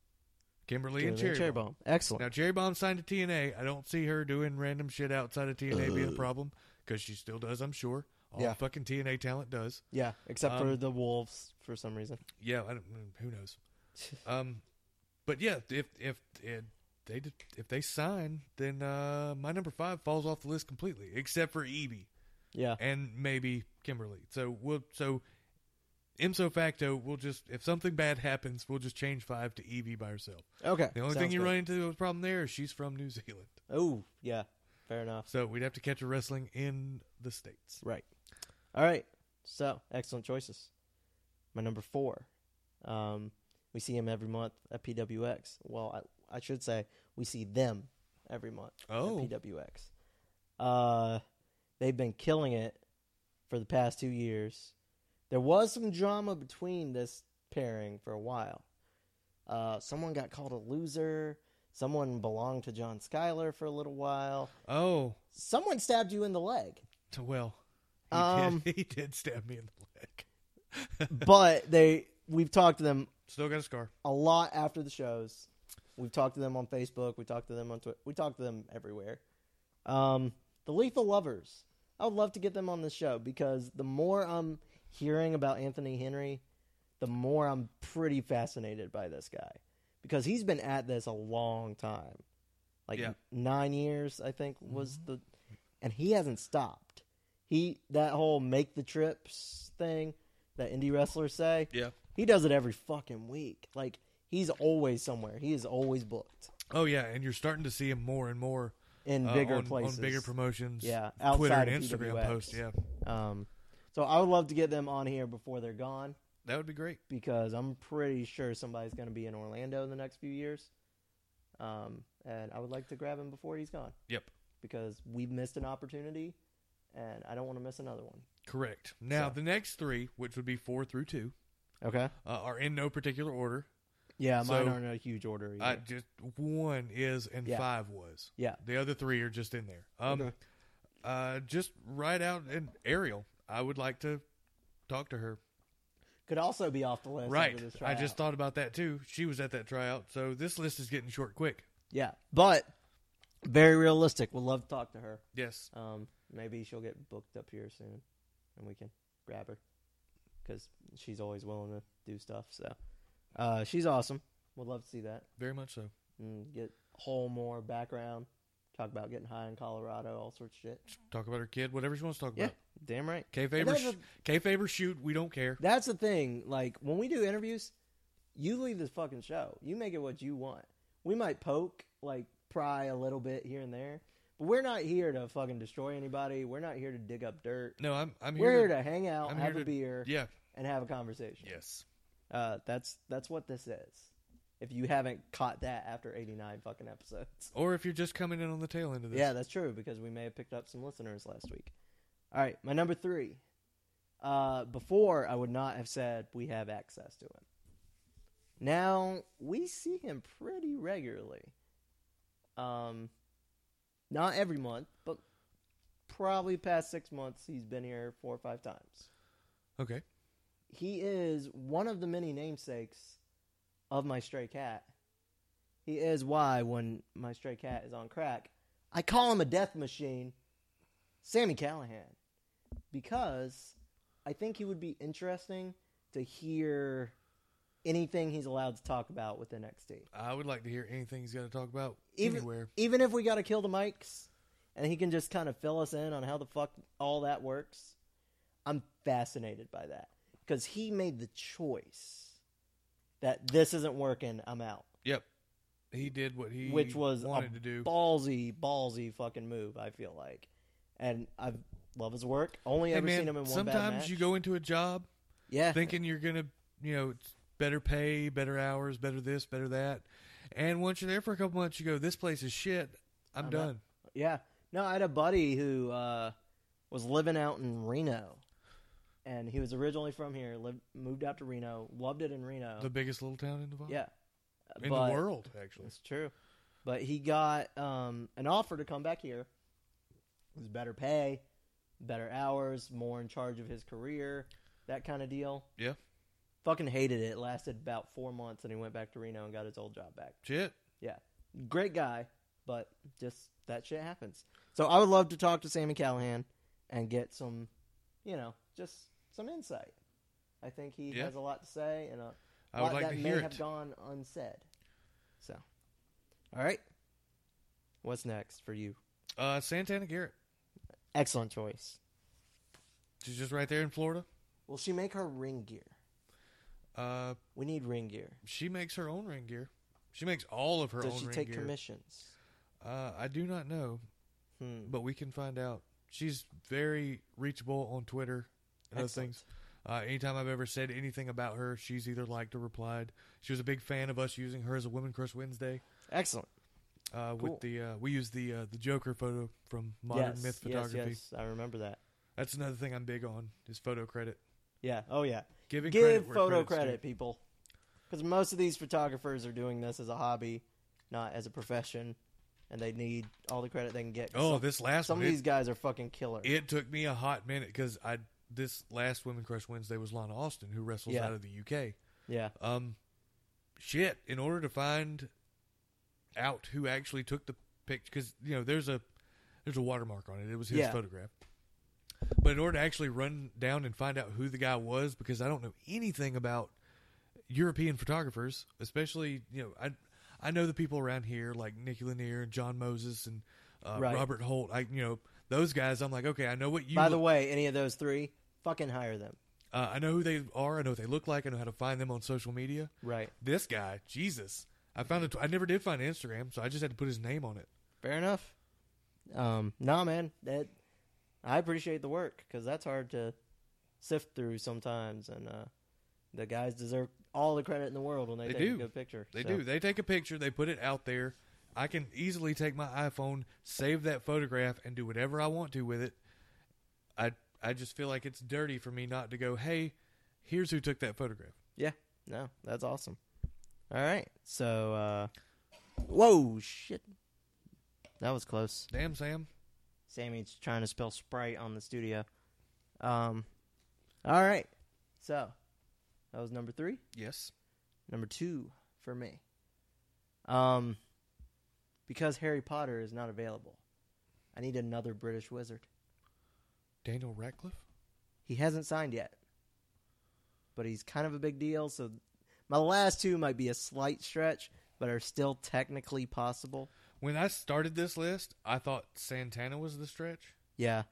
Speaker 3: Kimberly and
Speaker 2: Give it a
Speaker 3: Cherry. Bomb.
Speaker 2: bomb. Excellent.
Speaker 3: Now, Cherry Bomb signed to TNA. I don't see her doing random shit outside of TNA being a problem because she still does, I'm sure. All
Speaker 2: Uh. Yeah.
Speaker 3: fucking TNA talent does.
Speaker 2: yeah, except
Speaker 3: um,
Speaker 2: for the wolves for some reason.
Speaker 3: Yeah, I don't, mm,
Speaker 2: [LAUGHS]
Speaker 3: who knows? um, but yeah, if if, if they did- if they sign, then uh, my number five falls off the list completely, except for Evie
Speaker 2: Yeah.
Speaker 3: and maybe Kimberly. So we'll so. Imso facto, we'll just if something bad happens, we'll just change five to Evie by herself.
Speaker 2: Okay.
Speaker 3: The only
Speaker 2: sounds
Speaker 3: thing you
Speaker 2: good.
Speaker 3: run into a problem there is she's from New Zealand.
Speaker 2: Oh, yeah. Fair enough.
Speaker 3: So we'd have to catch her wrestling in the States.
Speaker 2: Right. All right. So, excellent choices. My number four. Um, we see him every month at PWX. Well, I, I should say we see them every month
Speaker 3: Oh.
Speaker 2: at PWX. Uh, they've been killing it for the past two years. There was some drama between this pairing for a while. Uh, someone got called a loser. Someone belonged to John Schuyler for a little while.
Speaker 3: Oh,
Speaker 2: Someone stabbed you in the leg.
Speaker 3: t- well, he,
Speaker 2: Um,
Speaker 3: did, [LAUGHS] he did stab me in the leg.
Speaker 2: but they we've talked to them
Speaker 3: Still got a scar.
Speaker 2: a lot after the shows. We've talked to them on Facebook. We talked to them on Twitter. We talked to them everywhere. Um, the Lethal Lovers. I would love to get them on the show because the more I'm hearing about Anthony Henry, the more I'm pretty fascinated by this guy because he's been at this a long time, like
Speaker 3: Yeah.
Speaker 2: nine years, I think was the, and he hasn't stopped. He that whole make the trips thing that indie wrestlers say.
Speaker 3: Yeah.
Speaker 2: He does it every fucking week. Like he's always somewhere. He is always booked
Speaker 3: Oh yeah, and you're starting to see him more and more
Speaker 2: in
Speaker 3: uh,
Speaker 2: bigger
Speaker 3: on,
Speaker 2: places.
Speaker 3: on bigger promotions.
Speaker 2: Yeah, outside
Speaker 3: Twitter and
Speaker 2: of
Speaker 3: Instagram
Speaker 2: PWX.
Speaker 3: posts. Yeah,
Speaker 2: um, so I would love to get them on here before they're gone
Speaker 3: that would be great.
Speaker 2: because I'm pretty sure somebody's going to be in Orlando in the next few years. Um, and I would like to grab him before he's gone
Speaker 3: Yep,
Speaker 2: because we've missed an opportunity, and I don't want to miss another one.
Speaker 3: correct. Now
Speaker 2: So-
Speaker 3: the next three, which would be four through two,
Speaker 2: Okay.
Speaker 3: uh, are in no particular order.
Speaker 2: Yeah,
Speaker 3: So-
Speaker 2: mine aren't a huge order either.
Speaker 3: I just one is and
Speaker 2: Yeah.
Speaker 3: five was.
Speaker 2: yeah.
Speaker 3: The other three are just in there. Um,
Speaker 2: Okay.
Speaker 3: uh, just right out and Ariel. I would like to talk to her.
Speaker 2: Could also be off the list.
Speaker 3: Right.
Speaker 2: After this
Speaker 3: I just
Speaker 2: tryout.
Speaker 3: thought about that too. She was at that tryout, so this list is getting short quick.
Speaker 2: Yeah, but very realistic. Would love to talk to her.
Speaker 3: Yes.
Speaker 2: Um, maybe she'll get booked up here soon, and we can grab her because she's always willing to do stuff. So, uh, she's awesome. Would love to see that
Speaker 3: Very much so.
Speaker 2: and get whole more background. Talk about getting high in Colorado, all sorts of shit.
Speaker 3: Talk about her kid, whatever she wants to talk
Speaker 2: Yeah,
Speaker 3: about.
Speaker 2: damn right.
Speaker 3: K
Speaker 2: And
Speaker 3: Faber,
Speaker 2: that's
Speaker 3: sh-
Speaker 2: the-
Speaker 3: K Faber, shoot. We don't care.
Speaker 2: That's the thing. Like when we do interviews, you leave this fucking show. You make it what you want. We might poke, like pry a little bit here and there, but we're not here to fucking destroy anybody. We're not here to dig up dirt.
Speaker 3: No, I'm. I'm
Speaker 2: we're
Speaker 3: here.
Speaker 2: here to hang out,
Speaker 3: I'm
Speaker 2: have
Speaker 3: here
Speaker 2: a
Speaker 3: to-
Speaker 2: beer,
Speaker 3: yeah.
Speaker 2: and have a conversation.
Speaker 3: Yes.
Speaker 2: Uh, that's that's what this is. If you haven't caught that after eighty nine fucking episodes,
Speaker 3: Or if you're just coming in on the tail end of this.
Speaker 2: yeah, that's true because we may have picked up some listeners last week. All right, my number three Uh, before, I would not have said we have access to him. Now we see him pretty regularly. Um, not every month, but probably past six months, he's been here four or five times.
Speaker 3: Okay.
Speaker 2: He is one of the many namesakes of my stray cat. He is why when my stray cat is on crack, I call him a death machine, Sammy Callahan, because I think he would be interesting to hear anything he's allowed to talk about within NXT.
Speaker 3: I would like to hear anything he's got to talk about
Speaker 2: Even
Speaker 3: anywhere.
Speaker 2: even if we got to kill the mics, and he can just kind of fill us in on how the fuck all that works. I'm fascinated by that because he made the choice that this isn't working. I'm out.
Speaker 3: Yep. He did what he
Speaker 2: which was a
Speaker 3: wanted to do.
Speaker 2: ballsy, ballsy fucking move. I feel like, and I love his work. Only
Speaker 3: Hey,
Speaker 2: ever
Speaker 3: man,
Speaker 2: seen him in one bad
Speaker 3: sometimes
Speaker 2: match.
Speaker 3: you go into a job [LAUGHS]
Speaker 2: yeah,
Speaker 3: thinking you're gonna, you know, it's better pay, better hours, better this, better that, and once you're there for a couple months, you go, this place is shit. I'm,
Speaker 2: I'm
Speaker 3: done.
Speaker 2: yeah. No, I had a buddy who uh, was living out in Reno, and he was originally from here. Lived, moved out to Reno, loved it in Reno.
Speaker 3: The biggest little town in Nevada.
Speaker 2: oh. yeah,
Speaker 3: in
Speaker 2: But-
Speaker 3: the world, actually.
Speaker 2: That's true. But he got um, an offer to come back here. It was better pay, better hours, more in charge of his career, that kind of deal.
Speaker 3: Yeah.
Speaker 2: Fucking hated it. It lasted about four months, and he went back to Reno and got his old job back.
Speaker 3: Shit.
Speaker 2: Yeah. Great guy, but just that shit happens. So I would love to talk to Sammy Callahan and get some, you know, just some insight. I think he
Speaker 3: Yeah.
Speaker 2: has a lot to say and uh, a
Speaker 3: I would
Speaker 2: lot
Speaker 3: like
Speaker 2: that
Speaker 3: to
Speaker 2: may
Speaker 3: hear
Speaker 2: have
Speaker 3: it.
Speaker 2: gone unsaid. So, all right. What's next for you?
Speaker 3: Uh, Santana Garrett.
Speaker 2: Excellent choice.
Speaker 3: She's just right there in Florida.
Speaker 2: Will she make her ring gear?
Speaker 3: Uh,
Speaker 2: We need ring gear.
Speaker 3: she makes her own ring gear. She makes all of her
Speaker 2: Does
Speaker 3: own
Speaker 2: she
Speaker 3: ring
Speaker 2: take
Speaker 3: gear.
Speaker 2: commissions?
Speaker 3: Uh, I do not know,
Speaker 2: Hmm.
Speaker 3: but we can find out. She's very reachable on Twitter and other
Speaker 2: Excellent.
Speaker 3: things. Uh, anytime I've ever said anything about her, she's either liked or replied. She was a big fan of us using her as a Women Crush Wednesday.
Speaker 2: Excellent.
Speaker 3: Uh,
Speaker 2: Cool.
Speaker 3: With the uh, we used the uh, the Joker photo from Modern
Speaker 2: yes,
Speaker 3: Myth
Speaker 2: yes,
Speaker 3: Photography.
Speaker 2: Yes, I remember that.
Speaker 3: That's another thing I'm big on is photo credit.
Speaker 2: Yeah. Oh yeah.
Speaker 3: Giving
Speaker 2: Give
Speaker 3: credit where
Speaker 2: photo
Speaker 3: credit's due.
Speaker 2: credit, people, because most of these photographers are doing this as a hobby, not as a profession, and they need all the credit they can get. 'Cause
Speaker 3: Oh,
Speaker 2: some,
Speaker 3: this last
Speaker 2: some
Speaker 3: one.
Speaker 2: of
Speaker 3: it-
Speaker 2: these guys are fucking killer.
Speaker 3: It took me a hot minute because I this last Women Crush Wednesday was Lana Austin who wrestles
Speaker 2: Yeah.
Speaker 3: out of the
Speaker 2: yeah.
Speaker 3: UK. Um, shit. In order to find out who actually took the picture, because you know there's a there's a watermark on it. It was his
Speaker 2: Yeah.
Speaker 3: photograph. But in order to actually run down and find out who the guy was, because I don't know anything about European photographers, especially you know I I know the people around here like Nicky Lanier and John Moses and uh,
Speaker 2: Right.
Speaker 3: Robert Holt. I you know those guys. I'm like okay, I know what you.
Speaker 2: By
Speaker 3: look-
Speaker 2: the way, any of those three, fucking hire them.
Speaker 3: Uh, I know who they are. I know what they look like. I know how to find them on social media.
Speaker 2: Right.
Speaker 3: This guy, Jesus, I found it. I never did find Instagram, so I just had to put his name on it.
Speaker 2: Fair enough. Um, nah, man. That I appreciate the work because that's hard to sift through sometimes, and uh, the guys deserve all the credit in the world when they,
Speaker 3: They
Speaker 2: take
Speaker 3: do.
Speaker 2: a good picture.
Speaker 3: They
Speaker 2: So,
Speaker 3: do. They take a picture. They put it out there. I can easily take my iPhone, save that photograph, and do whatever I want to with it. I I just feel like it's dirty for me not to go. Hey, here's who took that photograph.
Speaker 2: Yeah. No, that's awesome. All right. So, uh, whoa, shit, that was close.
Speaker 3: Damn, Sam.
Speaker 2: Sammy's trying to spell Sprite on the studio. Um, all right. So that was number three.
Speaker 3: Yes.
Speaker 2: number two for me. Um, because Harry Potter is not available, I need another British wizard.
Speaker 3: Daniel Radcliffe.
Speaker 2: He hasn't signed yet, but he's kind of a big deal. So my last two might be a slight stretch, but are still technically possible.
Speaker 3: When I started this list, I thought Santana was the stretch.
Speaker 2: Yeah,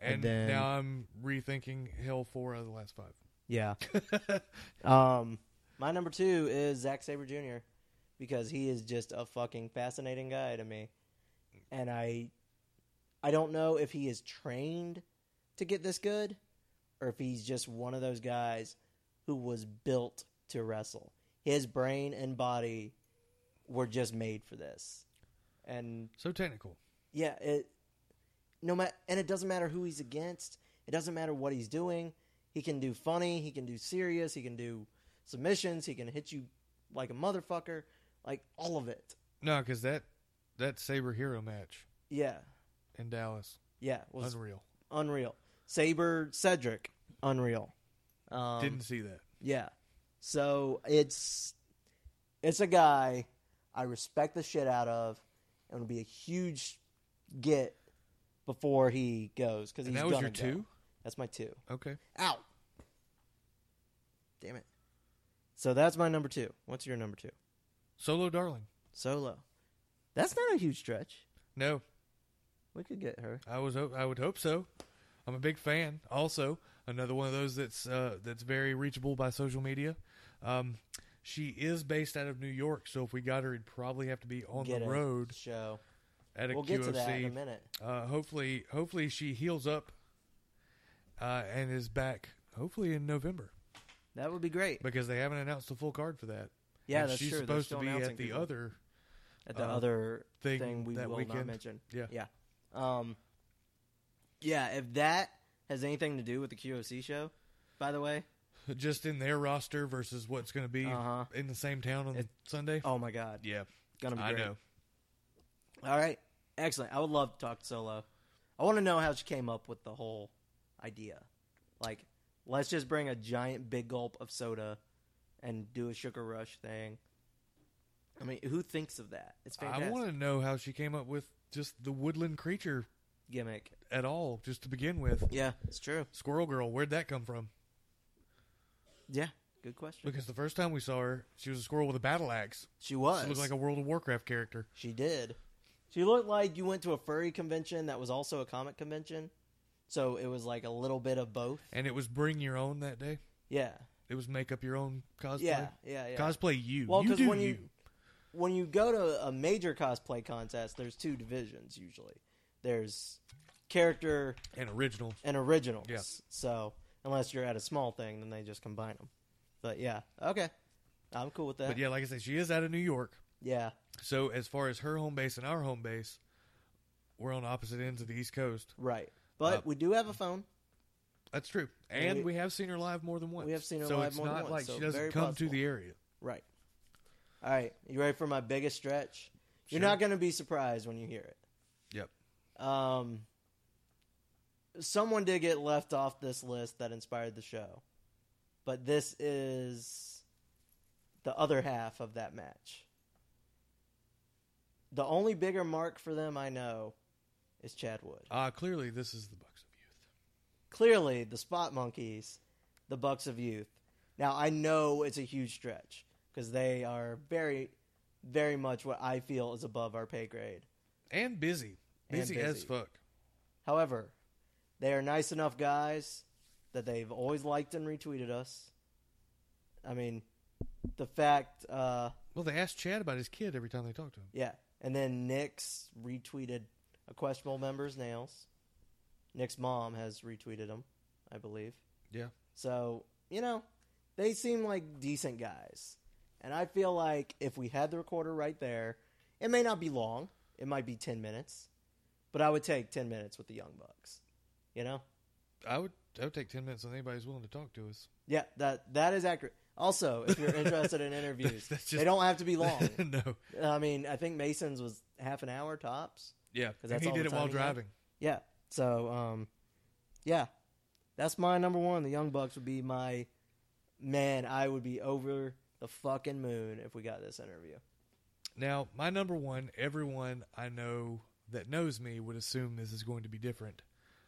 Speaker 3: And,
Speaker 2: And then-
Speaker 3: now I'm rethinking Hell four out of the last five.
Speaker 2: yeah. um, my number two is Zack Saber Jr. because he is just a fucking fascinating guy to me, and I, I don't know if he is trained to get this good, or if he's just one of those guys who was built to wrestle. His brain and body were just made for this, and
Speaker 3: So technical.
Speaker 2: yeah, it no matter, and it doesn't matter who he's against. It doesn't matter what he's doing. He can do funny. He can do serious. He can do submissions. He can hit you like a motherfucker. Like all of it.
Speaker 3: No, because that that Saber Hero match
Speaker 2: Yeah.
Speaker 3: in Dallas,
Speaker 2: Yeah. Was
Speaker 3: unreal.
Speaker 2: unreal. Saber Cedric, unreal. Um,
Speaker 3: Didn't see that.
Speaker 2: Yeah. So it's it's a guy I respect the shit out of, and would be a huge get before he goes because he's
Speaker 3: And that was
Speaker 2: gonna
Speaker 3: your
Speaker 2: go.
Speaker 3: two.
Speaker 2: That's my two.
Speaker 3: Okay.
Speaker 2: Out. Damn it. So that's my number two. What's your number two?
Speaker 3: Solo Darling.
Speaker 2: Solo. That's not a huge stretch.
Speaker 3: No,
Speaker 2: We could get her.
Speaker 3: I was ho- I would hope so. I'm a big fan. Also, another one of those that's uh, that's very reachable by social media. Um, she is based out of New York, so if we got her, it'd probably have to be on
Speaker 2: get
Speaker 3: the
Speaker 2: a
Speaker 3: road
Speaker 2: show.
Speaker 3: at a
Speaker 2: We'll
Speaker 3: QOC.
Speaker 2: get to that in a minute.
Speaker 3: Uh, hopefully, hopefully she heals up uh, and is back. Hopefully in November
Speaker 2: That would be great.
Speaker 3: because they haven't announced the full card for that.
Speaker 2: Yeah,
Speaker 3: And
Speaker 2: that's
Speaker 3: she's
Speaker 2: true. They're
Speaker 3: supposed to
Speaker 2: still
Speaker 3: be at
Speaker 2: announcing
Speaker 3: the
Speaker 2: people.
Speaker 3: other. [LAUGHS]
Speaker 2: at the
Speaker 3: uh,
Speaker 2: other
Speaker 3: thing
Speaker 2: thing, we
Speaker 3: that
Speaker 2: will
Speaker 3: weekend.
Speaker 2: not mention.
Speaker 3: Yeah.
Speaker 2: yeah, um, yeah. If that has anything to do with the QOC show, by the way,
Speaker 3: just in their roster versus what's going to be
Speaker 2: Uh-huh.
Speaker 3: in the same town on
Speaker 2: It-
Speaker 3: Sunday.
Speaker 2: oh my god,
Speaker 3: yeah,
Speaker 2: gonna be
Speaker 3: I
Speaker 2: great.
Speaker 3: know.
Speaker 2: All right, excellent. I would love to talk to Solo. I want to know how she came up with the whole idea. Like, let's just bring a giant big gulp of soda and do a sugar rush thing. I mean, who thinks of that? It's fantastic
Speaker 3: I want to know how she came up with just the woodland creature
Speaker 2: gimmick.
Speaker 3: at all, just to begin with.
Speaker 2: Yeah, it's true.
Speaker 3: Squirrel Girl, where'd that come from?
Speaker 2: Yeah, good question.
Speaker 3: Because the first time we saw her, she was a squirrel with a battle axe.
Speaker 2: She was
Speaker 3: She looked like a World of Warcraft character.
Speaker 2: She did. She looked like you went to a furry convention that was also a comic convention. So it was like a little bit of both.
Speaker 3: And it was bring your own that day.
Speaker 2: Yeah.
Speaker 3: It was make up your own cosplay.
Speaker 2: Yeah. Yeah. Yeah.
Speaker 3: Cosplay you.
Speaker 2: well,
Speaker 3: you do
Speaker 2: when
Speaker 3: you.
Speaker 2: you when you go to a major cosplay contest, there's two divisions usually. There's character
Speaker 3: And original.
Speaker 2: and originals.
Speaker 3: Yeah.
Speaker 2: So unless you're at a small thing, then they just combine them. But yeah, okay, I'm cool with that.
Speaker 3: But yeah, like I said, she is out of New York.
Speaker 2: yeah,
Speaker 3: So as far as her home base and our home base, we're on opposite ends of the East Coast.
Speaker 2: right. But
Speaker 3: Uh,
Speaker 2: we do have a phone.
Speaker 3: That's true. And,
Speaker 2: And
Speaker 3: we,
Speaker 2: we-
Speaker 3: have seen her live more than once.
Speaker 2: We have seen her
Speaker 3: so
Speaker 2: live
Speaker 3: it's
Speaker 2: more than
Speaker 3: not
Speaker 2: once,
Speaker 3: like
Speaker 2: so
Speaker 3: she doesn't
Speaker 2: very
Speaker 3: come
Speaker 2: possible.
Speaker 3: to the area.
Speaker 2: Right. All right. You ready for my biggest stretch? You're
Speaker 3: Sure.
Speaker 2: not going to be surprised when you hear it.
Speaker 3: Yep.
Speaker 2: Um, someone did get left off this list that inspired the show, but this is the other half of that match. The only bigger mark for them I know is Chad Wood.
Speaker 3: Uh, clearly, this is the Bucks of Youth.
Speaker 2: Clearly, the Spot Monkeys, the Bucks of Youth. Now, I know it's a huge stretch because they are very, very much what I feel is above our pay grade.
Speaker 3: And busy.
Speaker 2: And
Speaker 3: Busy as
Speaker 2: busy.
Speaker 3: fuck.
Speaker 2: However, they are nice enough guys that they've always liked and retweeted us. I mean, the fact, uh,
Speaker 3: Well, they asked Chad about his kid every time they talked to him.
Speaker 2: yeah. And then Nick's retweeted a questionable member's nails. Nick's mom has retweeted them, I believe.
Speaker 3: Yeah.
Speaker 2: So, you know, they seem like decent guys. And I feel like if we had the recorder right there, it may not be long. It might be 10 minutes. But I would take 10 minutes with the Young Bucks. You know?
Speaker 3: I would I would take 10 minutes on anybody's willing to talk
Speaker 2: [LAUGHS]
Speaker 3: to us.
Speaker 2: Yeah, that that is accurate. Also, if you're interested
Speaker 3: [LAUGHS]
Speaker 2: in interviews,
Speaker 3: That's just-
Speaker 2: they don't have to be
Speaker 3: [LAUGHS]
Speaker 2: long.
Speaker 3: no.
Speaker 2: I mean, I think Mason's was half an hour tops.
Speaker 3: Yeah.
Speaker 2: that's
Speaker 3: And he
Speaker 2: all
Speaker 3: did
Speaker 2: the
Speaker 3: it while
Speaker 2: time he had.
Speaker 3: driving.
Speaker 2: Yeah. So, um, yeah, that's my number one. The Young Bucks would be my man. I would be over the fucking moon if we got this interview.
Speaker 3: Now, my number one, everyone I know that knows me would assume this is going to be different.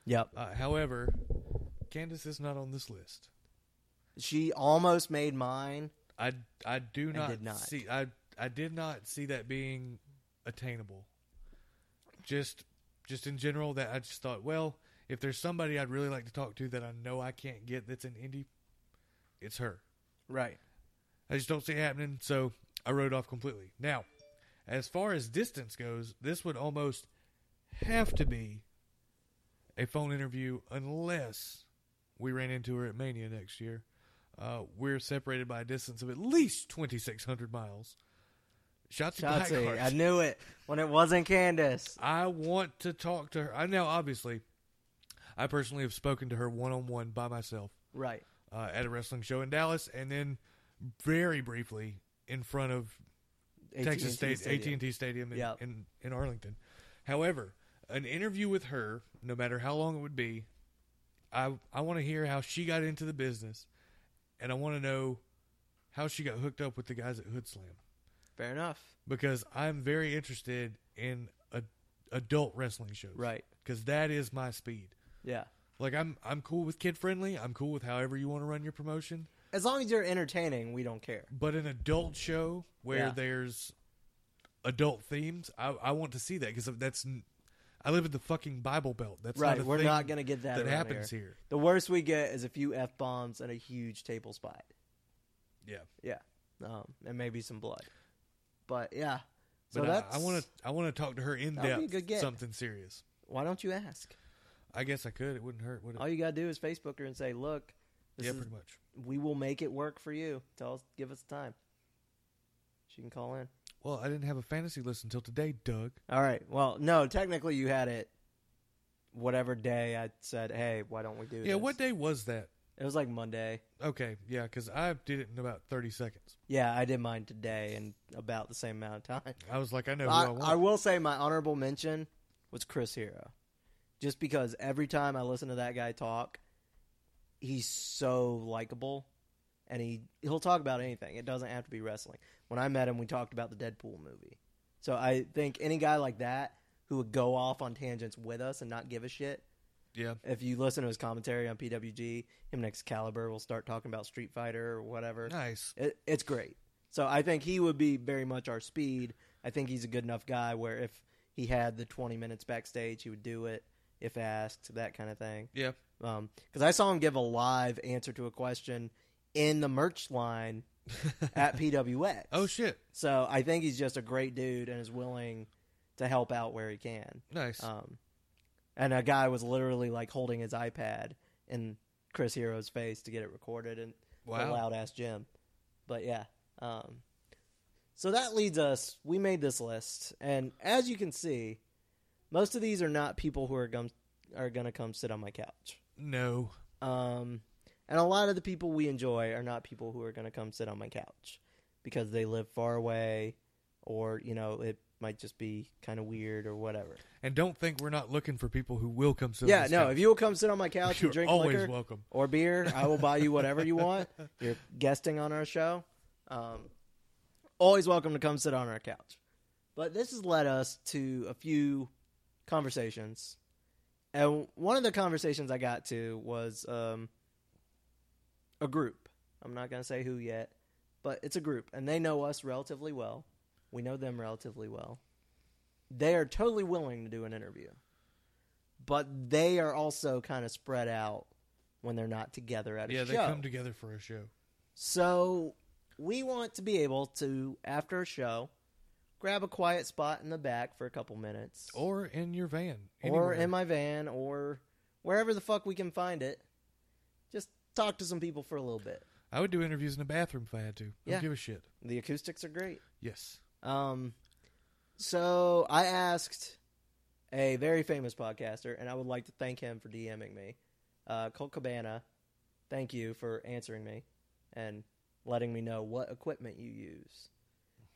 Speaker 2: Yep.
Speaker 3: Uh, however, Candace is not on this list.
Speaker 2: She almost made mine.
Speaker 3: I I do not,
Speaker 2: did not.
Speaker 3: see I I did not see that being attainable. Just just in general that I just thought, well, if there's somebody I'd really like to talk to that I know I can't get that's an indie, it's her.
Speaker 2: Right.
Speaker 3: I just don't see it happening, so I wrote it off completely. Now, as far as distance goes, this would almost have to be a phone interview unless we ran into her at Mania next year. Uh, we're separated by a distance of at least 2,600 miles. Shots of
Speaker 2: Shotzi, I knew it when it wasn't Candace.
Speaker 3: I want to talk to her. I know, obviously, I personally have spoken to her one on one by myself.
Speaker 2: Right.
Speaker 3: uh, at a wrestling show in Dallas, and then very briefly in front of
Speaker 2: AT&T
Speaker 3: Texas State
Speaker 2: E Stadium.
Speaker 3: AT&T Stadium in,
Speaker 2: Yep.
Speaker 3: in in Arlington. However, an interview with her, no matter how long it would be, I I want to hear how she got into the business, and I want to know how she got hooked up with the guys at Hood Slam
Speaker 2: Fair enough.
Speaker 3: because I'm very interested in a, adult wrestling shows.
Speaker 2: Right.
Speaker 3: because that is my speed.
Speaker 2: Yeah.
Speaker 3: Like I'm I'm cool with kid friendly. I'm cool with however you want to run your promotion.
Speaker 2: As long as you're entertaining, we don't care.
Speaker 3: but an adult show where
Speaker 2: Yeah.
Speaker 3: there's adult themes, I, I want to see that because that's n- I live in the fucking Bible Belt. That's
Speaker 2: Right.
Speaker 3: Not a
Speaker 2: We're
Speaker 3: thing
Speaker 2: not gonna get that.
Speaker 3: that
Speaker 2: around
Speaker 3: happens
Speaker 2: here.
Speaker 3: here.
Speaker 2: The worst we get is a few f bombs and a huge table spot.
Speaker 3: Yeah.
Speaker 2: Yeah. Um, and maybe some blood. But yeah. So
Speaker 3: But uh,
Speaker 2: that's
Speaker 3: I want to I want to talk to her in
Speaker 2: That'd be a
Speaker 3: depth.
Speaker 2: good get.
Speaker 3: Something serious.
Speaker 2: Why don't you ask?
Speaker 3: I guess I could. It wouldn't hurt. Would it?
Speaker 2: All you gotta do is Facebook her and say, "Look, Oh, this
Speaker 3: yeah,
Speaker 2: is,
Speaker 3: pretty much.
Speaker 2: we will make it work for you. Tell us, give us time. She can call in."
Speaker 3: Well, I didn't have a fantasy list until today, Doug.
Speaker 2: All right. Well, no, technically you had it. Whatever day I said, "Hey, why don't we do?"
Speaker 3: yeah,
Speaker 2: this?"
Speaker 3: what day was that?
Speaker 2: It was like Monday.
Speaker 3: Okay, yeah, because I did it in about thirty seconds.
Speaker 2: Yeah, I did mine today in about the same amount of time.
Speaker 3: I was like, I know who I,
Speaker 2: I,
Speaker 3: want.
Speaker 2: I will say my honorable mention was Chris Hero. Just because every time I listen to that guy talk, he's so likable and he he'll talk about anything. It doesn't have to be wrestling. When I met him, we talked about the Deadpool movie. So I think any guy like that who would go off on tangents with us and not give a shit.
Speaker 3: yeah,
Speaker 2: If you listen to his commentary on PWG, him and Excalibur will start talking about Street Fighter or whatever.
Speaker 3: nice.
Speaker 2: It, it's great. So I think he would be very much our speed. I think he's a good enough guy where if he had the 20 minutes backstage, he would do it if asked, that kind of thing.
Speaker 3: Yeah, [LAUGHS]
Speaker 2: Because I saw him give a live answer to a question in the merch line at PWX.
Speaker 3: Oh shit,
Speaker 2: So I think he's just a great dude and is willing to help out where he can.
Speaker 3: nice.
Speaker 2: Um, and a guy was literally like holding his iPad in Chris Hero's face to get it recorded in
Speaker 3: Wow.
Speaker 2: the loud ass gym. But yeah. Um, so that leads us. We made this list, and as you can see, most of these are not people who are gum are gonna come sit on my couch.
Speaker 3: no,
Speaker 2: Um, and a lot of the people we enjoy are not people who are gonna come sit on my couch because they live far away, or you know, it might just be kind of weird or whatever.
Speaker 3: and don't think we're not looking for people who will come. sit on
Speaker 2: Yeah,
Speaker 3: this
Speaker 2: no.
Speaker 3: couch.
Speaker 2: If you will come sit on my couch
Speaker 3: [LAUGHS] You're
Speaker 2: and drink
Speaker 3: always
Speaker 2: liquor
Speaker 3: welcome.
Speaker 2: or beer, I will buy you whatever you want. You're [LAUGHS] guesting on our show. Um, always welcome to come sit on our couch. But this has led us to a few conversations, and one of the conversations I got to was um, a group. I'm not going to say who yet, but it's a group, and they know us relatively well. We know them relatively well. They are totally willing to do an interview but they are also kind of spread out when they're not together at a
Speaker 3: Yeah,
Speaker 2: show.
Speaker 3: they come together for a show.
Speaker 2: so we want to be able to, after a show, grab a quiet spot in the back for a couple minutes,
Speaker 3: Or in your van.
Speaker 2: or
Speaker 3: anywhere.
Speaker 2: in my van, or wherever the fuck we can find it. Just talk to some people for a little bit.
Speaker 3: I would do interviews in the bathroom if I had to. Don't
Speaker 2: Yeah.
Speaker 3: give a shit.
Speaker 2: The acoustics are great.
Speaker 3: Yes.
Speaker 2: Um, so I asked a very famous podcaster, and I would like to thank him for DMing me. Uh, Colt Cabana, thank you for answering me and letting me know what equipment you use.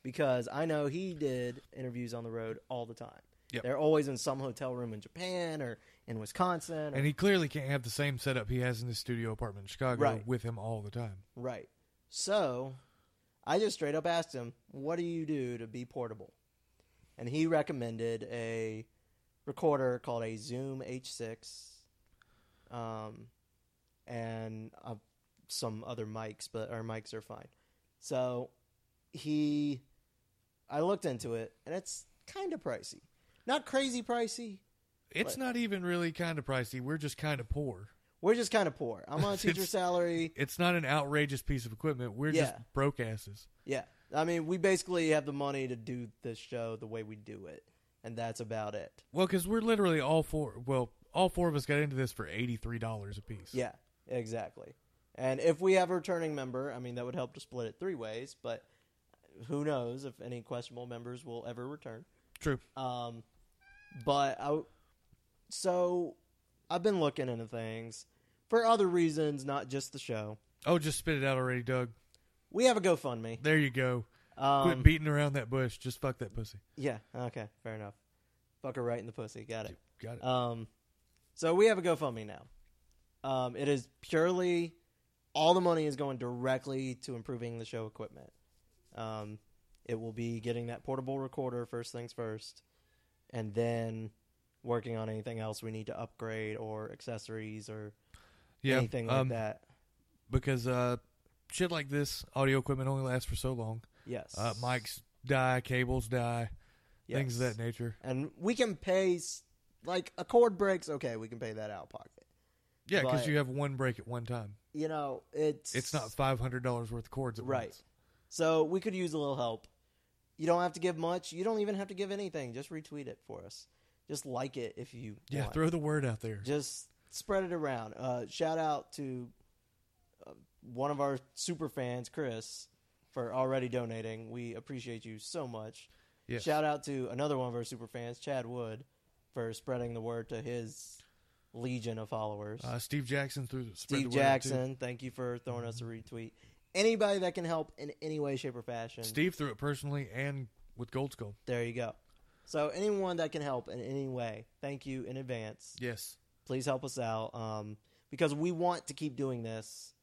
Speaker 2: Because I know he did interviews on the road all the time.
Speaker 3: Yep.
Speaker 2: They're always in some hotel room in Japan or in Wisconsin. Or,
Speaker 3: And he clearly can't have the same setup he has in his studio apartment in Chicago
Speaker 2: Right.
Speaker 3: with him all the time.
Speaker 2: right. So I just straight up asked him, "What do you do to be portable?" And he recommended a recorder called a Zoom H6, um, and uh, some other mics, but our mics are fine. So he, I looked into it, and it's kind of pricey, not crazy pricey.
Speaker 3: It's
Speaker 2: Right.
Speaker 3: not even really kind of pricey. We're just kind of poor.
Speaker 2: We're just kind of poor. I'm on a teacher
Speaker 3: It's-
Speaker 2: salary.
Speaker 3: It's not an outrageous piece of equipment. We're just
Speaker 2: Yeah.
Speaker 3: broke asses.
Speaker 2: Yeah. I mean, we basically have the money to do this show the way we do it, and that's about it.
Speaker 3: Well, because we're literally all four. Well, all four of us got into this for $83 a piece.
Speaker 2: Yeah, exactly. And if we have a returning member, I mean, that would help to split it three ways, but who knows if any questionable members will ever return.
Speaker 3: True.
Speaker 2: Um, but I, w- so I've been looking into things. for other reasons, not just the show.
Speaker 3: Oh, just spit it out already, Doug.
Speaker 2: We have a GoFundMe.
Speaker 3: There you go. Quit
Speaker 2: Um,
Speaker 3: beating around that bush. Just fuck that pussy.
Speaker 2: yeah. Okay. Fair enough. Fuck her right in the pussy. Got it.
Speaker 3: Got it.
Speaker 2: Um, so we have a GoFundMe now. Um, it is purely all the money is going directly to improving the show equipment. Um, it will be getting that portable recorder first things first, and then working on anything else we need to upgrade or accessories or
Speaker 3: yeah.
Speaker 2: anything
Speaker 3: um,
Speaker 2: like that.
Speaker 3: Because uh, shit like this, audio equipment only lasts for so long.
Speaker 2: Yes,
Speaker 3: Uh, mics die, cables die, things of
Speaker 2: Yes.
Speaker 3: that nature.
Speaker 2: and we can pay s- like a cord breaks. Okay, we can pay that out of pocket.
Speaker 3: Yeah, because
Speaker 2: But-
Speaker 3: you have one break at one time.
Speaker 2: You know, it's
Speaker 3: It's not five hundred dollars worth of cords at
Speaker 2: Right.
Speaker 3: once.
Speaker 2: So we could use a little help. You don't have to give much. You don't even have to give anything. Just retweet it for us. Just like it if you
Speaker 3: Yeah,
Speaker 2: want.
Speaker 3: throw the word out there.
Speaker 2: Just spread it around. Uh, shout out to uh, one of our super fans, Chris, for already donating. We appreciate you so much.
Speaker 3: Yes.
Speaker 2: Shout out to another one of our super fans, Chad Wood, for spreading the word to his legion of followers.
Speaker 3: Uh, Steve Jackson threw spread the
Speaker 2: Steve
Speaker 3: word out, too.
Speaker 2: Jackson, thank you for throwing us a retweet. Anybody that can help in any way, shape, or fashion.
Speaker 3: Steve threw it personally and with Gold Skull.
Speaker 2: There you go. So anyone that can help in any way, thank you in advance.
Speaker 3: Yes.
Speaker 2: Please help us out um, because we want to keep doing this,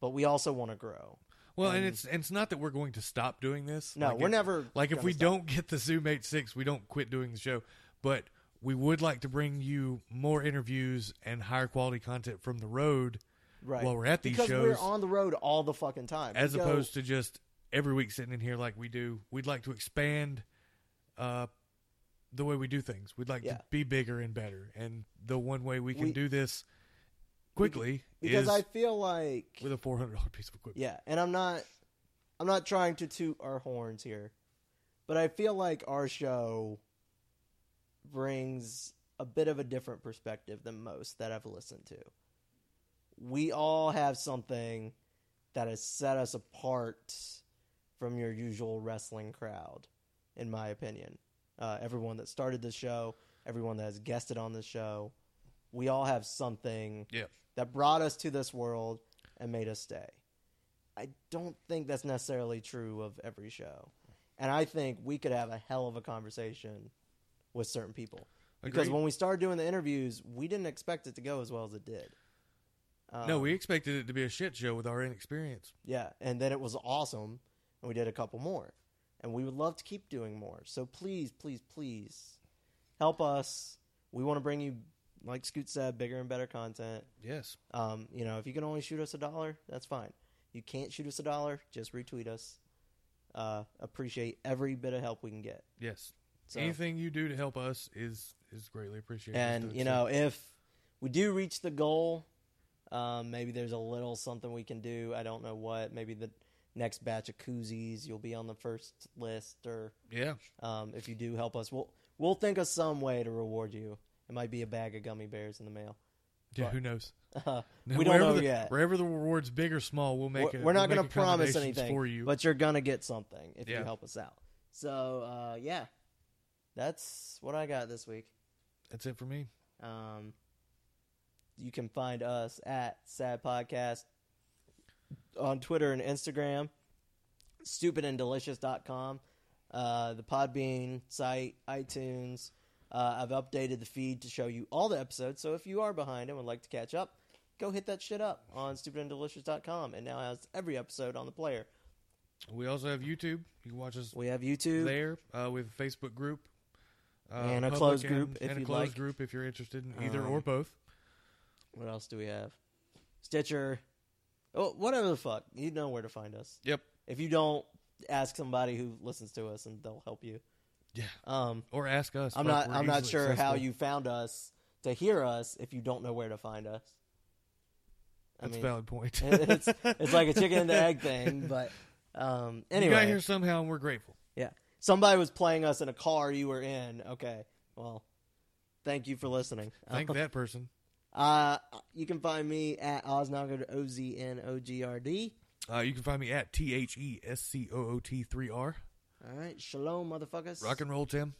Speaker 2: but we also want to grow.
Speaker 3: Well, and,
Speaker 2: And-
Speaker 3: it's and it's not that we're going to stop doing this.
Speaker 2: No,
Speaker 3: Like,
Speaker 2: we're
Speaker 3: if-
Speaker 2: never
Speaker 3: Like if
Speaker 2: gonna
Speaker 3: we
Speaker 2: stop.
Speaker 3: don't get the Zoom Eight Six, we don't quit doing the show. But we would like to bring you more interviews and higher quality content from the road
Speaker 2: right
Speaker 3: while we're at these
Speaker 2: because
Speaker 3: shows,
Speaker 2: we're on the road all the fucking time,
Speaker 3: as
Speaker 2: We go-
Speaker 3: opposed to just every week sitting in here like we do. We'd like to expand uh, the way we do things. We'd like
Speaker 2: Yeah.
Speaker 3: to be bigger and better. And the one way we can
Speaker 2: We-
Speaker 3: do this quickly
Speaker 2: because
Speaker 3: is
Speaker 2: I feel like
Speaker 3: with a four hundred dollar piece of equipment.
Speaker 2: yeah, and I'm not I'm not trying to toot our horns here, but I feel like our show brings a bit of a different perspective than most that I've listened to. We all have something that has set us apart from your usual wrestling crowd, in my opinion. Uh, everyone that started the show, everyone that has guested on the show, we all have something
Speaker 3: Yeah.
Speaker 2: that brought us to this world and made us stay. I don't think that's necessarily true of every show. And I think we could have a hell of a conversation with certain people. Because
Speaker 3: Agreed.
Speaker 2: when we started doing the interviews, we didn't expect it to go as well as it did.
Speaker 3: no,
Speaker 2: Um,
Speaker 3: we expected it to be a shit show with our inexperience.
Speaker 2: yeah, and then it was awesome, and we did a couple more, and we would love to keep doing more. So please, please, please, help us. We want to bring you, like Scoot said, bigger and better content.
Speaker 3: Yes.
Speaker 2: Um, you know, if you can only shoot us a dollar, that's fine. You can't shoot us a dollar, just retweet us. Uh, appreciate every bit of help we can get.
Speaker 3: Yes.
Speaker 2: So,
Speaker 3: Anything you do to help us is is greatly appreciated.
Speaker 2: and you know, if we do reach the goal, um, maybe there's a little something we can do. I don't know what. Maybe the next batch of koozies, you'll be on the first list, or
Speaker 3: yeah,
Speaker 2: um, if you do help us, we'll we'll think of some way to reward you. It might be a bag of gummy bears in the mail. [LAUGHS]
Speaker 3: yeah.
Speaker 2: but-
Speaker 3: Who knows?
Speaker 2: we don't
Speaker 3: Wherever
Speaker 2: know
Speaker 3: the-
Speaker 2: yet.
Speaker 3: Wherever the reward's big or small, we'll make.
Speaker 2: we're,
Speaker 3: a-
Speaker 2: we're
Speaker 3: we'll
Speaker 2: not
Speaker 3: make
Speaker 2: going to promise
Speaker 3: accommodations
Speaker 2: anything
Speaker 3: for you.
Speaker 2: but you're going to get something if
Speaker 3: Yeah.
Speaker 2: you help us out. So uh, yeah, that's what I got this week.
Speaker 3: That's it for me.
Speaker 2: Um, you can find us at Sad Podcast on Twitter and Instagram, stupidanddelicious.com, uh, the Podbean site, iTunes. Uh, I've updated the feed to show you all the episodes, so if you are behind and would like to catch up, go hit that shit up on stupidanddelicious.com. It now has every episode on the player.
Speaker 3: We also have YouTube. You can watch us
Speaker 2: We have YouTube.
Speaker 3: there. Uh, we have a Facebook group uh,
Speaker 2: And a
Speaker 3: public
Speaker 2: closed
Speaker 3: and-
Speaker 2: group if
Speaker 3: and a
Speaker 2: you'd
Speaker 3: closed
Speaker 2: like.
Speaker 3: group if you're interested in either
Speaker 2: Um,
Speaker 3: or both.
Speaker 2: What else do we have? Stitcher. Oh, whatever the fuck. You know where to find us.
Speaker 3: Yep.
Speaker 2: If you don't, ask somebody who listens to us and they'll help you.
Speaker 3: Yeah.
Speaker 2: Um,
Speaker 3: Or ask us.
Speaker 2: I'm
Speaker 3: Fuck,
Speaker 2: not.
Speaker 3: we're
Speaker 2: I'm not
Speaker 3: easily
Speaker 2: sure how
Speaker 3: accessible.
Speaker 2: you found us to hear us if you don't know where to find us.
Speaker 3: That's a
Speaker 2: [LAUGHS]
Speaker 3: valid point. [LAUGHS]
Speaker 2: it's it's like a chicken and the egg thing, but um,
Speaker 3: You got here
Speaker 2: anyway,
Speaker 3: somehow, and we're grateful.
Speaker 2: yeah. Somebody was playing us in a car you were in. Okay, well, thank you for listening.
Speaker 3: Thank that person.
Speaker 2: Uh, you can find me at Oznogard, O Z N O G R D.
Speaker 3: Uh, you can find me at T H E S C O O T 3 R.
Speaker 2: All right, shalom, motherfuckers.
Speaker 3: Rock and roll, Tim.